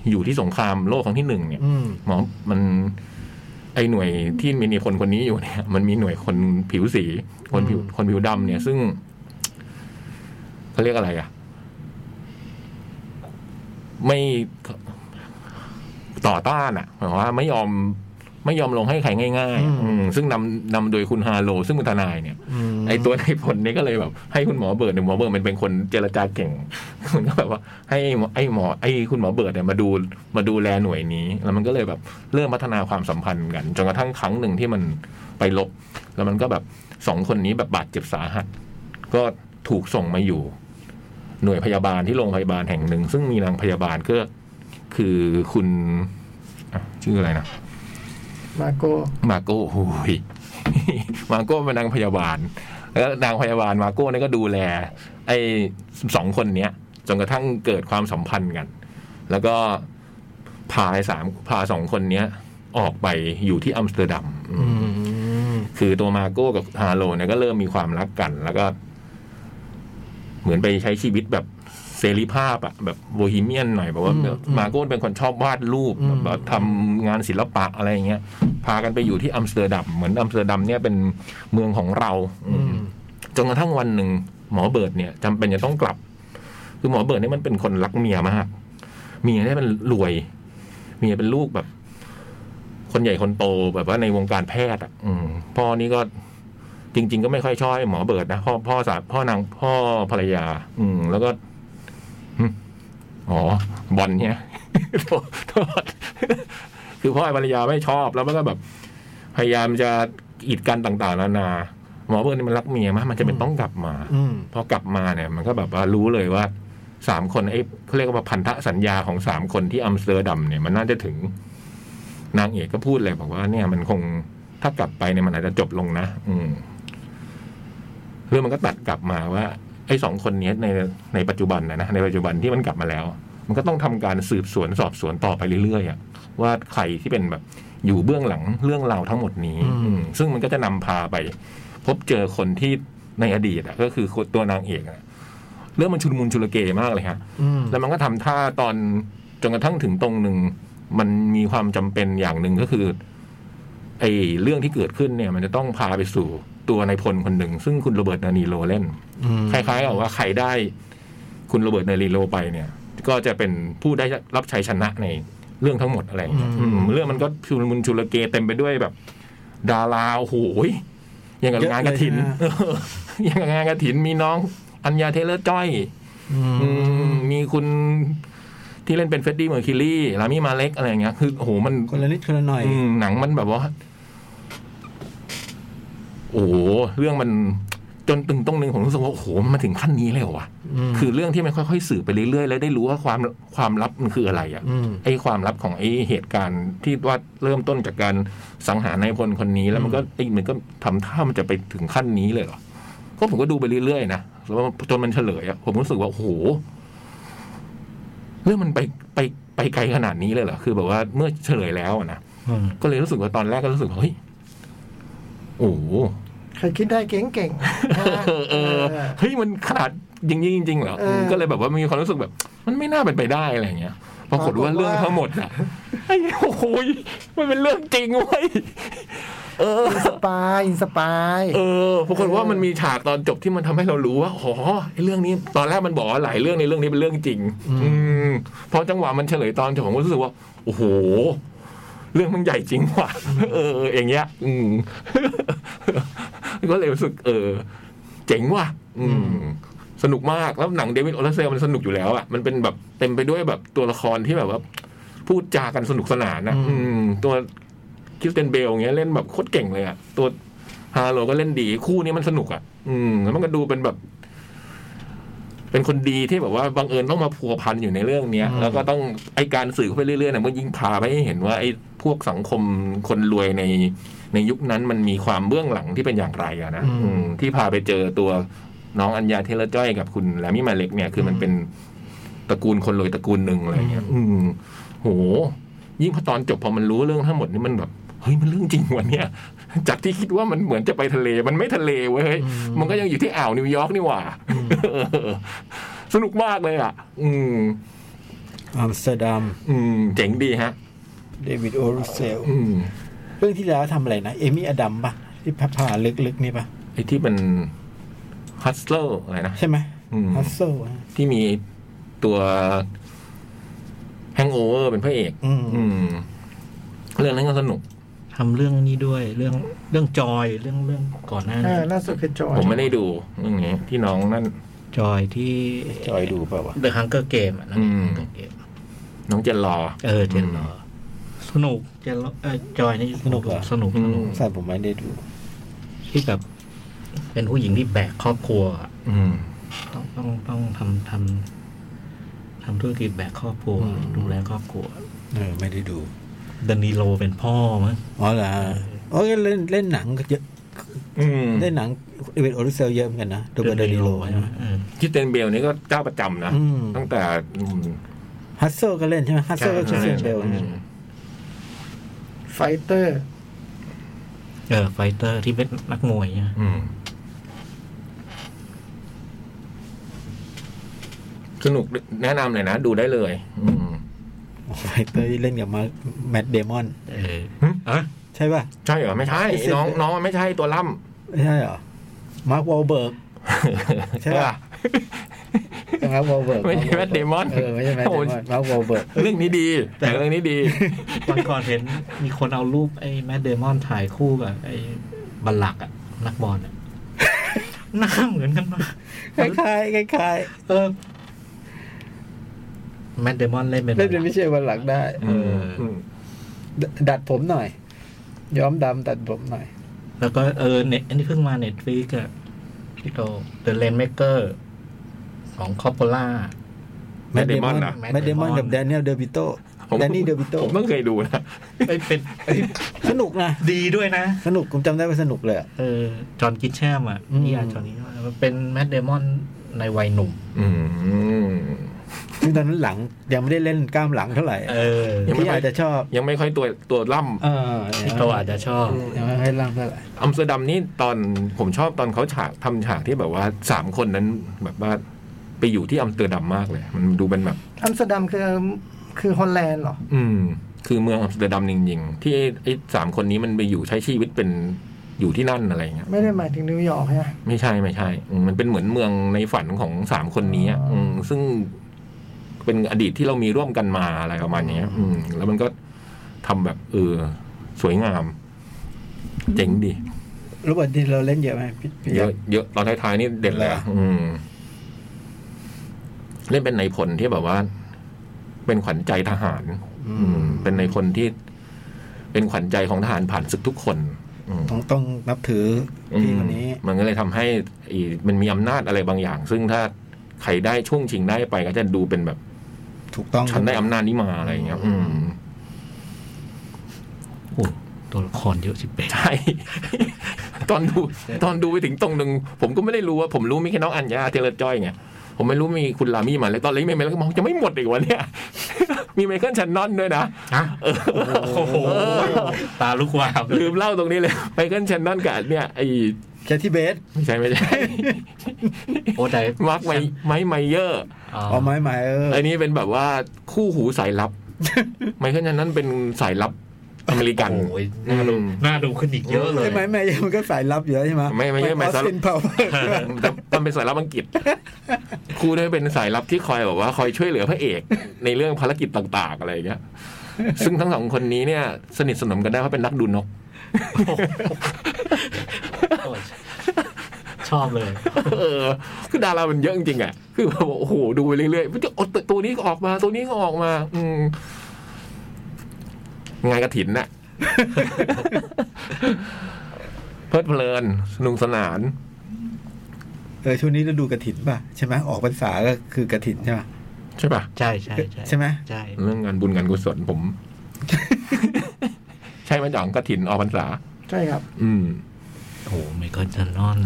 อยู่ที่สงครามโลกครั้งที่หนึ่งเนี่ย
อืม
หมอมันไอหน่วยที่มีคนคนนี้อยู่เนี่ย <laughs> มันมีหน่วยคนผิวสี คนผิว
อืม
คนผิวดำเนี่ย ซึ่งเขาเรียกอะไรอะไม่ต่อต้านอะหมายความว่าไม่ยอมไม่ยอมลงให้ใครง่ายๆอืมซึ่งนำนำโดยคุณฮาโล ซึ่งคุณทนายเนี่ย
ม
ไอตัวในายผลนี่ก็เลยแบบ ให้คุณหมอเบิร์ดเนี่ยหมอเบิร์ดมันเป็นคนเจรจาเก่ง <laughs> มันก็แบบว่า ให้หมอไอหมอไอคุณหมอเบิร์ดเนี่ยมาดูมาดูแลหน่วยนี้ แล้วมันก็เลยแบบ เริ่มพัฒนาความสัมพันธ์กันจนกระทั่งครั้งหนึ่งที่มันไปลบ แล้วมันก็แบบสองคนนี้แบบบาดเจ็บสาหัส ก็ถูกส่งมาอยู่ หน่วยพยาบาลที่โรงพยาบาลแห่งหนึ่ง ซึ่งมีนางพยาบาลก็คือคุณอ่ะชื่ออะไรนะ
มาโก
มาโก้โอ้ย มาโก้เป็นนางพยาบาล แล้วนางพยาบาลมาโก้เนี่ยก็ดูแล ไอ้สองคนเนี้ยจนกระทั่งเกิดความสัมพันธ์กัน แล้วก็พาไอ้สามพาสองคนเนี้ย ออกไปอยู่ที่อัมสเตอร์ดัมอืม
อืม
คือตัวมาโก้กับฮาโลเนี่ยก็เริ่มมีความรักกัน แล้วก็ มือนไปใช้ชีวิตแบบเสรีภาพอะแบบโบฮีเมียนหน่อยแบบว่า
อืม
แบบมาโก้เป็นคนชอบวาดรูป
อืม
แบบทำงานศิลปะอะไรอย่างเงี้ยพากันไปอยู่ที่อัมสเตอร์ดัมเหมือนอัมสเตอร์ดัมเนี่ยเป็นเมืองของเราอืม จนกระทั่งวันหนึ่งหมอเบิร์ดเนี่ยจำเป็นจะต้องกลับ คือหมอเบิร์ดเนี่ยมันเป็นคนรักเมียมาก เมียเนี่ยมันรวย เมียเป็นลูกแบบ คนใหญ่คนโตแบบว่าในวงการแพทย์อ่ะ อืมพ่อนี่ก็จริง ๆ ก็ไม่ค่อยชอบให้หมอเบิร์ดนะพ่อพ่อสาพ่อนางพ่อภรรยา อืม แล้วก็หึอ๋อบอลเนี่ย <laughs> โทษโทษ <laughs> คือพ่อภรรยาไม่ชอบแล้วมันก็แบบ พยายามจะกีดกันต่างๆนานาหมอเบิร์ดนี่มันรักเมียมากมันจะเป็นต้องกลับมา
อืม
พอกลับมาเนี่ยมันก็แบบว่ารู้เลยว่าสามคนไอ้เขาเรียกว่าพันธสัญญาของสามคนที่อัมสเตอร์ดัมเนี่ยมันน่าจะถึง นางเอกก็พูดเลยบอกว่าเนี่ยมันคงถ้ากลับไปเนี่ยมันอาจจะจบลงนะ อืมเรื่องมันก็ตัดกลับมาว่า ไอ้สองคนเนี้ยในในปัจจุบันนะนะในปัจจุบันที่มันกลับมาแล้ว มันก็ต้องทำการสืบสวนสอบสวนต่อไปเรื่อยๆอะว่าใครที่เป็นแบบอยู่เบื้องหลังเรื่องราวทั้งหมดนี้
อืม
อืมซึ่งมันก็จะนำพาไป พบเจอคนที่ในอดีตอะก็คือคนตัวนางเอกอะเรื่องมันชุลมุนชุลเกมากเลยฮะ
อืม
แล้วมันก็ทำท่าตอนจนกระทั่งถึงตรงหนึ่ง มันมีความจำเป็นอย่างหนึ่งก็คือ ไอ้เรื่องที่เกิดขึ้นเนี่ย มันจะต้องพาไปสู่ตัวในายพลคนหนึ่ง ซึ่งคุณโรเบิร์ตนานีโรเล่น คล้ายๆกับว่าใครได้คุณโรเบิร์ตนานีโรไปเนี่ย ก็จะเป็นผู้ได้รับชัยชนะในเรื่องทั้งหมดอะไรอย่างเงี้ย
อืม
อืมเรื่องมันก็ชุลมุนชุลเกเต็มไปด้วยแบบ ดาราโอ้โหยอย่างกับงานกระถิน อย่างกับงานกระถินมีน้อง อัญญาเทเลอร์จ้อย อืมมีคุณที่เล่นเป็นเฟดดี้เมอร์คิวรี่ลามี่มาเล็กอะไรอย่างเงี้ยคือโอ้โหมัน
คนละนิดคนละหน่อย
อืมหนังมันแบบว่า โอ้โหเรื่องมันจนตึงตรงหนึงผมรู้สึกว่าโอ้โหมันมาถึงขั้นนี้เลยเหรอวะคือเรื่องที่มันค่อยๆสืบไปเรื่อยๆแล้วได้รู้ว่าความความลับมันคืออะไรอ่ะ
อืม
ไอ้ความลับของไอ้เหตุการณ์ที่ว่าเริ่มต้นจากการสังหารนายพลคนนี้ แล้วมันก็ไอ้มันก็ทำท่ามันจะไปถึงขั้นนี้เลยเหรอ ก็ผมก็ดูไปเรื่อยๆนะแล้วจนมันเฉลยอะผมรู้สึกว่าโอ้โหเรื่องมันไปไปไปไกลขนาดนี้เลยเหรอคือแบบว่าเมื่อเฉลยแล้วอะนะ
อืม
ก็เลยรู้สึกว่าตอนแรกก็รู้สึกว่าเฮ้ยโอ้โห
ใครคิดได้เก่งๆนะ
เออเออ
เออ
เฮ้ยมันขนาดจริงๆจริงๆเหรอ
เออ
ก็เลยแบบว่ามีความรู้สึกแบบ มันไม่น่าเป็นไปได้อะไรอย่างเงี้ยปรากฏว่าเรื่องทั้งหมดอะ ไอ้โอ้โหยมันเป็นเรื่องจริงเว้ย เออ
อินสปายอินสปาย
เออปรากฏว่ามันมีฉากตอนจบที่มันทำให้เรารู้ว่าอ๋อไอ้เรื่องนี้ ตอนแรกมันบอกว่าหลายเรื่องในเรื่องนี้เป็นเรื่องจริง อืมพอจังหวะมันเฉลยตอนจบผมก็รู้สึกว่า โอ้โห เรื่องมันใหญ่จริงว่ะ เออ อย่างเงี้ย อืม <laughs> ก็เลยรู้สึก เออ เจ๋งว่ะ อืม สนุกมากแล้วหนังเดวิดโอลาเซลมันสนุกอยู่แล้วอ่ะมันเป็นแบบเต็มไปด้วยแบบตัวละครที่แบบว่า พูดจากันสนุกสนานนะอืม ตัวคริสเตนเบลเงี้ยเล่นแบบโคตรเก่งเลยอ่ะตัวฮาโลก็เล่นดีคู่นี้มันสนุกอ่ะ อืมแล้วมันก็ดูเป็นแบบ เป็นคนดีที่แบบว่าบังเอิญต้องมาพัวพันอยู่ในเรื่องเนี้ย แล้วก็ต้องไอการสื่อเข้าไปเรื่อยๆเนี่ยมันยิ่งพาไปให้เห็นว่าไอพวกสังคมคนรวยใน ในยุคนั้นมันมีความเบื้องหลังที่เป็นอย่างไรอะนะ
อืม
อืมที่พาไปเจอตัวน้องอัญญาเทเลอร์จ้อยกับคุณแลมี่มาเล็กเนี่ยคือมันเป็นตระกูลคนรวยตระกูลหนึ่งอะไรเงี้ย อืมโห ยิ่งพอตอนจบพอมันรู้เรื่องทั้งหมดนี่มันแบบเฮ้ยมันเรื่องจริงวันเนี้ย <laughs> จากที่คิดว่ามันเหมือนจะไปทะเล มันไม่ทะเลเว้ยมันก็ยังอยู่ที่อ่าวนิวยอร์กนี่หว่าเออสนุกมากเลยอ่ะ อืม
อัมสเตอร์ดัม
อืม เจ๋งดีฮะ
เดวิดโอรูเซล
อืม
เรื่องที่แล้วทำอะไรนะ เอมี่อดัมปะที่ผ่าลึกๆนี่ปะ
ไอ้ที่มันฮัสเลอร์อะไรนะ
ใช่ไหม
อืม
ฮัสเซลอะ
ที่มีตัวแฮงโอเวอร์เป็นพระเอก
อืม
อืม เรื่องนั้นก็สนุก
ทำเรื่องนี้ด้วยเรื่องเรื่องจอยเรื่องเรื่องก่อนหน้า
เอ
นี้
อล่าสุดคือจอย
ผมไม่ได้ดูเรื่องนี้ที่น้องนั่น
จอยที่
จอยดูเปล่าวะ
The Hunger Game อะนะ
อื
The
ม
Hunger Game
น้องเจนรอ
เออเจนรอสนุกเจนรอเออจอยนี่
สนุกเหรอ
สนุก
อื
สนุ
ม
ก
ใช่ผมไม่ได้ดู
ที่แบบเป็นผู้หญิงที่แบกครอบครัวอะ
อืม
ต้องต้องต้องทำทำทำธุรกิจแบกครอบครัว ดูแลครอบครัว
เออ ไม่ได้ดู
ดานิโลเป็นพ่อมั้ง
อ๋อเหรอโอ้ยเล่นเล่นหนังเยอะ
อืม
เล่นหนังเอเวนโอรูเซลเยอะเหมือนกันนะดูกับเดนิโลใช่ไหม
เออ
คิดเตนเบลนี่ก็เจ้าประจำนะ
อืม
ตั้งแต่อืม
ฮัสเซลก็เล่นใช่ไหมฮัสเซลก็คริสเตียนเบล
อืม
ไฟเตอร์
เออไฟเตอร์ที่เป็นนักมวยเนี่ย
อืม สนุกแนะนำเลยนะ ดูได้เลย อืม
ไฟเตอร์ที่เล่นกับมาแมดเดมอน
เออ
หึ
อ่ะ
ใช่ป่ะ
ใช่เหรอไม่ใช่
ไม่ใช่
น้องน้องไม่ใช่ตัวล่ำ
ไม่ใช่เหรอ มาร์ควอลเบิร์ก ใช่ปะ มาร์ควอลเบิร์ก
ไม่ใช่ Matt Damon
เออไม่ใช่แมดเดม
โอ้
อย นมาร์ควอลเบิร์ก
เรื่องนี้ดี
แต่
แต่เรื่องนี้ดี
วันก่อนเห็นมีคนเอารูปไอ้แมดเดมอนถ่ายคู่กับไอ้บัลลักอะนักบอล <laughs> อะหน้าเหมือนกันมาก
คล้ายๆคล้าย
เออแมดเดมอนเล่นเป็น
ๆเล่นเป็นวิเชียรวันหลังได้
เอออ
ม
ดดัดผมหน่อย ย้อมดำตัดผมหน่อย
แล้วก็เออเน็ตอันนี้เพิ่งมาเน็ตฟ i ิกอะพี่โต The Rainmaker ของคอปโปล่า
Matt Damon เหรอ
แมดเดมอนกับแดเนียลเดบิโต
ผม
แดนนี่เดบิโต
ผมไม่เคยดูนะ
ไปเป็น
สนุกนะ
ดีด้วยนะ
สนุกผมจำได้ว่าสนุกเลยอะ
เออจอห์นกิชแชมอ่ะ
อืม
นี่อาจอห์นนี้มันเป็นแมดเดมอนในวัยหนุ่ม
อืม
ซึ่งตอนนั้นหลังยังไม่ได้เล่นกล้ามหลังเท่าไหร่
เออ
ยังไม่
พี่อาจจะชอบ
ยังไม่ค่อยตัวตัวล่ำ
เออ
พี่โตอาจจะชอบ
ยังไม่ให้ล่างเท่าไหร่
อัมสเตอร์ดัมนี่ตอนผมชอบตอนเขาฉากทำฉากที่แบบว่าสามคนนั้นแบบว่าไปอยู่ที่อัมสเตอร์ดัมมากเลย มันดูเป็นแบบ
อัมสเตอร์ดัมคือคือฮอลแลนด์เหรอ
อืม คือเมืองอัมสเตอร์ดัมจริงๆ ที่ไอ้สามคนนี้มันไปอยู่ใช้ชีวิตเป็นอยู่ที่นั่นอะไรอย่างเงี้ย
ไม่ได้หมายถึงนิวยอร์กใช่ไหม
ไม่ใช่ไม่ใช่อืมมันเป็นเหมือนเมืองในฝันของสามคนนี้อะอืมซึ่งเป็นอดีตที่เรามีร่วมกันมาอะไรประมาณอย่างเงี้ย อืม แล้วมันก็ทำแบบเออสวยงาม เจ๋งดี
รูปอันที่เราเล่นเยอะไหมพี่พี่
เยอะเยอะตอนท้ายๆนี่เด่นเลยอะ
เหรอ
อืม เล่นเป็นนายพลที่แบบว่า เป็นขวัญใจทหาร
อื
อืม
ม
เป็นนายพลที่ เป็นขวัญใจของทหารผ่านศึกทุกคน อืม
ต้องต้องนับถือพี่คนนี้
มันก็เลยทำให้ไอ้มันมีอำนาจอะไรบางอย่าง ซึ่งถ้าใครได้ช่วงชิงได้ไปก็จะดูเป็นแบบ
ถูกต้อง
ฉันได้อำนาจนี้มาอะไรอย่างเงี้ย อืม
โอ้ตัวละครเยอะสิบเปด
ใช่ <laughs> ตอนดู ตอนดูไปถึงตรงหนึ่งผมก็ไม่ได้รู้ว่า ผมรู้มีแค่น้องอัญญาเทเลอร์จอยไงผมไม่รู้มีคุณลามี่มาแล้วตอนเล็กไม่มาแล้วก็มองจะไม่หมดอีกวะเนี่ย <laughs> มีไมเคิลชันนอนด้วยนะ
นะโอ้โห ตาลุกวาว
ลืมเล่าตรงนี้เลยไมเคิลชันนอนกับเนี่ยไอ้
แคทที่เบส
ไม่ใช่ไม่ใช่ <laughs>
โอ้ได้
มาร์คไมไมค์ไมเยอร์
อ๋อ
เอาไม้ไม้เออ
อันนี้เป็นแบบว่าคู่หูสายลั
<laughs>
บ ไมเคิลชันนั้นเป็นสายลับอเมริกัน
โอ้ยน่าดู
อืม
น่าดูขึ้นอีกเยอะเลย
ไม้ไม้มันก็สายลับอยู่แล้วใช่ไหม
ไม่ไม่ใช่ไม้
สา
สาย ยลั
ลั
บ
บเผา <laughs>
แต่มันเป็นสายลับอังกฤษ คู่นี้เป็นสายลับที่คอยแบบว่าคอยช่วยเหลือพระเอก ในเรื่องภารกิจต่างๆอะไรอย่างเงี้ย ซึ่งทั้งสองคนนี้เนี่ย สนิทสนมกันได้เพราะเป็นนักดูนก
โอ้ยชอบเลย
เออ คือดารามันเยอะจริงๆอ่ะ คือแบบว่าโอ้โหดูไปเรื่อยๆมันจะอดตัวนี้ก็ออกมาตัวนี้ก็ออกมา อืมงานกระถินน่ะ <laughs> เพลิดเพลินสนุกสนาน
เออช่วงนี้ฤดูกระถินป่ะใช่ไหมออกพรรษาก็คือกระถินใช่ไหม
ใช่ป่ะ
ใช่ใช่ใช่
ใช่ไหม
ใช่
เรื่องงานบุญงานกุศลผม <laughs> ใช่ไหมจ่องกระถินออกพรรษา
ใช่ครับ
อืม
โอ้โหไมเคิลจันนอน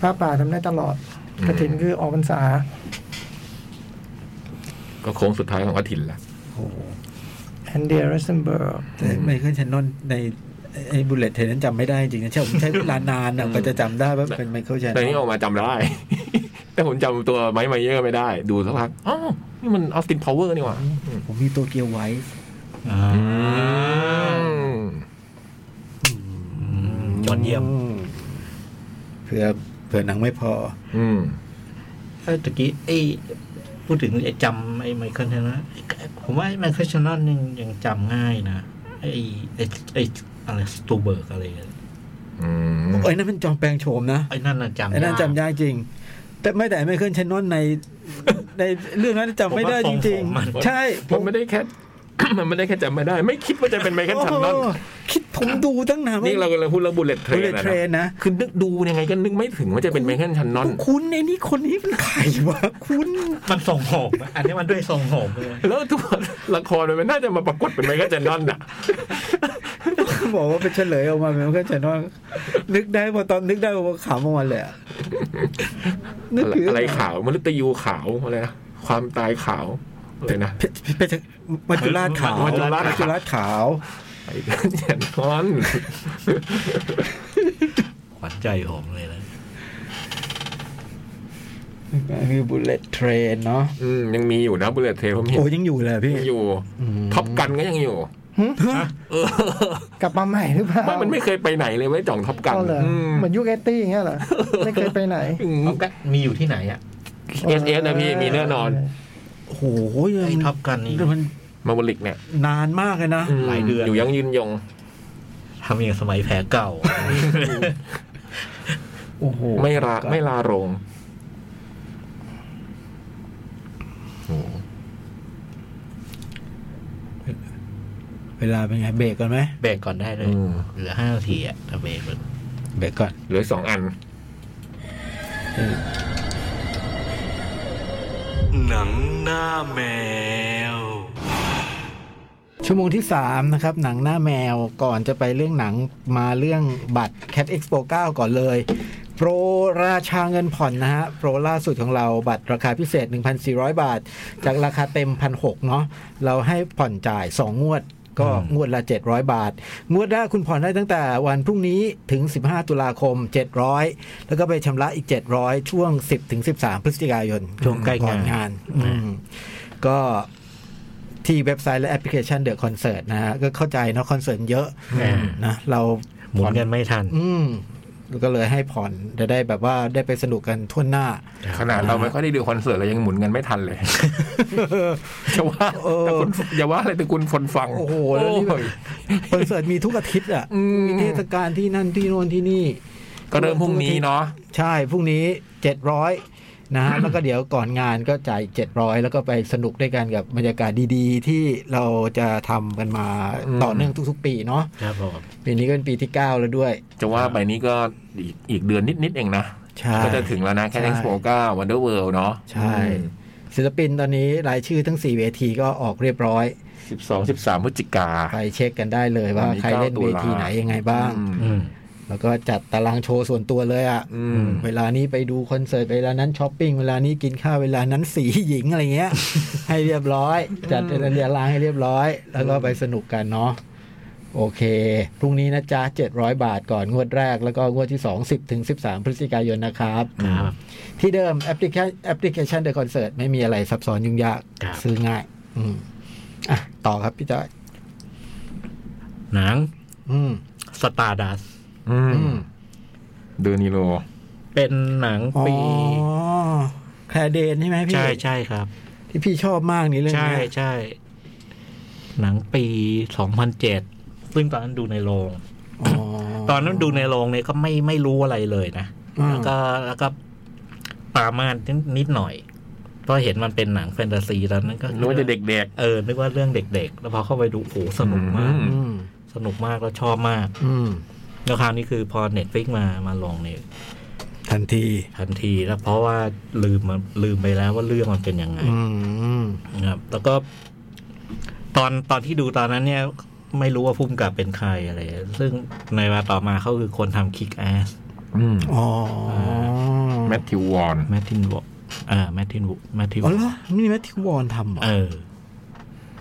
ภาพป่าทำได้ตลอด
อืม
กระถินคือออกพรรษา
ก็โค้งสุดท้ายของกระถินละ
โอ้โห
and the r e s e n b e r g
แต่ไมเคิลชันนอนในไอ้บุลเลตเทนนั้นจำไม่ได้จริงนะใช่ผมใช้เวลานานนะก็จะจำได้ว่าเป็นไมเคิลชันน
แต่
อ
นี่ออนกมาจำได้ <laughs> แต่ผมจำตัวไม้ไมเยอร์ไม่ได้ ดูสักพักอ๋อนี่มันออสตินพาวเวอร์นี่หว่า
ผมมีตัวเกียวไว้
ยอดเยี่ยม
เพื่อเผื่อหนังไม่พอ
อืม
เออตะกี้ไอ้พูดถึงไอ้จำไอ้ไมเคิลชนะผมว่าไอ้ไมเคิลชนะยังยังจำง่ายนะไอ้ไอ้ไอ้อะไรสตูเบิร์กอะไรเนี่ย
อืม
ไอ้นั่นมันจอมแปลงโฉมนะ
ไอ้นั่นน่ะจำ
ไอ้นั่นจำยากจริง แต่ไม่แต่ไมเคิลชันนอนใน ในเรื่องนั้นจำไม่ได้จริง ๆ ใช่
มันไม่ได้แค่ <coughs> มันไม่ได้แค่จำไม่ได้ ไม่คิดว่าจะเป็นไมเคิลชันนอน
โโหคิดผมดูตั้งนาน
นี่เรากำลังพูดเรื่องบุลเลตเทร
บุลเล
น
ต
นะ
เทรนนะ
คือนึกดูยังไงก็นึกไม่ถึงว่าจะเป็นไมเคิลชันนอน
คุณไอ้นี่คนนี้เป็นใครวะคุณ
มันส่งโหมอันนี้มันด้วยส่งโหมเลย
แล้วตัวละครมันน่าจะมาปรากฏเป็นไมเคิลชันนอนอ่ะ
บอกว่าเป็นเฉลยออกมาเป็นไมเคิลชันนอนนึกได้พอตอนนึกได้พอขำออกมาเลยอะนึกถึง
อะไรขาวมนุษย์ยูขาวอะไรนะความตายขาวอะไรนะ
เพเพชรมัจจุราชขาว
มัจจุราช
มัจจุราชขาว
ไอ้เรื่องเนนอน
ขวัญใจผมเลยนะ
คือบุลเลตเทรนเนาะ
อืมยังมีอยู่นะบุลเลตเทผมเห็น
โอ้ยังอยู่เลยพี่
ยังอยู่
ม
ท็อปกันก็ยังอยู่
กลับมาใหม่หรือเปล่า
ไม่มันไม่เคยไปไหนเลยไว้ยจ่องท็อปกัน
ก็เหรอ
อืม
เหมือนยุคเอตี้อย่างเงี้ยเหรอไม่เคยไปไหน
อืม
ก็มีอยู่ที่ไหนอ่ะ
SS นะพี่มีแน่นอน
โอ้โห
ไอ้ท็อปกันนี่
แต่มัน
มาบลิกเนี่ย
นานมากเลยนะ
หลายเดือน
อยู่ยังยืนยง
ทำอย่างสมัยแผลเก่า <laughs>
โอ้โห
ไม่ลาไม่ลาโรง
เวลาเป็นไงเบรกก่อนไหม
เบรกก่อนได้เลย
อืม
เหลือห้านาทีอ่ะแต่เบรกมัน
เบรกก่อน
เหลือสองอัน
หนังหน้าแมว
ชั่วโมงที่ 3 นะครับ หนังหน้าแมวก่อนจะไปเรื่องหนังมาเรื่องบัตร Cat Expo 9 ก่อนเลย โปรราชาเงินผ่อนนะฮะ โปรล่าสุดของเราบัตรราคาพิเศษ 1,400 บาท จากราคาเต็ม 1,600เนาะเราให้ผ่อนจ่าย 2 งวด ก็งวดละ 700 บาท งวดแรกคุณผ่อนได้ตั้งแต่วันพรุ่งนี้ถึง 15 ตุลาคม 700 แล้วก็ไปชำระอีก 700 ช่วง 10ถึง13 พฤศจิกายน
ช่วงใกล้
ก่อน
งาน
งานอืมก็ ที่เว็บไซต์และแอปพลิเคชันเดอะคอนเสิร์ตนะฮะ ก็เข้าใจเนาะคอนเสิร์ตเยอะนะเรา
หมุนกันไม่ทัน
อืมก็เลยให้ผ่อนจะได้แบบว่าได้ไปสนุกกันทั่วหน้า
ขนาดเราไม่ค่อยได้ดูคอนเสิร์ตเรายังหมุนเงินไม่ทันเลย จะว่า
เออ
แต่คุณอย่าว่าอะไรแต่คุณคนฟัง
โอ้โห แล้วนี่แบบคอนเสิร์ตมีทุกอาทิตย์อ่ะ
อืม
มีเทศกาลที่นั่นที่โน่นที่นี่
ก็เริ่มพรุ่งนี้เนาะ
ใช่พรุ่งนี้เจ็ดร้อยนะฮะ แล้วก็เดี๋ยวก่อนงานก็จ่ายเจ็ดร้อยแล้วก็ไปสนุกด้วยกันกับบรรยากาศดีๆ ที่เราจะทำกันมาต่อเนื่องทุก ๆ ปีเนาะ
ครับผม
ปีนี้ก็เป็นปีที่เก้าแล้วด้วย
จะว่าไปนี้ก็อีกอีกเดือนนิด ๆ เองนะ
ใช่
ก็จะถึงแล้วนะแค่
ใช่
เอ็กซ์โปก้าวันเดอร์เวิลด์เนาะ
ใช่ ศิลปินตอนนี้รายชื่อทั้ง 4 เวทีก็ออกเรียบร้อย
สิบสองสิบสามพฤศจิกา
ไปเช็คกันได้เลยว่า
วันนี้
ใครเล่น
9ตุ
เว
ลา
ทีไหนยังไงบ้าง
อืม
แล้วก็จัดตารางโชว์ส่วนตัวเลยอะ่ะ
อืม
เวลานี้ไปดูคอนเสิร์ตเวลานั้นช้อปปิ้งเวลานี้กินข้าวเวลานั้นสีหญิงอะไร
<laughs>
เงี้ย ให้เรียบร้อย จัดเรียงรางให้เรียบร้อย แล้วก็ไปสนุกกันเนาะโอเคพรุ่งนี้นะจ๊ะ700 บาทก่อนงวดแรก แล้วก็งวดที่2 10ถึง13 พฤศจิกายนนะครับ
ครับ
ที่เดิมแอปพลิเคชันแอปพลิเคชันเดอะคอนเสิร์ตไม่มีอะไรซับซ้อนยุ่งยาก
ครับ
ซื้อง่าย อืมอ่ะต่อครับพี่จ้อย
หนัง
อืม
สตาร์ดัส
อืม
อืม
เดือนนีโล
เป็นหนัง
อ๋อ
ปี
แคลเดนใช่ไหมพี่
ใช่ใช่ครับ
ที่พี่ชอบมากนี่เรื่อง
ใช่
เนี้ย
ใช่ หนังปีสองพันเจ็ดซึ่งตอนนั้นดูในโรง
อ๋อ
ตอนนั้นดูในโรงเนี่ยก็ไม่ไม่รู้อะไรเลยนะ
อ่า
แล้วก็แล้วก็ปรามาสนิดนิดหน่อย เพราะเห็นมันเป็นหนังแฟนตาซีตอนนั้นก็
นึกว่าจะเด็ก
เออ นึกว่าเรื่องเด็ก ๆ แล้วพอเข้าไปดูโอ้โหสนุกมาก
อื
อืม
สนุกมากแล้วชอบมาก
อืม
แล้วคราวนี้คือพอเน็ตฟิกมามาลงเนี่ย
ทันที
ทันทีแล้วเพราะว่าลืมมันลืมไปแล้วว่าเรื่องมันเป็นยังไง
อืม
นะครับแล้วก็ตอนตอนที่ดูตอนนั้นเนี่ย ไม่รู้ว่าพุ่มกับเป็นใครอะไร ซึ่งในเวลาต่อมาเขาคือคนทำคิกแอส
ๆอืม
อ๋อ
แมทธิววอน
แมททินวออ่าแมททินวอแมททิน
อ๋อเหรอนี่แมทธิววอนทำเหรอ
เออ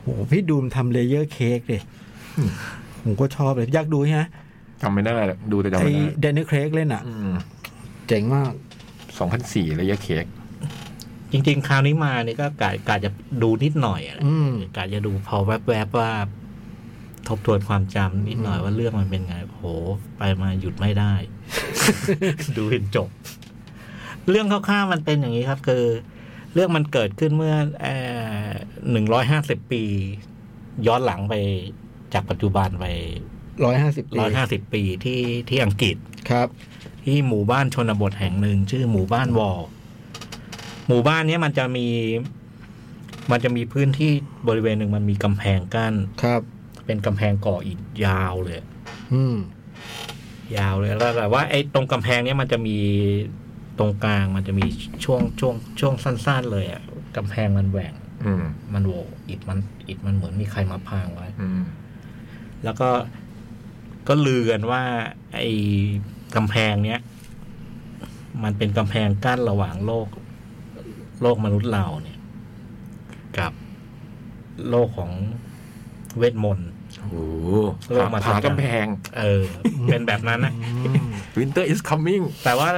โอ้โหพี่ดูมทำเลเยอร์เค้กเลยผมก็ชอบเลยอยากดูใช่ไหม
จำไม่ได้หรอกดูแต่จำ
ไอ้
ไม่ได้
เดนนิสเครกเล่นอ่ะ เจ๋งมาก
สองพันสี่ระยะเค้ก
จริง ๆ คราวนี้มาเนี่ยก็กะกะจะดูนิดหน่อยอะไร
อืม
กะจะดูพอแวบๆว่า ทบทวนความจำนิดหน่อยว่าเรื่องมันเป็นไง โอ้โห ไปมาหยุดไม่ได้ <laughs> ดูเห็นจบ เรื่องคร่าวๆมันเป็นอย่างนี้ครับ คือ เรื่องมันเกิดขึ้นเมื่อหนึ่งร้อยห้าสิบปี ย้อนหลังไปจากปัจจุบันไป
ร้อยห้าสิบปี
ร้อยห้าสิบปีที่ที่อังกฤษ
ครับ
ที่หมู่บ้านชนบทแห่งหนึ่ง ชื่อหมู่บ้านวอลหมู่บ้านเนี้ยมันจะมี มันจะมีพื้นที่บริเวณหนึ่งมันมีกำแพงกั้น
ครับ
เป็นกำแพงก่ออิฐยาวเลย
อืม
ยาวเลยแล้วแต่ว่าไอ้ตรงกำแพงเนี้ยมันจะมีตรงกลางมันจะมีช่วงช่วงช่วงสั้น ๆ เลยอะกำแพงมันแหว่ง
อืม
มันโหวอิฐมันอิฐมันเหมือนมีใครมาพางไว้
อืม
แล้วก็ก็ลือกันว่า ไอ้กำแพงเนี้ย มันเป็นกำแพงกั้นระหว่างโลก โลกมนุษย์เราเนี่ย กับโลกของเวทมนต์
โอ้
โลกมา
ผ่า
ทำกัน
กำแพง
เออ เป็นแบบนั้นนะ
Winter is coming
แต่ว่า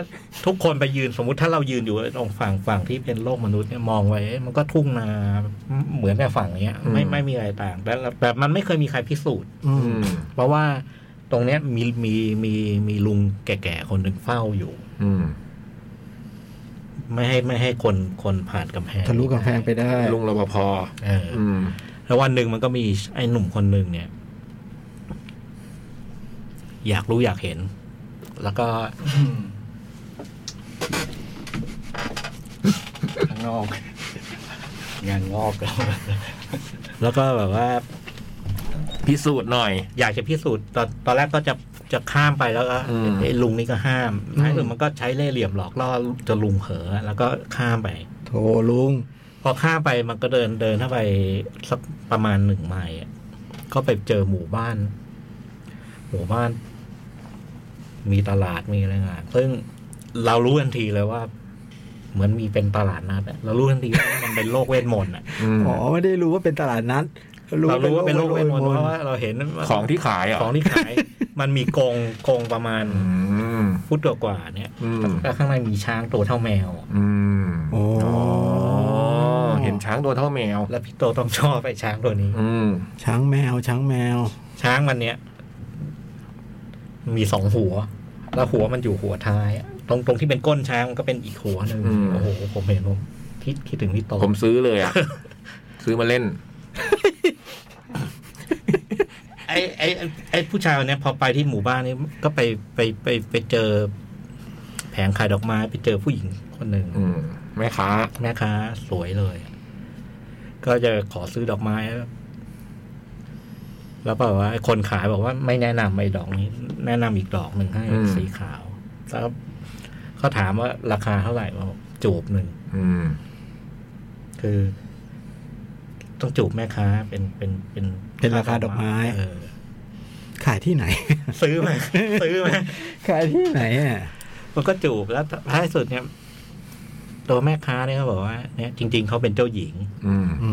ทุกคนไปยืนสมมุติถ้าเรายืนอยู่ตรงฝั่งฝั่งที่เป็นโลกมนุษย์เนี่ยมองไว้เอ๊ะมันก็ทุ่งนาเหมือนแต่ฝั่งเนี้ยไม่
อืม
ไม่มีอะไรต่างแต่แต่มันไม่เคยมีใครพิสูจน์
อืม
เพราะว่าตรงเนี้ยมีมีมีมีลุงแก่ๆคนหนึ่งเฝ้าอยู่
อืม
ไม่ให้ไม่ให้คนคนผ่านกำแพง
ทะลุกำแพงไปได้
ลุงรปภ
เอออ
อืม
แล้ววันหนึ่งมันก็มีไอ้หนุ่มคนหนึ่งเนี่ย อยากรู้อยากเห็น แล้ว
<coughs>
ก็
ข้างนอก
งานงอกแล้วแล้วก็แบบว่า
พิสูจน์หน่อย
อยากจะพิสูจน์ตอนตอนแรกก็จะจะข้ามไปแล้วก็
อืม
ไอ้ลุงนี่ก็ห้ามท้ายสุดมันก็ใช้เล่ห์เหลี่ยมหลอกล่อจะลุงเผลอแล้วก็ข้ามไป
โทรลุง
พอข้ามไปมันก็เดินเดินเข้าไปสักประมาณหนึ่งไมล์อะก็ไปเจอหมู่บ้าน หมู่บ้าน มีตลาดมีอะไรงานซึ่งเรารู้ทันทีเลยว่า เหมือนมีเป็นตลาดนัดอะเรารู้ทันทีว่ามันเป็นโลกเวทมนต์อะ
อืม
อ๋อ ไม่ได้รู้ว่าเป็นตลาดนัด
เรารู้ว่าเป็นโลกเวทมนต์เพ
โลก
ราะว่าเราเห็นว่า
ของที่ขายเหรอ่ะ
ของที่ขาย มันมีกรงกรงประมาณ
อืม
ฟุตกว่าๆเนี่ย
อืม
แล้วข้างในมีช้างตัวเท่าแมว
อืม
โอ้
เห็นช้างตัวเท่าแมว
แล้วพี่โตต้องชอบไอ้ช้างตัวนี้
อืม
ช้างแมว ช้างแมว
ช้างมันเนี้ยมีสองหัว แล้วหัวมันอยู่หัวท้ายอะตรงตรงที่เป็นก้นช้างมันก็เป็นอีกหัวหนึ่งโอ้โหผมเห็นผมคิดคิดถึงพี่โต
ผมซื้อเลยอ่ะ ซื้อมาเล่น
ไอ้ไอ้ไอ้ไอ้ผู้ชายคนเนี้ยพอไปที่หมู่บ้านนี้ก็ไปไปไปไปเจอ แผงขายดอกไม้ไปเจอผู้หญิงคนหนึ่ง
อืมแม่ค้า
แม่ค้าสวยเลย ก็จะขอซื้อดอกไม้ แล้วบอกว่าไอ้คนขายบอกว่าไม่แนะนำไอ้ดอกนี้ แนะนำอีกดอกหนึ่งให้
อืม
สีขาวแล้วเขาถามว่าราคาเท่าไหร่บอกจูบหนึ่ง
อืม
คือ ต้องจูบแม่ค้าเป็นเป็นเป็น
เป็นราคาดอกไม้
เออ
ขายที่ไหน
ซื้อมา <laughs> ซื้อมา
ขายที่ไหนอ่ะ
มันก็จูบแล้วท้ายสุดเนี่ย ตัวแม่ค้าเนี่ยเขาบอกว่าเนี่ยจริง ๆเขาเป็นเจ้าหญิง
อืม
อื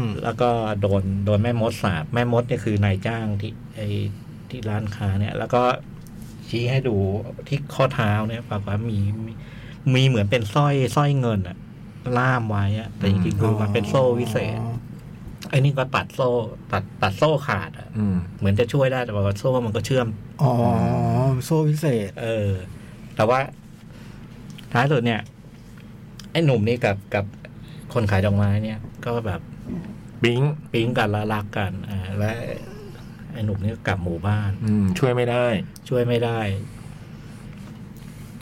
ม
แล้วก็โดนโดนแม่มดสาบแม่มดเนี่ยคือนายจ้างที่ไอที่ร้านค้าเนี่ย แล้วก็ชี้ให้ดูที่ข้อเท้าเนี่ยปรากฏว่ามีมีมีเหมือนเป็นสร้อยสร้อยเงินอะล่ามไว้อะแต่จริงๆคือมันเป็นโซ่วิเศษไอ้นี่ก็ตัดโซ่ ตัดตัดโซ่ขาดอะ
อืม
เหมือนจะช่วยได้แต่ปรากฏโซ่มันก็เชื่อม
อ๋อ โซ่วิเศษ
เออ แต่ว่าท้ายสุดเนี่ย ไอ้หนุ่มนี่กับกับคนขายดอกไม้เนี่ย ก็แบบ
ปิ๊ง
ปิ๊งกันและรักกันอ่าและไอ้หนุ่มนี่ก็กลับหมู่บ้าน
อืม ช่วยไม่ได้
ช่วยไม่ได้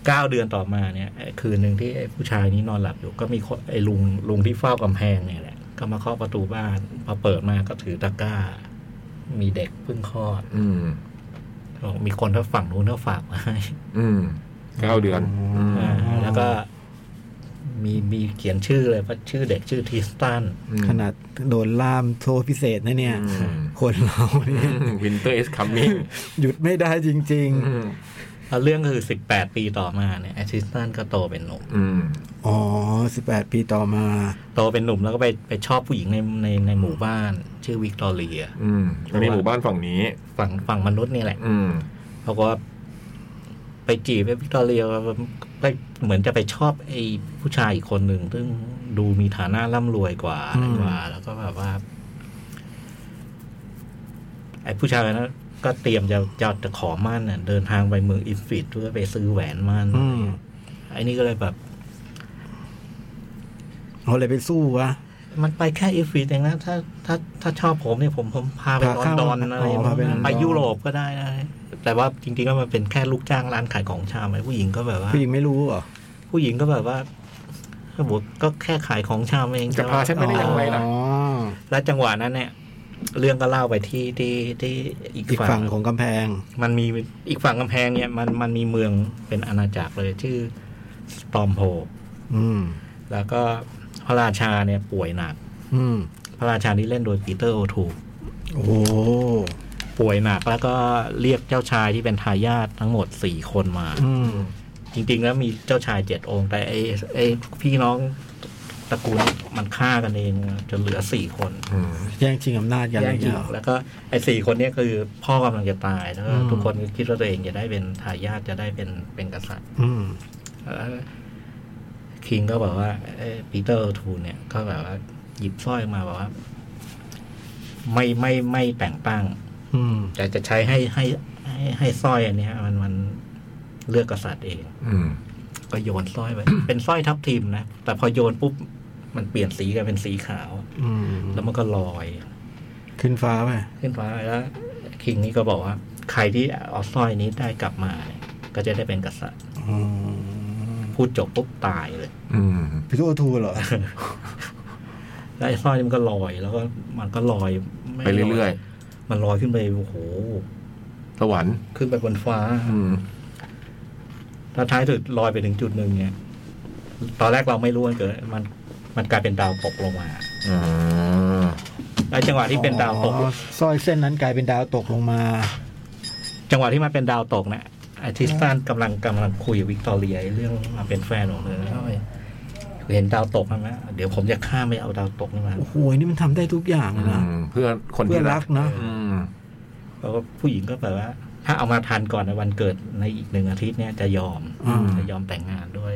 เก้าเดือนต่อมาเนี่ยไอ้คืนหนึ่งที่ไอ้ผู้ชายนี้นอนหลับอยู่ ก็มีคนไอ้ลุงลุงที่เฝ้ากำแพงเนี่ยแหละ ก็มาเคาะประตูบ้าน พอเปิดมาก็ถือตะกร้า มีเด็กเพิ่งคลอด
อืม
บอกมีคนท่างฝั่งนู้นเขาฝากมาให้
อืมเก้าเดือนอืม
อ่าแล้วก็มีมีเขียนชื่อเลยว่าชื่อเด็กชื่อทริสตัน
อืม
ข
<laughs>
นาดโดนล่ามโซ่พิเศษนะเนี่ย คนเราเนี่ย
วินเตอร์ is coming
หยุดไม่ได้จริง
<laughs> อืม
แล้วเรื่องคือสิบแปดปีต่อมาเนี่ยไอ้ทริสตันก็โตเป็นหนุ่ม
อืม
ๆ อ๋อ สิบแปดปีต่อมา
โตเป็นหนุ่มแล้วก็ไปไปชอบผู้หญิงในในในหมู่บ้าน ชื่อวิกตอเรีย
อืมอันนี้หมู่บ้านฝั่งนี้
ฝั่งฝั่งมนุษย์นี่แหละ
อืม
เขาก็ไปจีบไอ้วิกตอเรียไปเหมือนจะไปชอบไอ้ผู้ชายอีกคนหนึ่งซึ่งดูมีฐานะร่ำรวยกว่า
อืม
กว่า แล้วก็แบบว่า ไอ้ผู้ชายคนนั้นก็เตรียมจะจะจะขอมั่นน่ะเดินทางไปเมืองอินฟิตเพื่อไปซื้อแหวนมั่น
อืม
ไอ้นี่ก็เลยแบบ
เอาอะไรไปสู้วะ
มันไปแค่อีฟรีเองนะถ้าถ้าถ้าชอบผมเนี่ยผมผมพาไปลอนดอนอะไรไปยุโรปก็ได้นะแต่ว่าจริงๆก็มันเป็นแค่ลูกจ้างร้านขายของชำไอ้ผู้หญิงก็แบบว่า
ผู้หญิงไม่รู้เหรอ
ผู้หญิงก็แบบว่าก็บอกก็แค่ขายของชำเอง
จะพาฉันปด้ย่างไร ม่ ล่ะ
อ๋อ
แล้วจังหวะนั้นเนี่ย เรื่องก็เล่าไปที่ที่ที่อีก
อีก
ฝั่
ฝั่
ง
งของกำแพง
มันมีอีกฝั่งกำแพงเนี่ย มันมันมีเมืองเป็นอาณาจักรเลยชื่อสตอมโพ
อืม
แล้วก็พระราชาเนี่ยป่วยหนัก
อืม
พระราชาที่เล่นโดยปีเตอร์โอทู
โอ้โห
ป่วยหนักแล้วก็เรียกเจ้าชายที่เป็นทายาททั้งหมดสี่คนมา
อืม
จริง ๆ แล้วมีเจ้าชายเจ็ดองค์ แต่ไอ้ไอ้พี่น้อง ตระกูลมันฆ่ากันเองจนเหลือสี่คน
อืม
แย่งชิงอำนาจกัน
แย่งชิง
เงี้ย
แล้วก็ไอ้สี่คนเนี้คือพ่อกำลังจะตายแล้วก็
อืม
ทุกคนก็คิดว่าตัวเองจะได้เป็นทายาทจะได้เป็นเป็นกษัตริย์
อืม
แล้วคิงก็บอกว่าเอ้ยปีเตอร์ทูลเนี่ยก็แบบว่าหยิบสร้อยมาบอกว่า ไม่ไม่ไม่แต่งตั้ง
อืม
แต่จะใช้ให้ให้ให้ให้สร้อยอันเนี้ยมันมันเลือกกษัตริย์เอง
อืม
ก็โยนสร้อยไป เป็นสร้อยทับทิมนะ แต่พอโยนปุ๊บมันเปลี่ยนสีกลายเป็นสีขาว
อืม
แล้วมันก็ลอย
ขึ้นฟ้าไป
ขึ้นฟ้าแล้วคิงนี่ก็บอกว่า ใครที่เอาสร้อยนี้ได้กลับมาเนี่ยก็จะได้เป็นกษัตริย์
อืม
พูดจบปุ๊บตายเลย
อืม
พี่โตทูเหรอ
แล้วไอ้สร้อยนี่มันก็ลอย แล้วก็มันก็ลอยม่
ไปเรื่อย
ๆมันลอยขึ้นไปโอ้โห
สวรรค์
ขึ้นไปบนฟ้า
อืม
แล้วท้ายสุดลอยไปถึงจุดหนึ่งเนี่ย ตอนแรกเราไม่รู้มันเกิดมันมันกลายเป็นดาวตกลงมา
อ่า
ไอ้จังหวะที่เป็นดาวตก
อ๋อสร้อยเส้นนั้นกลายเป็นดาวตกลงมา
จังหวะที่มันเป็นดาวตกนะไอาทิสตันกำลังกำลังคุยกับวิกตอเรียเรื่องมาเป็นแฟนของเธอแล้วเห็นดาวตกมั้ยเดี๋ยวผมจะข้ามไปเอาดาวตกนี่มา
โอ้โห นี่มันทำได้ทุกอย่างเลยนะ
อืมเพื่อคน
เพื่
ที่
อ
รั
รั
ก
กนะ
อืม
แล้วก็ผู้หญิงก็แบบว่า ถ้าเอามาทันก่อนในวันเกิดในอีกหนึ่งอาทิตย์เนี่ยจะยอม
อืม
จะยอมแต่งงานด้วย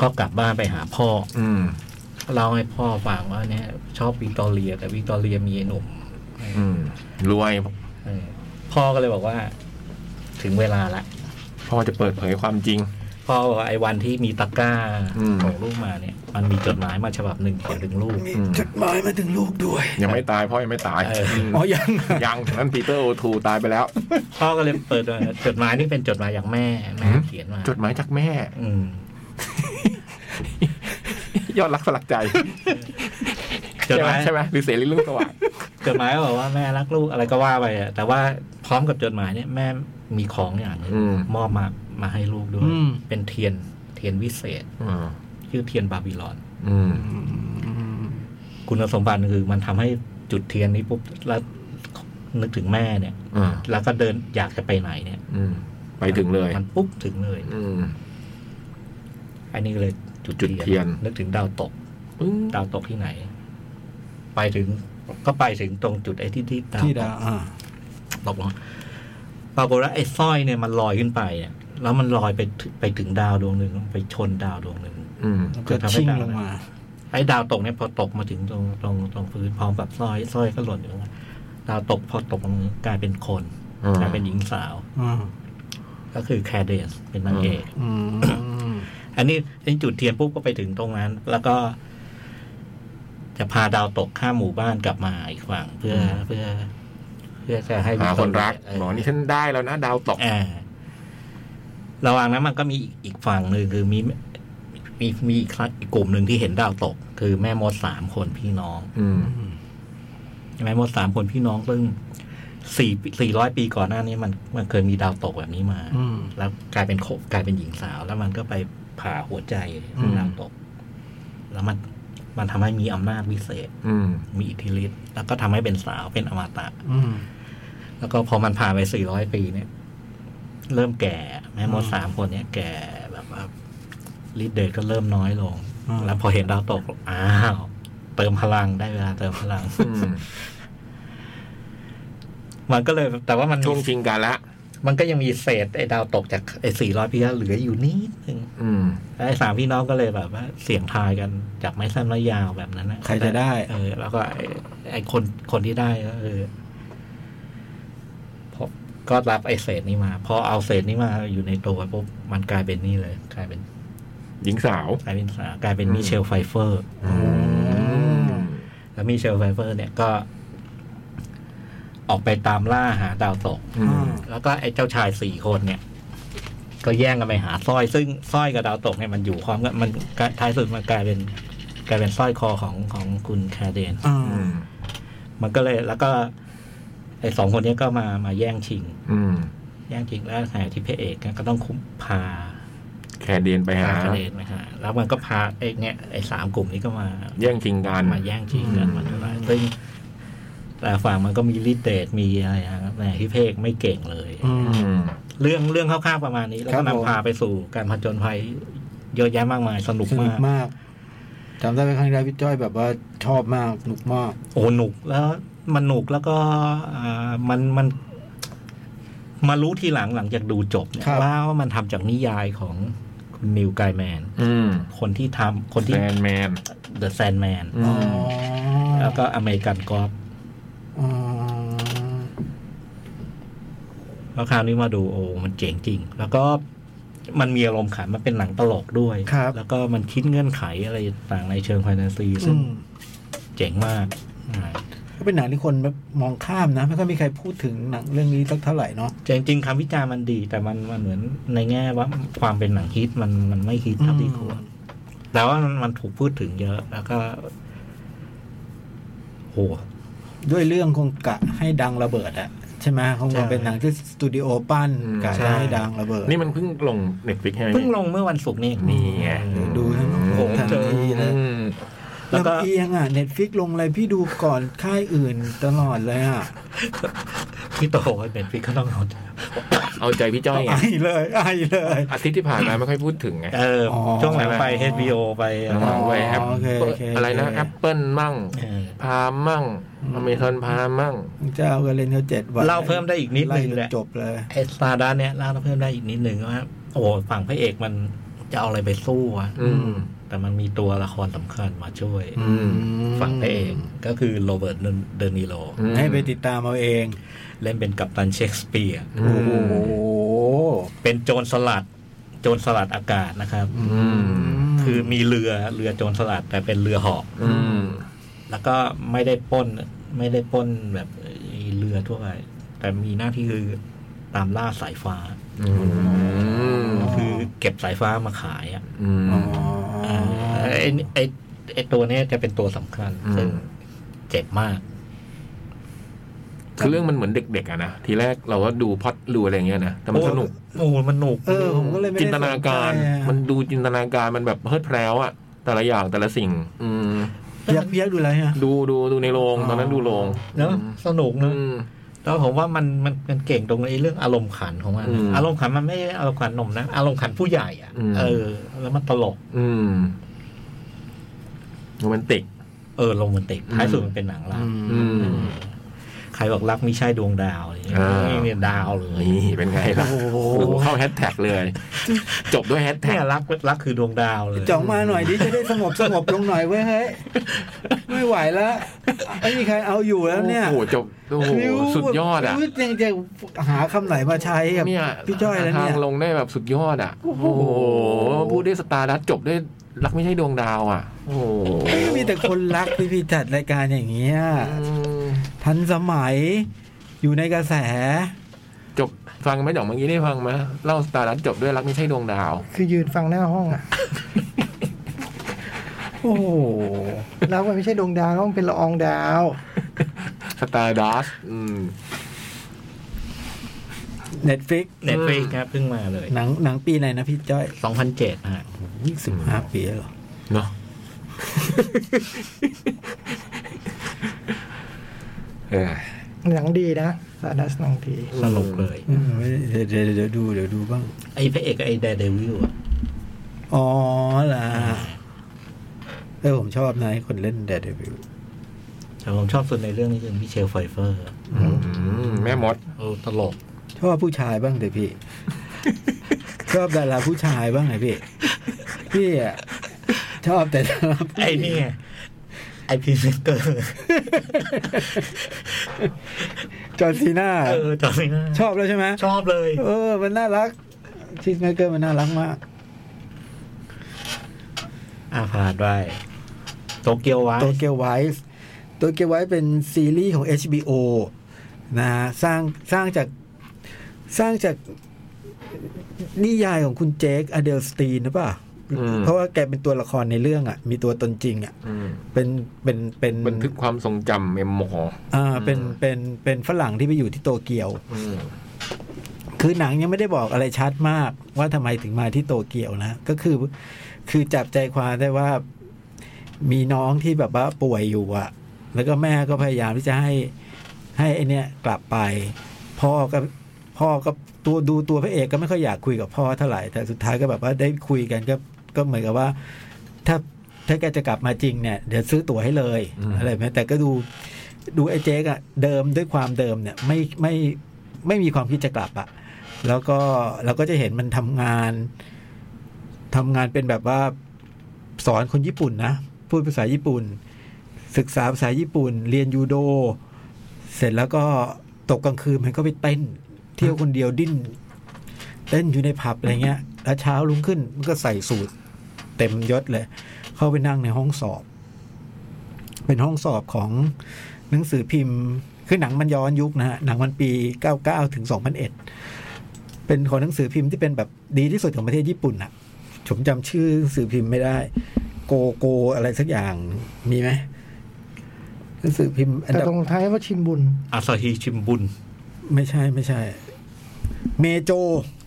ก็กลับบ้านไปหาพ่อ
อืม
เล่าให้พ่อฟังว่าเนี่ย ชอบวิกตอเรีย แต่วิกตอเรียมีไอ้หนุ่ม
อืม รวย
เออพ่อก็เลยบอกว่า ถึงเวลาละ
พ่อจะเปิดเผยความจริง
พอบอกว่าไอ้วันที่มีตะกร้า
อืม
ของลูกมาเนี่ย มันมีจดหมายมาฉบับหนึ่งเขียนถึงลูก
มีจดหมายมาถึงลูกด้วย
ยังไม่ตาย พ่อยังไม่ตาย
เอออื
ม
อ๋อ ยัง
ยังนั้นปีเตอร์โอทูตายไปแล้ว
พ่อก็เลยเปิดดูจดหมายนี่เป็นจดหมายอย่างแม่แม่
อืม
เขียนมา
จดหมายจากแม่
อืม
ยอดรักสลักใจ
จดหมาย
<laughs> ใช่ไหมหรือเสรีรุ่งสว่าง
จดหมายก็บอกว่าแม่รักลูกอะไรก็ว่าไปอะแต่ว่าพร้อมกับจดหมายเนี่ยแม่มีของอย่างหนึง
อืม
มอบมามาให้ลูกด้วย
อืม
เป็นเทียนเทียนวิเศษ
อืม
ชื่อเทียนบาบิลอน
อืม
คุณสมบัติคือมันทำให้จุดเทียนนี้ปุ๊บแล้วนึกถึงแม่เนี่ย
อืม
แล้วก็เดินอยากจะไปไหนเนี่ย
อืมไปถึงเลย
มันปุ๊บถึงเลย
อืม
อันนี้เลยจุด
จุดเทียน
นึกถึงดาวตก
อืม
ดาวตกที่ไหน ไปถึงก็ไปถึงตรงจุดไอ้ที่ที่ดาว
ที่ดาวอ่า
ตกลงปรากฏว่าไอ้สร้อยเนี่ยมันลอยขึ้นไปเนี่ยแล้วมันลอยไปถึงไปถึงดาวดวงหนึ่งไปชนดาวดวงหนึ่ง
อืม
แล้ว
เกิ
ก็
ดทำให้
ชิ่ง
ดาว
ลงมา
ไอ้ดาวตกเนี่ยพอตกมาถึงตรงตรงตรงพื้นพร้อมกับสร้อยสร้อยก็หล่นอยู่ตรงนั้นดาวตกพอตกลงกลายเป็นคน
อืม
กลายเป็นหญิงสาว
อ่า
ก็คือแคเดสเป็นนางเอก
อืม
อันนี้ไอ้จุดเทียนปุ๊บก็ไปถึงตรงนั้น แล้วก็ จะพาดาวตกข้ามหมู่บ้านกลับมาอีกฝั่งเพื่อเพื่อ เพื่อจะให้
หาคนรัก
เ
หมอนี่ฉันได้แล้วนะดาวตก
อ่าระหว่างนั้นมันก็มีอีกอีกฝั่งหนึ่งคือมีมีมีอีกครั้งอีกกลุ่มหนึ่งที่เห็นดาวตก คือแม่มดสามคนพี่น้อง
อืม
แม่มดสามคนพี่น้องซึ่งสี่สี่ร้อยปีก่อนหน้านี้มันมันเคยมีดาวตกแบบนี้มา
อืม
แล้วกลายเป็นโคกลายเป็นหญิงสาว แล้วมันก็ไปผ่าหัวใจของนางตก แล้วมันมันทำให้มีอำนาจวิเศษ
อืม
มีอิทธิฤทธิ์แล้วก็ทำให้เป็นสาวเป็นอมตะ
อืม
แล้วก็พอมันผ่านไป 400 ปีเนี่ย เริ่มแก่ แม่มด
อืม
สามคนเนี่ยแก่แบบว่าฤทธิ์เดชก็เริ่มน้อยลง
อืม
แล้วพอเห็นดาวตกอ้าวเติมพลังได้เวลาเติมพลัง
อืม
มันก็เลยแต่ว่ามัน
ช่วงชิงกันละ
มันก็ยังมีเศษไอ้ดาวตกจากไอ้400 ปีที่แล้วเหลืออยู่นิดนึง
อืม
แล้วไอ้สามพี่น้องก็เลยแบบว่าเสียงทายกันจากไม้สั้นไม้ยาวแบบนั้นนะ
ใครจะได้
เออ แล้วก็ไอ้ไอ้คนคนที่ได้ก็คือพอก็รับไอ้เศษนี้มา พอเอาเศษนี้มาอยู่ในตัวปุ๊บมันกลายเป็นนี่เลย กลายเป็น
หญิงสาว
กลายเป็นสากลายเป็นมิเชลไฟเฟอร์
อืม
แล้วมิเชลไฟเฟอร์เนี่ยก็ ออกไปตามล่าหาดาวตก
อืม
แล้วก็ไอ้เจ้าชายสี่คนเนี่ย ก็แย่งกันไปหาสร้อย ซึ่งสร้อยกับดาวตกเนี่ยมันอยู่พร้อมกันมันท้ายสุดมันกลายเป็นกลายเป็นสร้อยคอของของคุณแคเดน
อ่า
อืม
มันก็เลยแล้วก็ ไอ้สองคนเนี้ก็มามาแย่งชิง
อืม
แย่งชิงแล้วหาที่พระเอกเนี่ยก็ต้องคุ้มพา
แคเดนไปหา
พาแคเดนไปหาแล้วมันก็พาไอ้เนี่ยไอ้สามกลุ่มนี้ก็มา
แย่งชิงกัน
มาแย่งชิงกันมาทำลายซึ่งแต่ละฝั่งมันก็มีลิเตตมีอะไรนะแต่ที่พระเอกไม่เก่งเลย
อืม
อืม
เรื่องเรื่องคร่าวๆประมาณนี้ แล้ว
ครั
ก็
บผม
นำพาไปสู่การผจญภัย เยอะแยะมากมายสนุก
สนุ
มาก ก
มากจำได้เป็นครั้งแรกพี่จ้อยแบบว่าชอบมากสนุกมาก
โอ้หนุกแล้วมันหนุกแล้วก็อ่ามันมัน มารู้ทีหลังหลังจากดูจบเนี่ย
ครับ
ว่าว่ามันทำจากนิยายของคุณนิวไกแมน
อืม
คนที่ทำคนที่
แมนแมน
The Sandman
อื
อ๋อ
ม
แล้วก็อเมริกันกอล์ฟ
อ๋อ
แล้วคราวนี้มาดูโอ้มันเจ๋งจริง แล้วก็มันมีอารมณ์ขันมันเป็นหนังตลกด้วย
ครับ
แล้วก็มันคิดเงื่อนไขอะไรต่างในเชิงแฟนตาซี
อื
ซึ่ง
ม
เจ๋งมากอ่า
ก็เป็นหนังที่คนแบบมองข้ามนะ ไม่ค่อยมีใครพูดถึงหนังเรื่องนี้สักเท่าไหร่เนาะ
จริงจริงๆคำวิจารณ์มันดี แต่มันมันเหมือนในแง่ว่าความเป็นหนังฮิตมันมันไม่ฮิตเท่าที่ควร แต่ว่ามันมันถูกพูดถึงเยอะ แล้วก็ โห
ด้วยเรื่องคงกะให้ดังระเบิดอะใช่ไหมคง
ใช่
เป็นหนังที่สตูดิโอปั้น
อืม
กะจะให้ดังระเบิด
นี่มันเพิ่งลงเน็ตฟิกใช่ไหม
เพิ่งลงเมื่อวันศุกร์นี่เอง
นี่ไง
ดูทั้ง
โอ้โห
ทัน
เจอ
ทีนะ
อืม
แล้วก็
ลำเอียงอะเน็ตฟิกลงอะไรพี่ดูก่อนค่ายอื่นตลอดเลยอะ
พี่โตเป็นฟิกก็ต้องเอาใจ
เอาใจพี่จ้อยไง
ไอเลยไอเลย
อาทิตย์ที่ผ่านมาไม่ค่อยพูดถึงไง
เออ
อ๋อ
ช่วงหลังไป HBO ไป
อ๋
อะไร
อไว้แอป
โอเคโอเค
อะไรนะ
โอเค
แอปเปิลมั่ง
เออ
พามั่งอเมซอนพามั่ง
เจ้าก็เล่นเขาเจ็ดวัน
เล่าเพิ่มได้อีกนิด
ไล่
นึง
จ
แหละ
จบเลย
ไอ้สตาร์ดัสเนี่ยเล่าเพิ่มได้อีกนิดนึงว่าโอ้โหฝั่งพระเอกมันจะเอาอะไรไปสู้วะ
อืม
แต่มันมีตัวละครสำคัญมาช่วย
อืม
ฝั่งพระเอกก็คือโรเบิร์ตเดนิโล
อืม
ให้ไปติดตามเอาเอง
เล่นเป็นกัปตันเชคสเปียร์
อื
โอ้โห
ม
เป็นโจรสลัด โจรสลัดอากาศนะครับ
อืม
คือมีเรือเรือโจรสลัดแต่เป็นเรือเหาะ
อืม
แล้วก็ไม่ได้ปล้น ไม่ได้ปล้นแบบเรือทั่วไปแต่มีหน้าที่คือตามล่าสายฟ้า
อืม
อ๋อ
คือเก็บสายฟ้ามาขายอ่ะ
อืม
อ๋อ
ไอ้นี่ไอ้ไอ้ตัวเนี้ยจะเป็นตัวสำคัญ
อืม
ซึ่งเจ็บมาก
คือเรื่องมันเหมือนเด็ก ๆอะนะ ทีแรกเราก็ดูพล็อดดูอะไรอย่างเงี้ยนะแต่มัน
โอ้
สนุก
โอ้มันหนุก
เออผมก็เลยไม่ได้
จินตนาการ
สนใจอะ
มันดูจินตนาการมันแบบเพลิดเพลวอะแต่ละอย่างแต่ละสิ่ง อืม
เพียกเพียกดูอะไรฮะ
ดูดูดูในโรง
อ๋อ
ตอนนั้นดูโรง
เนอะสนุก
อื
เนอะ
ม
แล้วผมว่ามันมันมันเก่งตรงไอ้เรื่องอารมณ์ขันของมัน
อืม
อารมณ์ขันมันไม่ได้อารมณ์ขันหนมนะอารมณ์ขันผู้ใหญ่อ่ะ
อืม
เออ แล้วมันตลก
อืมโรแมนติก
เออลงมันติกท้ายสุดมันเป็นหนังรัก
อืม
ใครบอกรักไม่ใช่ดวงดาวอะไรอย่างเงี้ย
อ่า
นี่เนี่ยดาวเลย
นี่เป็นไงล่ะ
โอ้โห
โอ้โหเข้าแฮชแท็กเลย จบด้วยแฮชแท็
เนี่
ก
ยรักรักคือดวงดาวเลย
จ่องมาหน่อยดิจะได้สงบสงบลงหน่อยเว้ยเฮ้ยไม่ไหวแล้วไม่มีใครเอาอยู่แล้วเนี่ย
โอ้โหจบโอ้โห
คิ้ว
สุดยอดอ่ะ
คิ้วยังจะหาคำไหนมาใช้กับ
เนี่ย
พี่จ้อยแล้ว
ทา
เนี่
ง
ย
ลงได้แบบสุดยอดอ่ะ โอ้โหพูดได้สตาร์ดัสจบได้รักไม่ใช่ดวงดาวอ่ะ โอ้โห
มีแต่คนรักที่พี่จัดรายการอย่างเงี้ย
อืม
ทันสมัยอยู่ในกระแส
จบฟังไหมดอกเมื่อกี้ได้ฟังไหมเล่าสตาร์ดัสจบด้วยรักไม่ใช่ดวงดาว
คือยืนฟังหน้าห้องอะ
โอ้โห
แล้วมันไม่ใช่ดวงดาวแล้วมันเป็นละอองดาว
สตาร์ดัสอืม
เน็ตฟิก
เน็ตฟลิกครับเพิ่งมาเลย
หนังหนังปีไหนนะพี่จ้อย
2007ฮะ
ยี่สิบห้าปีแล้วเหรอ
เนาะ
<laughs>
เออ
หนังดีนะสาดัสหนังดี
สนุกเลย
อืมเดี๋ยวเดี๋ยวเดี๋ยวดูเดี๋ยวดูบ้าง
ไอ้พระเอกกับไอ้แดเดวิลอะ
อ๋อล่ะเออผมชอบนายคนเล่นแดดเดวิล
แต่ผมชอบสุดในเรื่องนี้คือมิเชลไฟเฟอร์
แม่มด
เออตลก
ชอบผู้ชายบ้างเถอะพี่ <laughs> ชอบดาราผู้ชายบ้างไงพี่ พี่อะชอบแต่ดาราผู้หญิง
ไอ้นี่ไงไอพีเซนเตอร์
<laughs> จอร์นซีน่า
เออจำไม่ได้
ชอบแล้วใช่ไหม
ชอบเลย
เออ มันน่ารักชีสเมเกอร์มันน่ารักมาก
อ่าผ่านไปโตเกียวไว้
โตเกียวไวส์โตเกียวไวส์เป็นซีรีส์ของ HBO นะฮะสร้างสร้างจากสร้างจากนิยายของคุณเจคอเดลสตีนหรือเปล่า
อืม
เพราะว่าแกเป็นตัวละครในเรื่องอ่ะ มีตัวตนจริงอ่ะ เป็นเป็นเป็น
บันทึกความทรงจำเมมโม
อ่าเป็นเป็นเป็นฝรั่งที่ไปอยู่ที่โตเกียว
อืม
คือหนังยังไม่ได้บอกอะไรชัดมาก ว่าทำไมถึงมาที่โตเกียวนะ ก็คือคือจับใจความได้ว่ามีน้องที่แบบว่าป่วยอยู่อะแล้วก็แม่ก็พยายามที่จะให้ให้ไอเนี้ยกลับไป พ่อก็พ่อก็ตัวดูตัวพระเอกก็ไม่ค่อยอยากคุยกับพ่อเท่าไหร่แต่สุดท้ายก็แบบว่าได้คุยกันก็ ก็เหมือนกับว่า ถ้าถ้าแกจะกลับมาจริงเนี่ยเดี๋ยวซื้อตั๋วให้เลย
อืม
อะไรแบบนี้แต่ก็ดูดูไอ้เจ๊กอะเดิมด้วยความเดิมเนี่ยไม่ไม่ไม่มีความคิดจะกลับอะแล้วก็เราก็จะเห็นมันทำงานทำงานเป็นแบบว่าสอนคนญี่ปุ่นนะพูดภาษาญี่ปุ่น ศึกษาภาษาญี่ปุ่น เรียนยูโด เสร็จแล้วก็ตกกลางคืนมันก็ไปเต้น เที่ยวคนเดียวดิ้น เต้นอยู่ในผับอะไรเงี้ย แล้วเช้าลุงขึ้นมันก็ใส่สูตร เต็มยศเลย เข้าไปนั่งในห้องสอบ เป็นห้องสอบของหนังสือพิมพ์ คือหนังมันย้อนยุคนะฮะ หนังมันปี 99 ถึง 2001 เป็นของหนังสือพิมพ์ที่เป็นแบบดีที่สุดของประเทศญี่ปุ่นอะผมจำชื่อหนังสือพิมพ์ไม่ได้ โกโกอะไรสักอย่างมีไหมหนังสือพิมพ์อัน
แต่
ดับ
ตรงท้ายว่าชินบุญ
อาซาฮีชิมบุน
ไม่ใช่ไม่ใช่ เมโจ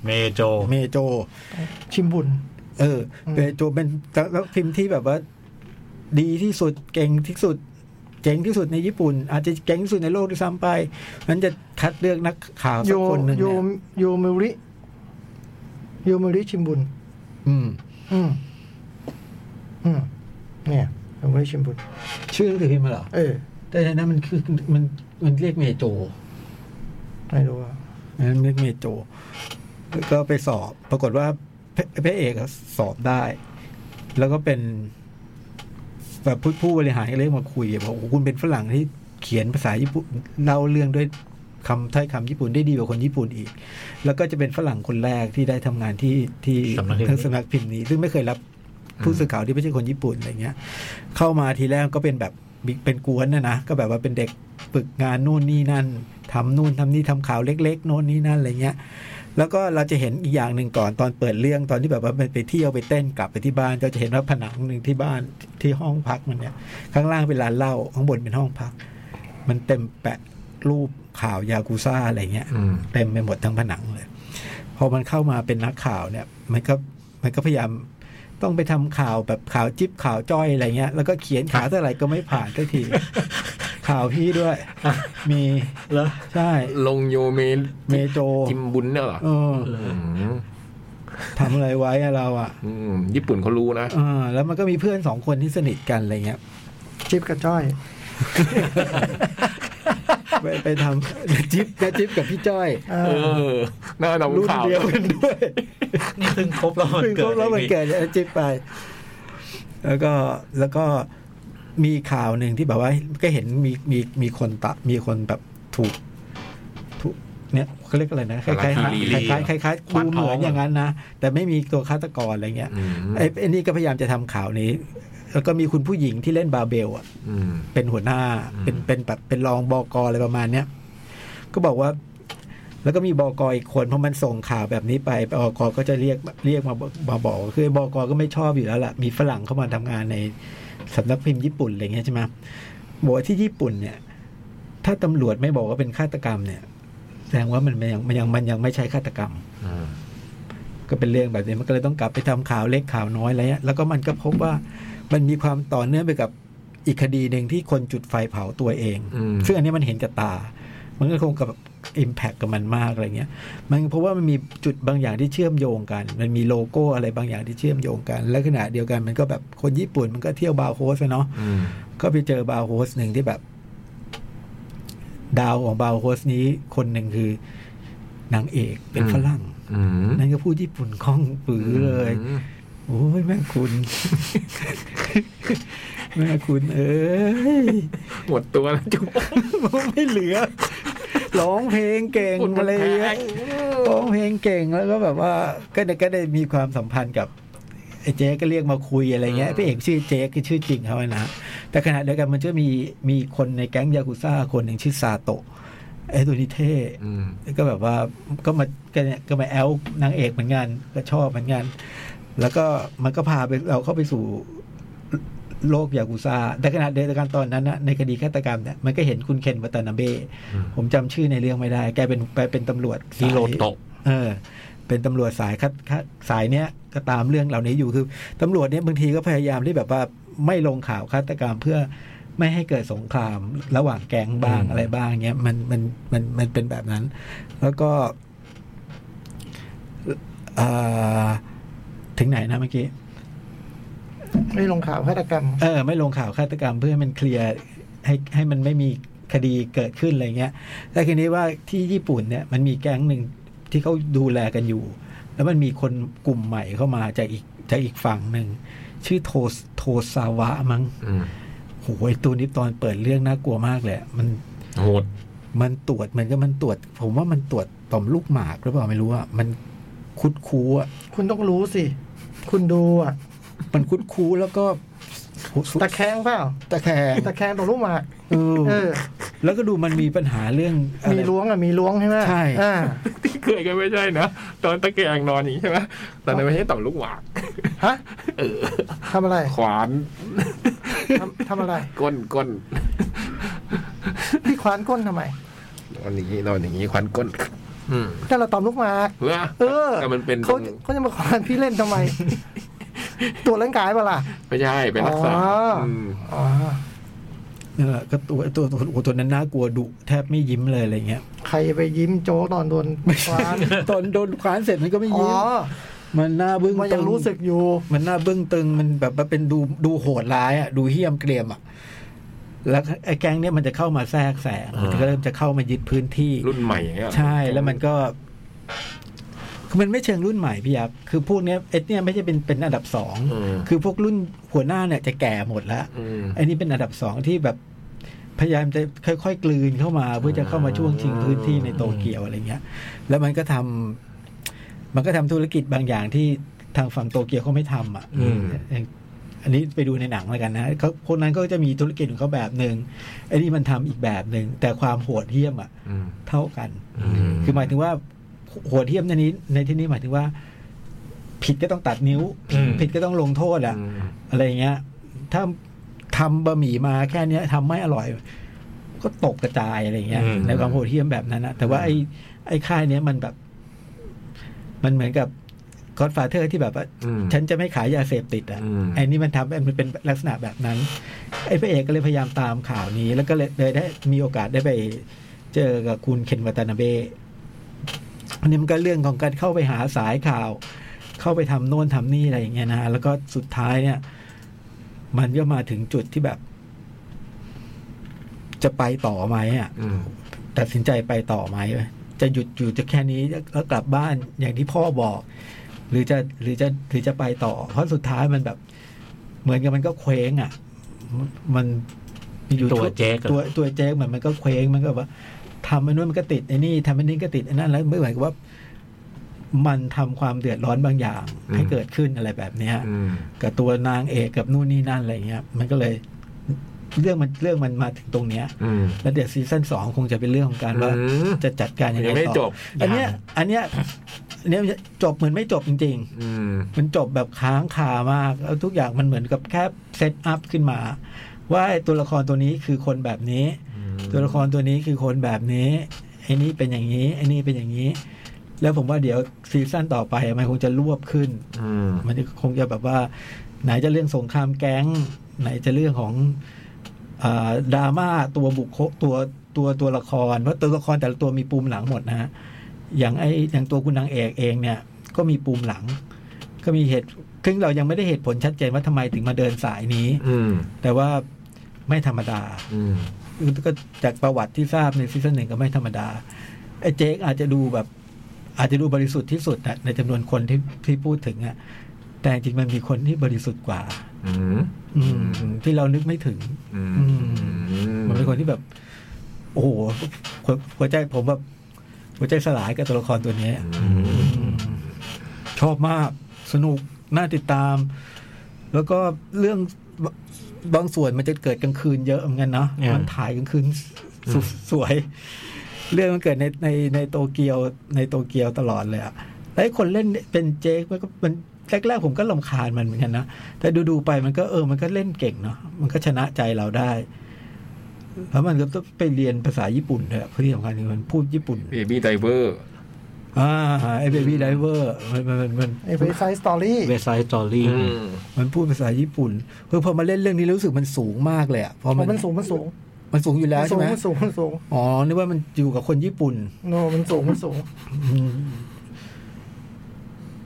เมโจ
เมโจ
ชิมบุญ
เออ
อืม
เมโจเป็นแล้วพิมพ์ที่แบบว่า ดีที่สุดเก่งที่สุด เจ๋งที่สุดในญี่ปุ่น อาจจะเจ๋งที่สุดในโลกด้วยซ้ำไปมันจะคัดเลือกนักข่าว
โย
สักคนหนึ่ง
โย
เนี่ย
โยมิริโยมิริชิมบุญ
อืม
อืม อืม เนี่ยโยมิริชิมบุญ
ชื่อหนังสือพิมพ์เหรอ
เออ
แต่ในนั้นมันคือมันมันเรียกเมโจ
ไม่รู้ว่า
นั้นเมกเมโจแล้วก็ไปสอบ ปรากฏว่าพระพระเอกอะสอบได้ แล้วก็เป็นแบบผู้ผู้บริหารก็เรียกมาคุยบอกโอ้โหคุณเป็นฝรั่งที่เขียนภาษาญี่ปุ่นเล่าเรื่องด้วยคำถ้อยคำญี่ปุ่นได้ดีกว่าคนญี่ปุ่นอีก แล้วก็จะเป็นฝรั่งคนแรกที่ได้ทำงานที่ที่
สำนักพิมพ์
ทางสำนักพิมพ์นี้ ซึ่งไม่เคยรับผู้สื่อข่าวที่ไม่ใช่คนญี่ปุ่นอะไรเงี้ย เข้ามาทีแรกก็เป็นแบบเป็นกวนนะนะก็แบบว่าเป็นเด็กฝึกงานนู่นนี่นั่นทำนู่นทำนี่ทำข่าวเล็กๆโน่นนี่นั่นอะไรเงี้ย แล้วก็เราจะเห็นอีกอย่างหนึ่งก่อนตอนเปิดเรื่องตอนที่แบบว่ามันไปเที่ยวไปเต้นกลับไปที่บ้านก็จะเห็นว่าผนังหนึ่งที่บ้านที่ห้องพักมันเนี่ย ข้างล่างเป็นร้านเหล้าข้างบนเป็นห้องพัก มันเต็มแปะรูปข่าวยากูซ่าอะไรเงี้ย
อืม
เต็มไปหมดทั้งผนังเลย พอมันเข้ามาเป็นนักข่าวเนี่ย มันก็มันก็พยายามต้องไปทำข่าวแบบข่าวจิ๊บข่าวจ้อยอะไรเงี้ย แล้วก็เขียนข่าวเท่าไหร่ก็ไม่ผ่านสักที ข่าวพี่ด้วย มี
แล้ว
ใช่
ลงโยเม
เมโจ
จิมบุญเนี่ยเหรอ
เออ
ม
ทำอะไรไว้อะเราอะ
อืมญี่ปุ่นเขารู้นะ
เออแล้วมันก็มีเพื่อนสองคนที่สนิทกันอะไรเงี้ย
จิ๊บกับจ้อย
ไปไปทำ <laughs> จิ๊บนะจิ๊บกับพี่จ้อย
เอ
เอ
อ
อหน้าเรา
รุ่น
ข่าว
เดียวกันด้วย
นี่เพิ่งครบแล้วมัน
เพิ่ง
เกิ
คร
ด
บแล้วมันเกิดเนี่ยจิ๊บไป แล้วก็แล้วก็มีข่าวหนึ่งที่แบบว่าก็เห็นมีมีมีคนตะมีคนแบบถูกถูกเนี่ยเขาเรียกอะไรนะคล้ายๆคล้
อะไรนะ
ายๆคล้ายๆคล้ายๆดูเหมือนอย่างนั้นนะแต่ไม่มีตัวฆาตกรอะไรเงี้ย
อืม
ไอ้ไอ้นี่ก็พยายามจะทำข่าวนี้ แล้วก็มีคุณผู้หญิงที่เล่นบาเบลอ่ะ
อืม
เป็นหัวหน้า เป็นเป็นแบบเป็นรองบอกอะไรประมาณเนี้ยก็บอกว่า แล้วก็มีบอกอีกคนเพราะมันส่งข่าวแบบนี้ไปบอกก็จะเรียกเรียกมามาบอกคือบอกก็ไม่ชอบอยู่แล้วล่ะมีฝรั่งเข้ามาทำงานในสำนักพิมพ์ญี่ปุ่นอะไรเงี้ยใช่ไหมบอกว่าที่ญี่ปุ่นเนี่ย ถ้าตำรวจไม่บอกว่าเป็นฆาตกรรมเนี่ย แสดงว่ามันมันยังมันยังมันยังไม่ใช่ฆาตกรรม
อืม
ก็เป็นเรื่องแบบนี้มันก็เลยต้องกลับไปทำข่าวเล็กข่าวน้อยอะไรเงี้ยแล้วก็มันก็พบว่ามันมีความต่อเนื่องไปกับอีกคดีหนึ่งที่คนจุดไฟเผาตัวเอง
อืม
ซึ่งอันนี้มันเห็นกับตา มันก็คงกับอิมแพคกับมันมากอะไรเงี้ย มันเพราะว่ามันมีจุดบางอย่างที่เชื่อมโยงกัน มันมีโลโก้อะไรบางอย่างที่เชื่อมโยงกัน และขณะเดียวกันมันก็แบบคนญี่ปุ่นมันก็เที่ยวบาร์โฮสอะเนาะ
อืม
ก็ไปเจอบาร์โฮสหนึ่งที่แบบ ดาวของบาร์โฮสนี้คนหนึ่งคือนางเอกเป็น
อืม
ฝรั่ง
อืม
นั่นก็พูดญี่ปุ่นคล่องปือเลย โอ้ยแม่คุณ <laughs> แม่คุณเอ้ย <laughs>
หมดตัวแล้วจุ๊บ
ไม่เหลือ ร้องเพลงเก่ง
คุณมัน
อะไรเงี้ย
แพง
ร้องเพลงเก่งแล้วก็แบบว่า ก็ได้ก็ได้มีความสัมพันธ์กับไอ้เจ๊ก็เรียกมาคุยอะไรเงี้ยพี่เอกชื่อเจ๊คือชื่อจริงเขาอะนะแต่ขณะเดียวกันมันจะมีมีคนในแก๊งยากุซ่าคนหนึ่งชื่อซาโตะไอ้ตัวนี้เท่
อืม
ก็แบบว่าก็มาก็เนี่ยก็มาแอลนางเอกเหมือนกันก็ชอบเหมือนกัน แล้วก็มันก็พาไปเราเข้าไปสู่โลกยากุซ่าแต่ขณะเดียวกันตอนนั้นนะในคดีฆาตกรรมเนี่ยมันก็เห็นคุณเคนวัตานาเบะ
อืม
ผมจำชื่อในเรื่องไม่ได้ แกเป็นไปเป็นตำรวจสาย
ฮิโรโตะ
เออ เป็นตำรวจสายคัดคัดสายเนี้ยก็ตามเรื่องเหล่านี้อยู่คือตำรวจเนี่ยบางทีก็พยายามที่แบบว่าไม่ลงข่าวฆาตกรรมเพื่อไม่ให้เกิดสงครามระหว่างแก๊งบ้างอะไรบ้างเงี้ยมันมันมันมันเป็นแบบนั้น แล้วก็เอ่อถึงไหนนะเมื่อกี้
ไม่ลงข่าวฆาตกรรม
เออไม่ลงข่าวฆาตกรรมเพื่อให้มันเคลียร์ให้ให้มันไม่มีคดีเกิดขึ้นอะไรเงี้ยแต่ทีนี้ว่าที่ญี่ปุ่นเนี่ยมันมีแก๊งหนึ่งที่เขาดูแลกันอยู่ แล้วมันมีคนกลุ่มใหม่เข้ามาจากอีกจากอีกฝั่งหนึ่งชื่อโทสโทซาวะมั้ง
อืม
โหไอ้ตัวนี้ตอนเปิดเรื่องน่ากลัวมากเลยอะมัน
โหด
มันตรวจเหมือนกับมันตรวจ ผมว่ามันตรวจต่อมลูกหมากหรือเปล่าไม่รู้อ่ะมันคุดคูอ่ะ
คุณต้องรู้สิ คุณดูอ่ะ
มันคุดคูแล้วก็
ตะแคงเปล่า
ตะแคง
ตะแคงตรงลูกหมาก
เออ
เออ
แล้วก็ดูมันมีปัญหาเรื่องอะไร
มีล้วงอ่ะ มีล้วงใช่ไหม
ใช่
อ่า
ที่เคยกันไม่ใช่นะตอนตะเกียงนอนอย่างนี้ใช่ไหมตอนนั้นไม่ใช่ต่อมลูกหวาก
ฮะ
เออ
ทำอะไร
ขวาน
ทำทำอะไร
ก้นก้น
พี่ควานก้นทำไม
นอนอย่างนี้นอนอย่างนี้ขวานก้น อืม
แต่เราตอมลูกหมาก
เหรอ
เออ
แต่มันเป็น
เขาเขาจะมาควานพี่เล่นทำไม ตรวจร่างกายเปล่าล่ะ
ไม่ใช่ไปรักษา
อ๋ออื
ม
อ๋อ
นั่นแหละก็ตัวตัวตัวโอ้ตัวนั้นน่ากลัวดุแทบไม่ยิ้มเลยอะไรเงี้ย
ใครไปยิ้มโจ๊กตอนโดนควาน
<laughs> ตอนโดนควานเสร็จมันก็ไม่
อ๋อ
ยิ้มมันหน้าบึ้ง
มัน
ตึ
ยัง
ง
รู้สึกอยู่
มันหน้าบึ้งตึงมันแบบว่าเป็นดูดูโหดร้ายอ่ะดูเหี้ยมเกรียมอ่ะแล้วไอ้แก๊งเนี้ยมันจะเข้ามาแทรกแซงมันก็เริ่มจะเข้ามายึดพื้นที่
รุ่นใหม่อย่างเงี้ย
ใช่แล้วมันก็คือมันไม่เชิงรุ่นใหม่พี่ยักษ์คือพวกเนี้ยเอ็ดเนี่ยไม่ใช่เป็นเป็นอันดับสอง
อืม
คือพวกรุ่นหัวหน้าเนี่ยจะแก่หมดแล้ว
อืม
ไอ้นี่เป็นอันดับสองที่แบบพยายามจะค่อย ๆ กลืนเข้ามา เพื่อจะเข้ามาช่วงชิงพื้นที่ในโตเกียวอะไรเงี้ย แล้วมันก็ทำมันก็ทำธุรกิจบางอย่างที่ทางฝั่งโตเกียวเขาไม่ทำอ่ะ
อืม
อย่างอันนี้ไปดูในหนังแล้วกันนะเขาคนนั้นก็จะมีธุรกิจของเขาแบบหนึ่งไอ้นี่มันทำอีกแบบหนึ่งแต่ความโหดเหี้ยมอ่ะ
อืม
เท่ากัน
อืม
คือหมายถึงว่าโหัวเทียมในนี้ ในที่นี้หมายถึงว่า ผิดก็ต้องตัดนิ้ว ผิด
อืม
ผิดก็ต้องลงโทษอะ
อืม
อะไรอย่างเงี้ย ถ้าทำบะหมี่มาแค่เนี้ยทำไม่อร่อย ก็ตกกระจายอะไรอย่างเงี้ย
อืม
ในความโหดเทียมแบบนั้นนะแต่ว่าไอ้ไอ้ค่ายเนี้ยมันแบบ มันเหมือนกับก o อ f ฟาเธอร์ที่แบบว่า
อืม
ฉันจะไม่ขายยาเสพติดอ่ะ
อืม
ไอ้นี่มันทำมันเป็นลักษณะแบบนั้น ไอ้พระเอกก็เลยพยายามตามข่าวนี้ แล้วก็เลยเลยได้มีโอกาสได้ไปเจอกับคุณเคนวัตานาเบะอันนี้มันก็เรื่องของการเข้าไปหาสายข่าว เข้าไปทำโน่นทำนี่อะไรอย่างเงี้ยนะฮะแล้วก็สุดท้ายเนี่ย มันก็มาถึงจุดที่แบบ จะไปต่อไหมอ่ะ
อืม
ตัดสินใจไปต่อไหมจะหยุดอยู่จะแค่นี้แล้วกลับบ้านอย่างที่พ่อบอก หรือจะหรือจะหรือจะไปต่อ เพราะสุดท้ายมันแบบ เหมือนกับมันก็เคว้งอ่ะ มัน
ตัวเจ๊กอะ
ตัวตัวเจ๊กเหมือนมันก็เคว้งมันก็แบบว่าทำอันนู้นมันก็ติดไอ้นี่ทำอันนี้ก็ติดไอ้นั่นแล้วไม่เหมือนกับว่า มันทำความเดือดร้อนบางอย่าง ให้เกิดขึ้นอะไรแบบเนี้ย
อืม
กับตัวนางเอกกับนู่นนี่นั่นอะไรเงี้ย มันก็เลย เรื่องมันเรื่องมันมาถึงตรงเนี้ย
อืม
แล้วเดี๋ยวซีซั่นสองคงจะเป็นเรื่องของการว่า
อืม
จะจัดการยังไง
ยังไม่
ต่อ
จบ
อันเนี้ย อันเนี้ยอันเนี้ยจบเหมือนไม่จบจริง
อืม
ๆ มันจบแบบค้างคามากแล้วทุกอย่างมันเหมือนกับแค่เซตอัพขึ้นมา ว่าไอ้ตัวละครตัวนี้คือคนแบบนี้ ตัวละครตัวนี้คือคนแบบนี้ไอ้นี่เป็นอย่างนี้ไอ้นี่เป็นอย่างนี้ แล้วผมว่าเดี๋ยวซีซั่นต่อไปมันคงจะรวบขึ้น
อืม
มันคงจะแบบว่า ไหนจะเรื่องสงครามแก๊ง ไหนจะเรื่องของอาดราม่าตัวบุคคลตัวตัวตัวละคร เพราะตัวละครแต่ละตัวมีปูมหลังหมดนะฮะอย่างไออย่างตัวคุณนางเอกเองเนี่ย ก็มีปูมหลัง ก็มีเหตุซึ่งเรายังไม่ได้เหตุผลชัดเจนว่าทำไมถึงมาเดินสายนี้
อืม
แต่ว่าไม่ธรรมดา
อืม
ก็จากประวัติที่ทราบในซีซั่นหนึ่งก็ไม่ธรรมดาไอ้เจ๊กอาจจะดูแบบ อาจจะดูบริสุทธิ์ที่สุดนะในจำนวนคนที่ที่พูดถึงอะแต่จริงๆมันมีคนที่บริสุทธิ์กว่า
อืม
อืม ที่เรานึกไม่ถึง
อืม
อืมมันเป็นคนที่แบบ โอ้โหหัวหัวใจผมแบบหัวใจสลายกับตัวละครตัวนี้อืมชอบมากสนุกน่าติดตาม แล้วก็เรื่องบางส่วนมันจะเกิดกลางคืนเยอะเหมือนกันเนาะ
อ่ามั
มันถ่ายกลางคืนสสวย เรื่องมันเกิดในในในโตเกียวในโตเกียวตลอดเลยอะแล้วไอ้คนเล่นเป็นเจ๊กมันก็มันแรกๆผมก็ลำคาญมันเหมือนกันนะ แต่ดูๆไปมันก็เออมันก็เล่นเก่งเนาะมันก็ชนะใจเราได้ แล้วมันก็ต้องไปเรียนภาษาญี่ปุ่นด้วยอะที่สำคัญคือมันพูดญี่ปุ่น
เบบี้ไดเวอร์
อ่าไอ้เบบี้ไดเวอร์มันมันมันมัน
ไอ้เว็บไซต์สตอรี่
เวสไซต์จอรี่
มันพูดภาษาญี่ปุ่นเออพอมาเล่นเรื่องนี้รู้สึกมันสูงมากเลยอ่ะพอมัน
มันสูง มันสูง
มันสูงอยู่แล้ว
มัน
ใช่
สูง
ไหม
มันสูง มันสูง
อ๋อนึกว่ามันอยู่กับคนญี่ปุ่น
โนมันสูง มันสูง
อืม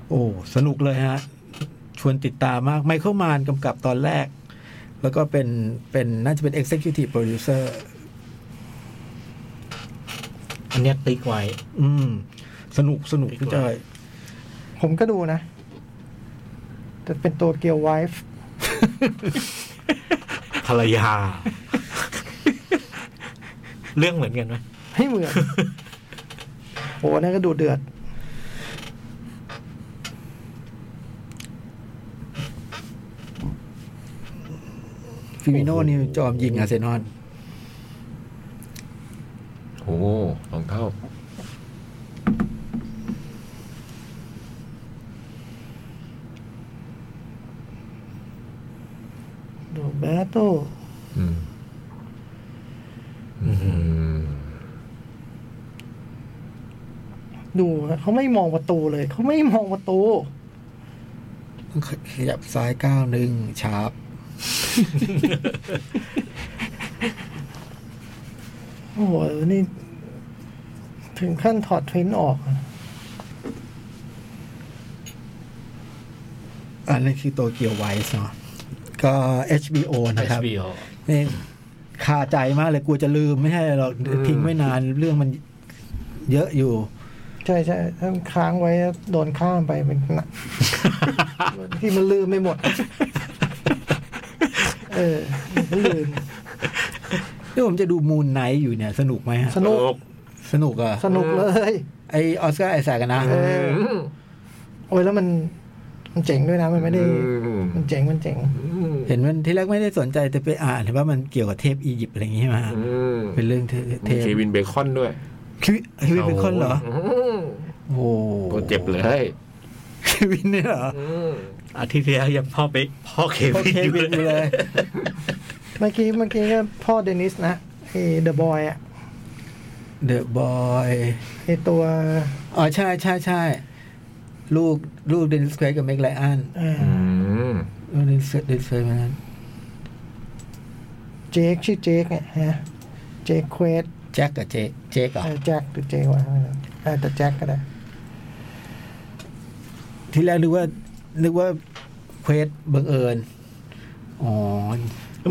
โอ้ สนุกเลยฮะ ชวนติดตามมากไมเคิลมานกำกับตอนแรก แล้วก็เป็นเป็นน่าจะเป็น Executive Producer
อันเนี้ยติ๊กไว้
อืม สนุกสนุก
อีก
พี่
แล้ว
จอย
ผมก็ดูนะ จะเป็นตัวเกียวไวฟ์
ภรรยา เรื่องเหมือนกันไหม
ให้เหมื <laughs> อนโอ้นั่นก็ดูเดือด
ฟิมิโน่นี่จอมยิงอาร์เซนอล
โอ้สองเท่า
โรเบโต
อืม
ดูเขาไม่มองประตูเลย เขาไม่มองประตู
ขยับซ้ายก้าวหนึ่งชาร์ป
โอ้โห นี่ ถึงขั้นถอดทวินออกอะ
อันนั้นคือโตเกียวไวส์เนาะก็ HBO นะครับ
บีโอ
นี่คาใจมากเลยกลัวจะลืมไม่ใช่หรอกทิ้งไม่นานเรื่องมันเยอะอยู่
ใช่ใช่ถ้าค้างไว้โดนข้ามไปเป็นหนัก <laughs> ที่มันลืม <laughs> ไม่หมด เออมันลืม
นี่ผมจะดูมูนไนท์อยู่เนี่ยสนุกไหมฮะ
สนุก
สนุกเหรอ่ะ
สนุกเลย
ไอออสการ์ไอแซกอะนะ
เออ โอ้ยแล้วมัน มันเจ๋งด้วยนะ มันไม่ได้ มันเจ๋ง มันเจ๋ง
เห็นมันที่แรกไม่ได้สนใจแต่ไปอ่านเห็นว่ามันเกี่ยวกับเทพอียิปต์อะไรอย่างงี้ใช่ไหมฮะเป็นเรื่องเทพเท
มี
พ
เควินเบคอนด้วย
คิวิคิวินเป็นคนเหรอโอ้โห
ตัวเจ็บเลย
คิวินเนี่ยเหรอ
อาทิตย์ที่แล้วยังพ่อเบคพ่อเค
โอ
วิน
เค
อยู่
วินอยู่
เล
เลย ย
เมื่อกี้เมื่อกี้ก็พ่อเดนิสนะไอ้เดอะบอยอะ
เดอะบอย
ไอ้ตัว
อ๋อใช่ใช่ใช่ลูกลูกเดนสเควกับเมกไลอัน
อ่า
ลูกเดนสเดนสเควเหมือนกัน
เจคชื่อเจคเนี่ยฮะ เจคเควส
แจ็คกับเจเจคอ่ะ
เออแจ็คหรือเจวะไม่รู้เออแต่แจ็คก็ได้
ที่แรกนึกว่า นึกว่าเควสบังเอิญ อ๋อ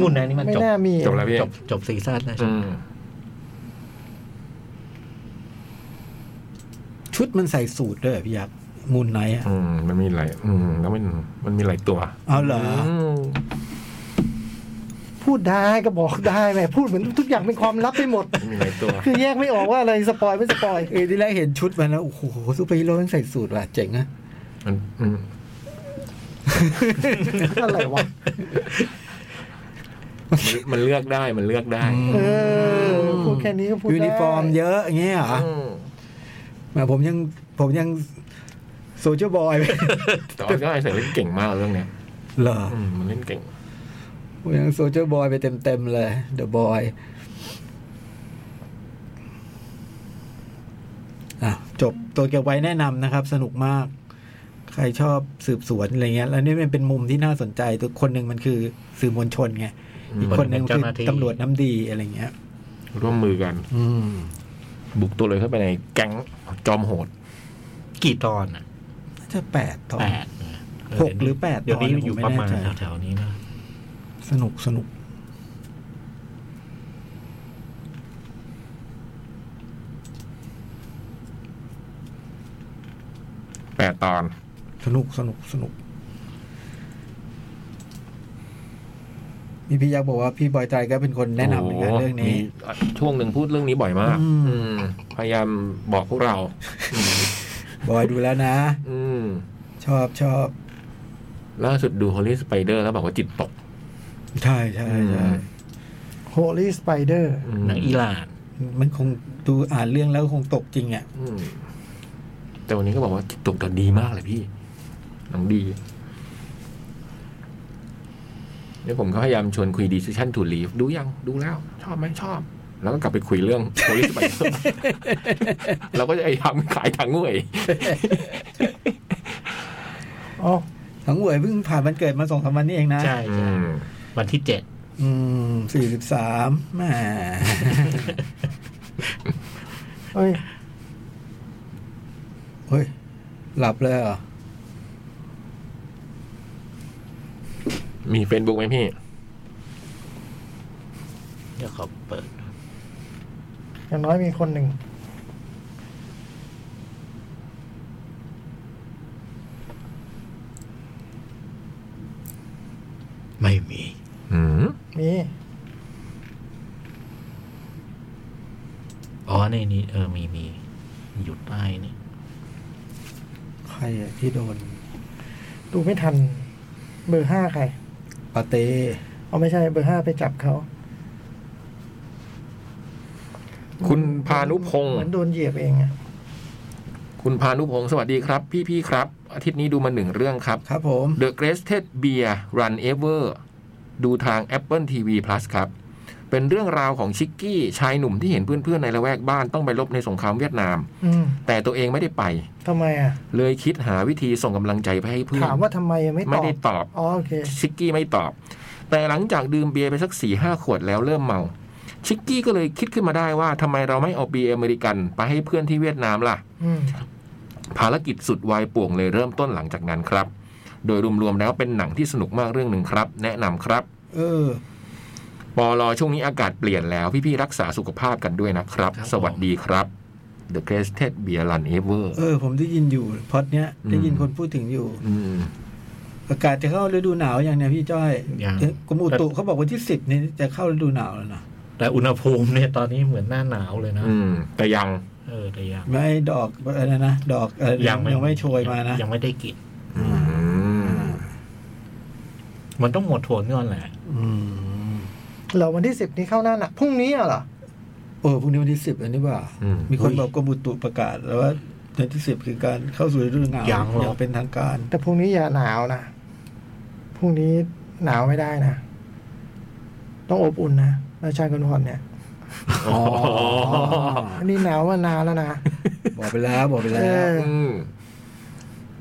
มุนไหนนี่มัน
ไม่
จบ
น่ามี
จบแล้วพี่
จบจบซีซั่นแล้วใช่
อื
ไหม
ม
ชุดมันใส่สูตรด้วยเหรอพี่ยักษ์มูลไนท์อะ
อืมมันมีหลายอืมแล้วมันมันมีหลายตัว
เอาเหรอ
ม
พูดได้ก็บอกได้แหมพูดเหมือนทุกอย่างเป็นความลับไปหมด
มันมีหลายตัว
คือแยกไม่ออกว่าอะไรสปอยไม่สปอย
เออที่แรกเห็นชุดมันแล้ว โอ้โหซูเปอร์ฮีโร่ต้องใส่สูตรว่ะ เจ๋งอะ
มันอืม
อะไรวะ
มันมันเลือกได้มันเลือกได้
เออพูดแค่นี้ก็พูดได้
ยูนิฟอร์มเยอะอย่างเงี้ยเหรอ
อืม
แหมผมยังผมยังโซเชียลบอย
แต่ว่าก็ไอ้เสือเล่นเก่งมากเรื่องเนี้ย
<laughs> เหรอ
อืมมันเล่นเก่ง
ผมยังโซเชียลบอยไปเต็มๆเลย เดอะบอยอ่ะจบตัวเกียวไว้แนะนำนะครับ สนุกมาก ใครชอบสืบสวนอะไรเงี้ย แล้วนี่มันเป็นมุมที่น่าสนใจ ตัวคนหนึ่งมันคือสื่อมวลชนไง อีกคนหนึ่งคือตำรวจน้ำดีอะไรเงี้ย
ร่วมมือกัน
อืม
บุกตัวเลยเข้าไปในแก๊งจอมโหด
กี่ตอนอ่ะ
น่าจะแปดตอน
แปดเ
หกหรือแปด
เดี๋ยวนี้
ตอนนะ
อ
ผ
ยู่
ม
ประ
ไม่
มาณ
แน่ใจ
แถวๆนี้นะ
สนุกสนุก
แปดตอน
สนุกสนุกสนุกมีพี่ยักษ์บอกว่าพี่บอยไตรก็เป็นคนแนะนำเหมือนกันเรื่องนี้
โโหมีช่วงหนึ่งพูดเรื่องนี้บ่อยมาก
อืม
อืม พยายามบอกพวกเรา
บอยดูแล้วนะ
อืม
ชอบชอบ
ล่าสุดดู Holy Spider แล้วบอกว่าจิตตก
ใช่ใช่ใช่
อื
โฮลี่สไปเดอร์
อืม
หนังอิหร่าน
มันคงดูอ่านเรื่องแล้วคงตกจริงอ่ะ
อืมแต่วันนี้ก็บอกว่าจิตตกแต่ดีมากเลยพี่ หนังดีเนี่ยผมก็พยายามชวนคุย Decision to Leave ดูยัง ดูแล้ว ชอบไหมชอบ แล้วก็กลับไปคุยเรื่อง Holy
<laughs>
Spider เราก็จะพยายามขายทางงวย
อ๋อ
ทั้งหวยเพิ่งผ่านวันเกิดมาสองสามวันนี้เองนะ
ใช่
อื
ใช่
ม
วันที่เจ็ด
อืมสี่สิบสาม <laughs> แหม
เอ้ย
เฮ้ย หลับเลยเหรอ
มีเฟซบุ๊กไหมพี่
เดี๋ยวขอเปิด
อย่างน้อยมีคนหนึ่ง
ไม่มี
อืม
มี
อ๋อในนี้เออมีมีอยู่ใต้นี่
ใครอะที่โดน
ดูไม่ทัน เบอร์ห้าใคร
ปาเต้
เอาไม่ใช่เบอร์ห้าไปจับเขา
คุณพานุพงศ์
เหมือนโดนเหยียบเองอะ
คุณพานุพงศ์สวัสดีครับ พี่พี่ๆครับ อาทิตย์นี้ดูมาหนึ่งเรื่องครับ
ครับผม
The Greatest Beer Run Ever ดูทาง Apple TV Plus ครับ เป็นเรื่องราวของชิกกี้ ชายหนุ่มที่เห็นเพื่อนๆ ในละแวกบ้านต้องไปรบในสงครามเวียดนาม
อืม
แต่ตัวเองไม่ได้ไป
ทำไมอ่ะ
เลยคิดหาวิธีส่งกำลังใจไปให้เพื่อน
ถามว่าทำไมยังไม่ต
ไม่
อบ
ได้ตอบ
อ๋อโอเค
ชิกกี้ไม่ตอบ แต่หลังจากดื่มเบียร์ไปสักสี่ห้าขวดแล้วเริ่มเมา ชิกกี้ก็เลยคิดขึ้นมาได้ว่าทำไมเราไม่เอาเบียร์อเมริกัน ไปให้เพื่อนที่เวียดนามล่ะ
อืม
ภารกิจสุดวายป่วงเลยเริ่มต้นหลังจากนั้นครับ โดยรวมๆแล้วเป็นหนังที่สนุกมากเรื่องหนึ่งครับ แนะนำครับ
เออ
ปอลอช่วงนี้อากาศเปลี่ยนแล้ว พี่ๆรักษาสุขภาพกันด้วยนะครับ สวัสดีครับ The Greatest Beer Run Ever
เออ ผมได้ยินอยู่พอดเนี้ย ได้ยินคนพูดถึงอยู่
อืม
อากาศจะเข้าฤดูหนาวอย่างเนี้ยพี่จ้อย
ยัง
เอ๊ะกรมอุตุเขาบอกวันที่สิบนี่จะเข้าฤดูหนาวแล้วนะ
แต่อุณหภูมิเนี่ยตอนนี้เหมือนหน้าหนาวเลยนะ
อืม แต่ยัง
เออแต่ยัง
ไม่ดอกอะไรนะดอกเอ่อยังไม่โชยมานะ
ยังไม่ได้กลิ่น
อืม
มันต้องหมดโทนก่อนแหละ
อืม
เราวันที่สิบนี้เข้าหน้าหนักพรุ่งนี้อะเหรอ
เออพรุ่งนี้วันที่สิบอันนี้ว่า
อืม
มีคนบอกกรมอุตุประกาศแล้วว่าวันที่สิบคือการเข้าสู่ฤดูหนาว
ยังหรอ
อย่างเป็นทางการ
แต่พรุ่งนี้อย่าหนาวนะ พรุ่งนี้หนาวไม่ได้นะ ต้องอบอุ่นนะราชาคนพรเนี่ย
อ๋อ
อันนี้หนาวมานานแล้วนะ
บอกไปแล้วบอกไป
เอ
แล้ว
อ
อืม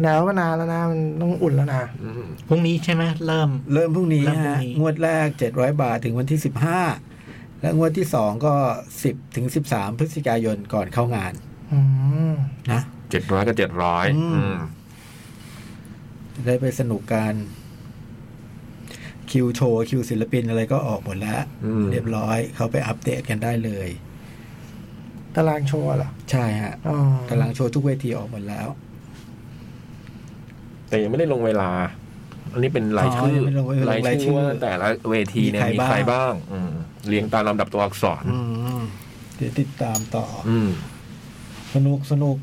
หนาวมานานแล้วนะ มันต้องอุ่นแล้วนะ
อืม
พรุ่งนี้ใช่ไหมเริ่ม
เริ่มพรุ่งนี้
เริ่มพรุ่
ฮะ
งนี้
งวดแรกเจ็ดร้อยบาทถึงวันที่สิบห้าและงวดที่สองก็สิบถึงสิบสามพฤศจิกายนก่อนเข้างาน
อืม
นะ
เจ็ดร้อยกับเจ็ดร้อย
อืม จะได้ไปสนุกกันคิวโชว์คิวศิลปินอะไรก็ออกหมดแล้ว เรียบร้อยเขาไปอัปเดตกันได้เลย
ตารางโชว์อะเหรอ
ใช่ฮะ
อ๋อก
ำลังโชว์ทุกเวทีออกหมดแล้ว
แต่ยังไม่ได้ลงเวลา อันนี้เป็นรายชื่อรายชื่อว่าแต่ละเวทีเนี่ยมีใครบ้าง อืมเรียงตามลำดับตัวอักษร
เดี๋ยวติดตามต่อ
อืม
สนุกสนุก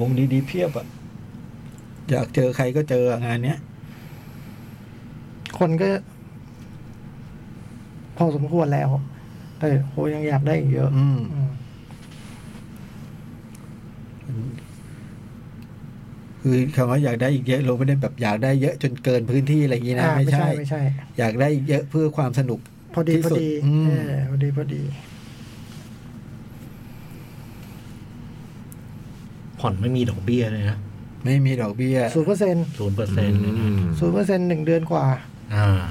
วงดีๆเพียบอ่ะ อยากเจอใครก็เจองานเนี้ย
คนก็ พอสมควรแล้ว แต่โหยังอยากได้อีกเยอะ
อืม
อืม
คือคำว่าอยากได้อีกเยอะเราไม่ได้แบบอยากได้เยอะจนเกินพื้นที่อะไรอย่างนี้นะ
อ่า
ไม่ใช่
ไม่ใช่
อยากได้อีกเยอะเพื่อความสนุก
พอดี
ที่
พอ
สุด
ดี
อืม
เออพอดีพอดี
ผ่อนไม่มีดอกเบี้ยเลยนะ
ไม่มีดอกเบี้ย
ศูนย์เปอร์เซ็นต์
ศูนย์เปอร์เซ็นต์
ศูนย์เปอร์เซ็นต์หนึ่งเดือนกว่า
อ่า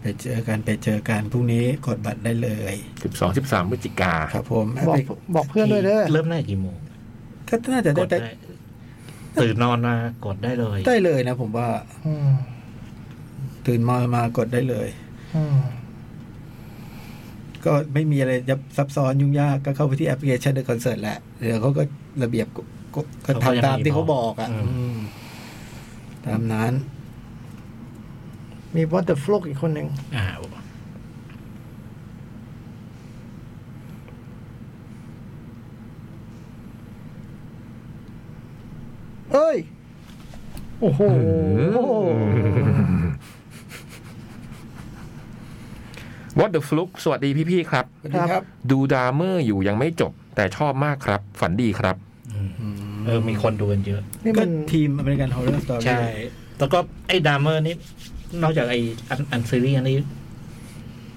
ไปเจอกันไปเจอกันพรุ่งนี้กดบัตรได้เลย
สิบสองสิบสามพฤศจิกา
ครับผม
บอกบอกเพื่อนด้วยเด้อ
เริ่มได้กี่โมง
ก็น่าจะ
ก
ได้
ด
ได้
ได้ตื่นนอนมากดได้เลย
ได้เลยนะผมว่า
อืม
ตื่นมามากดได้เลย
อืม
ก็ไม่มีอะไรยับซับซ้อนยุ่งยากก็เข้าไปที่แอปพลิเคชันเดอะคอนเสิร์ตแหละเดี๋ยวเขาก็ระเบียบก็ก็ก็ทำตามที่เขาบอกอ่ะอืมตามนั้น
มีวอเตอร์ฟลูกอีกคนหนึ่ง
อ่า
เอ้ย โอ้โห
What the fluke สวัสดีพี่ๆครับ
สวัสดีครับ
ดูดราเมอร์อยู่ยังไม่จบ แต่ชอบมากครับ ฝันดีครับ
อืมเออ มีคนดูกันเยอะ
นี่
ก็
มัน
ทีมอเมริกันฮอล r ์ s t o สตอ
ใช่
รี่
แล้วก็ไอ้ดามเมอร์นี่นอกจากไอ้อันอันซีรีส์อันนี้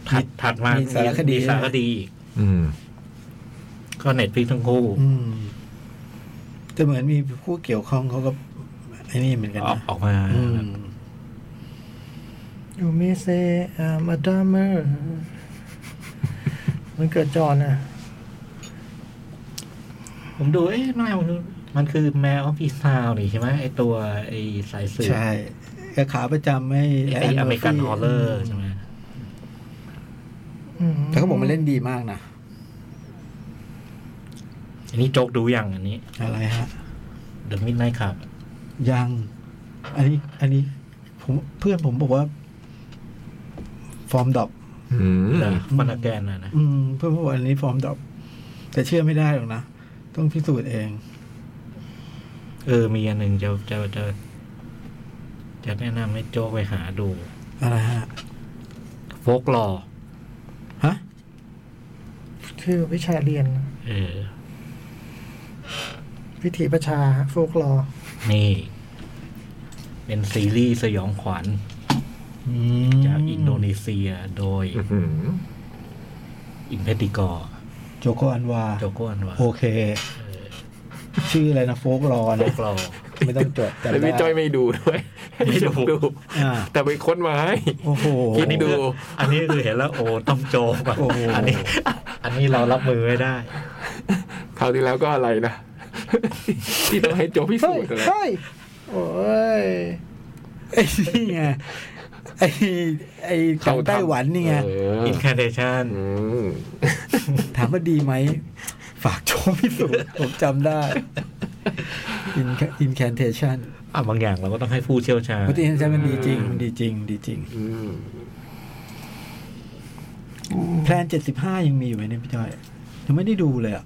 ถัดถัดมามีสารคดีอีก
อืม
ก็เน็ตฟิกทั้งคู่
อืมแต่เหมือนมีผู้เกี่ยวข้องเขาก็ไอ้นี่เหมือนกัน
ออก
นะ
ออกมา
อืม
อยู่มีเซอามาดามเมอร์มันเกิดจอนอะ
ผมดูเอ๊ะแมวมันคือแมวพี่ซาวนี่ใช่ไหมไอตัวไอสายสืบ
ใช่ก็ขาประจำไม่
ไออเมริกันฮอลเลอร์ใช่ไหม
แต่เขาบอกมันเล่นดีมากนะ
อันนี้โจ๊กดูอย่างอันนี้
อะไรฮะ
The Midnight Club
ยัง อันนี้ อันนี้ ผมเพื่อนผมบอกว่า ฟอร์มดรอป
อืม
ฟันแกนนะนะ
อืม เพื่อนผมบอกอันนี้ฟอร์มดรอปแต่เชื่อไม่ได้หรอกนะ ต้องพิสูจน์เอง
เออมีอันหนึ่งจะจะจะจะแนะนำให้โจ๊กไปหาดู
อะไรฮะ
โฟกลอ
ฮะ
ชื่อวิชาเรียน
เออ
วิถีประชาโฟกลอ
นี่ เป็นซีรีส์สยองขวัญ
อืม
จากอินโดนีเซียโดยอินเพติกอ
โจโกอันวา
โจโกอันวา
โอเค ชื่ออะไรนะโฟกรอ
โฟ
นะ
กลอ
ไม่ต้องจดแต่
แล้วพี่จ้อยไม่ดูด้วย
ไม่ดู
อ่า
แต่ไปค้นมาให้
โอ้โห
คิดดู
อันนี้คือเห็นแล้วโอ้ต้องโจกอะ
โอ้โห
อันนี้ อันนี้เรารับมือไม่ได้
คราวที่แล้วก็อะไร <laughs> นะ ที่ต้องให้โจพิสู
เฮ้ย
จน์อะไร
เฮ้ยโอ้ย
ไอ้นี่ไงไอ้ไอ้ของไต้หวันนี่ไง
เออ
อินคาเดชัน
อืม
ถามว่าดีไหม ฝากชมพิสูจน์ <laughs> ผมจำได้ อินแคนเทชัน
อ่ะบางอย่างเราก็ต้องให้ผู้เชี่ยวชาญ
ปกติอินแคนเทชันมันดีจริงมันดีจริง ดีจริง
อืม
แพลนเจ็ดสิบห้ายังมีอยู่ไหมเนี่ยพี่จ้อยยังไม่ได้ดูเลยอ่ะ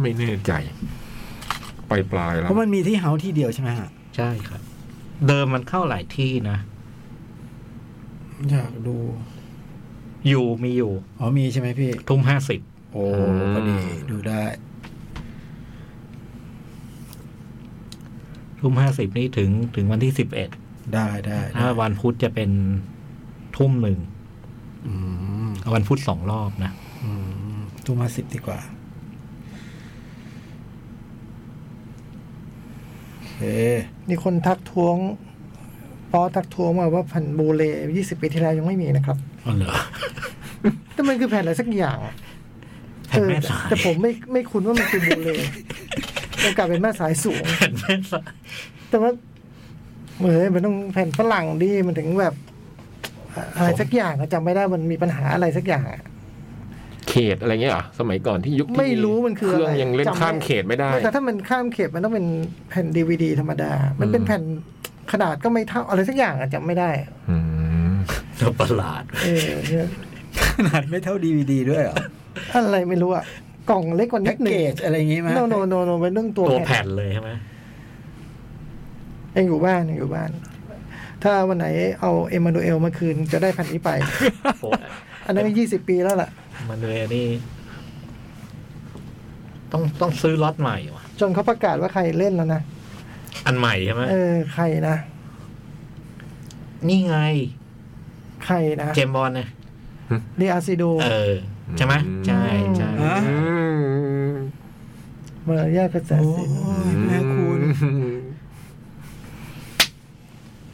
ไม่แน่ใจ ไปปลายๆแล้
เพ
ว
ราะมันมีที่เฮาส์ที่เดียวใช่ไหมฮะ
ใช่ครับ เดิมมันเข้าหลายที่นะ
อยากดู
อยู่มีอยู่
อ๋อมีใช่ไหมพี่
ทุ่มห้าสิบ
โอ้
อืม
พอดีดูได้
ทุ่มห้าสิบนี่ถึงถึงวันที่สิบเอ็ด
ได้ได้ได้
ถ้าวันพุธจะเป็นทุ่มหนึ่ง
อืม
วันพุธสองรอบนะ
อืมตูมาสิบดีกว่าโอเค <laughs>
มีคนทักท้วงปอทักท้วงมาว่าแผ่นบูเลยี่สิบปีที่แล้วยังไม่มีนะครับ
อ๋อเหรอ
แต่มันคือแผ่นอะไรสักอย่างอะ
แผ่นแม่สาย
แต่ผมไม่ไม่คุ้นว่ามันคือบูเลมันกลับเป็นแม่สายสูง
แผ่นแม่สาย
แต่ว่าเหมือนมันต้องแผ่นฝรั่งดีมันถึงแบบ อะไรสักอย่างอะจำไม่ได้มันมีปัญหาอะไรสักอย่างอะ
เขตอะไรเงี้ยเหรอสมัยก่อนที่ยุคที่
ไม่รู้มันคือ
เค
อะไร
รื่องยังเล่น
จำ
ข้ามเขตไม่ได้
แต่ถ้ามันข้ามเขตมันต้องเป็นแผ่นดีวดีธรรมดา มันเป็น
อืม
แผ่นขนาดก็ไม่เท่าอะไรสักอย่างอะจำไม่ได้
อืม
ตัวประหลาด
เออเนี่ย
ขนาดไม่เท่าดีวดีด้วยเหรอ
อะไรไม่รู้อะกล่องเล็กกว่านิ
แพ็
ด
ก
หนึ่
เก
ง
จอะไรอย่างงี้ไหม
โนโนโนโนเป็นเรื่องตัว
ตัว
แผ่
แผ่
น
นเลยใช่ไหม
ยังอยู่บ้านยังอยู่บ้าน ถ้าวันไหนเอาเอมานูเอลมาคืนจะได้แผ่นนี้ไป
<laughs> โอ้ย
อันนั้นยี่สิบปีแล้วล่ะ
มันเลยนี่ ต้องต้องซื้อล็อตใหม่ว่ะ
จนเขาประกาศว่าใครเล่นแล้วนะ
อันใหม่ใช่ไหม
เออใครนะ
นี่ไง
ใครนะ
เจมส์บอลเนี่ย
เรีอาซิโด
เออ ใช่ไหมใช่ใช่
ฮะ
อืม
เมอร์ยาเกษตร
โอ้
ศิล
ย
ป์
แม่คุณ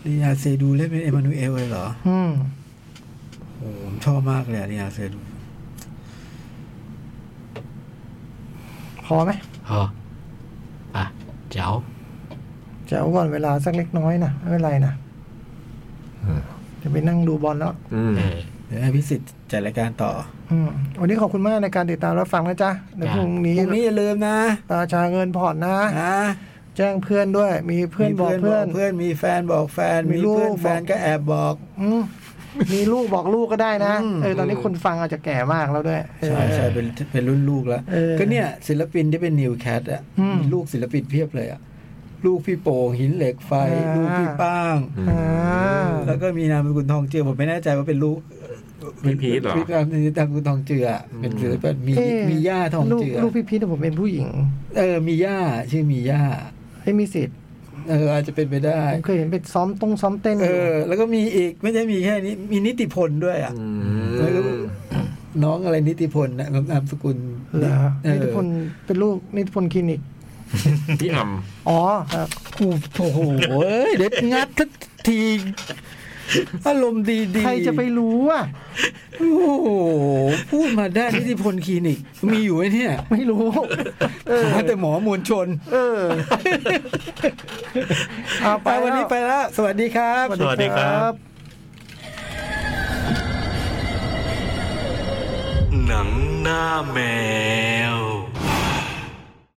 เรียเซดูเล่นเป็นเอมานูเอลเลยเหรอ
อืม
โอ้โหผมชอบมากเลยอะเรียเซดู
พอไหม
พออ่ะเจ้า
จะเอาก่อนเวลาสักเล็กน้อยนะไม่เป็นไรนะจะไปนั่งดูบอลแล้ว
อืม
เออ
เดี๋ยวให้พิสิทธิ์จัดรายการต่อ
อืมวันนี้ขอบคุณมากในการติดตามรับฟังนะจ๊ะเดี๋ยว
จ้ะ
พรุ่ง
พ
นี้
รุ่งนี้อย่าลืมนะ
ตาชาเงินผ่อนนะ
นะ
แจ้งเพื่อนด้วย มีเพื่อน
มี
บอกเพื่อน
เพื่อนมีแฟนบอกแฟน
มี
มี
ลูก
เพื่อนแฟน
บอก
ก็แอบบอก
อืมมีลูกบอกลูกก็ได้นะ
อืม
เออตอนนี้คนฟังอาจจะแก่มากแล้วด้วยเออ
ใช่ใช่เป็นเป็นรุ่นลูกแล้ว
เออ
ก็เนี่ย ศิลปินที่เป็นนิวแคทอ่ะ
อืม
มีลูกศิลปินเพียบเลยอ่ะลูกพี่โป่งหินเหล็กไฟ
อ่า
ลูกพี่ป้าง
อ่า
แล้วก็มีนามสกุลทองเจือผมไม่แน่ใจว่าเป็นลูก
พี่พีทเหรอ
พี่ครับนี่ทางคุณทองเจือเป็นศิลปินมี
เอ๊ะ
มีย่าทอง
ลูก
เจือ
ลูกพี่พีทผมเป็นผู้หญิง
เออมีย่าชื่อมีย่า
ให้ยมีสิทธิ์
เอออาจจะเป็นไปได้
ผมเคยเห็นไปซ้อมต้งซ้อมเต้นอ
เอยู่ อ แล้วก็มีอีกไม่ใช่มีแค่นี้ มีนิติพลด้วยอ่ะ
อื
แล้วก็
ม
น้องอะไรนิติพลนะนามสกุล
เหรอ
เออ
นิติพลเป็นลูกนิติพลคลินิก
พี่อ่ำ
อ๋อครับ
กูโอ้โหเอ้ยเด็ดงัดทักที อารมณ์ดีดี
ใครจะไปรู้อ่ะ
โอ้โหพูดมาได้นิติพลคลินิก มีอยู่ไหมเนี่ย
ไม่รู้ เออ
ห <laughs> าแต่หมอมวลชน
เออเอาไป
ไปวันนี้ไปแล้ว สวัสดีครับ
แล้ว
สวัสดีครับ
หนังหน้าแมว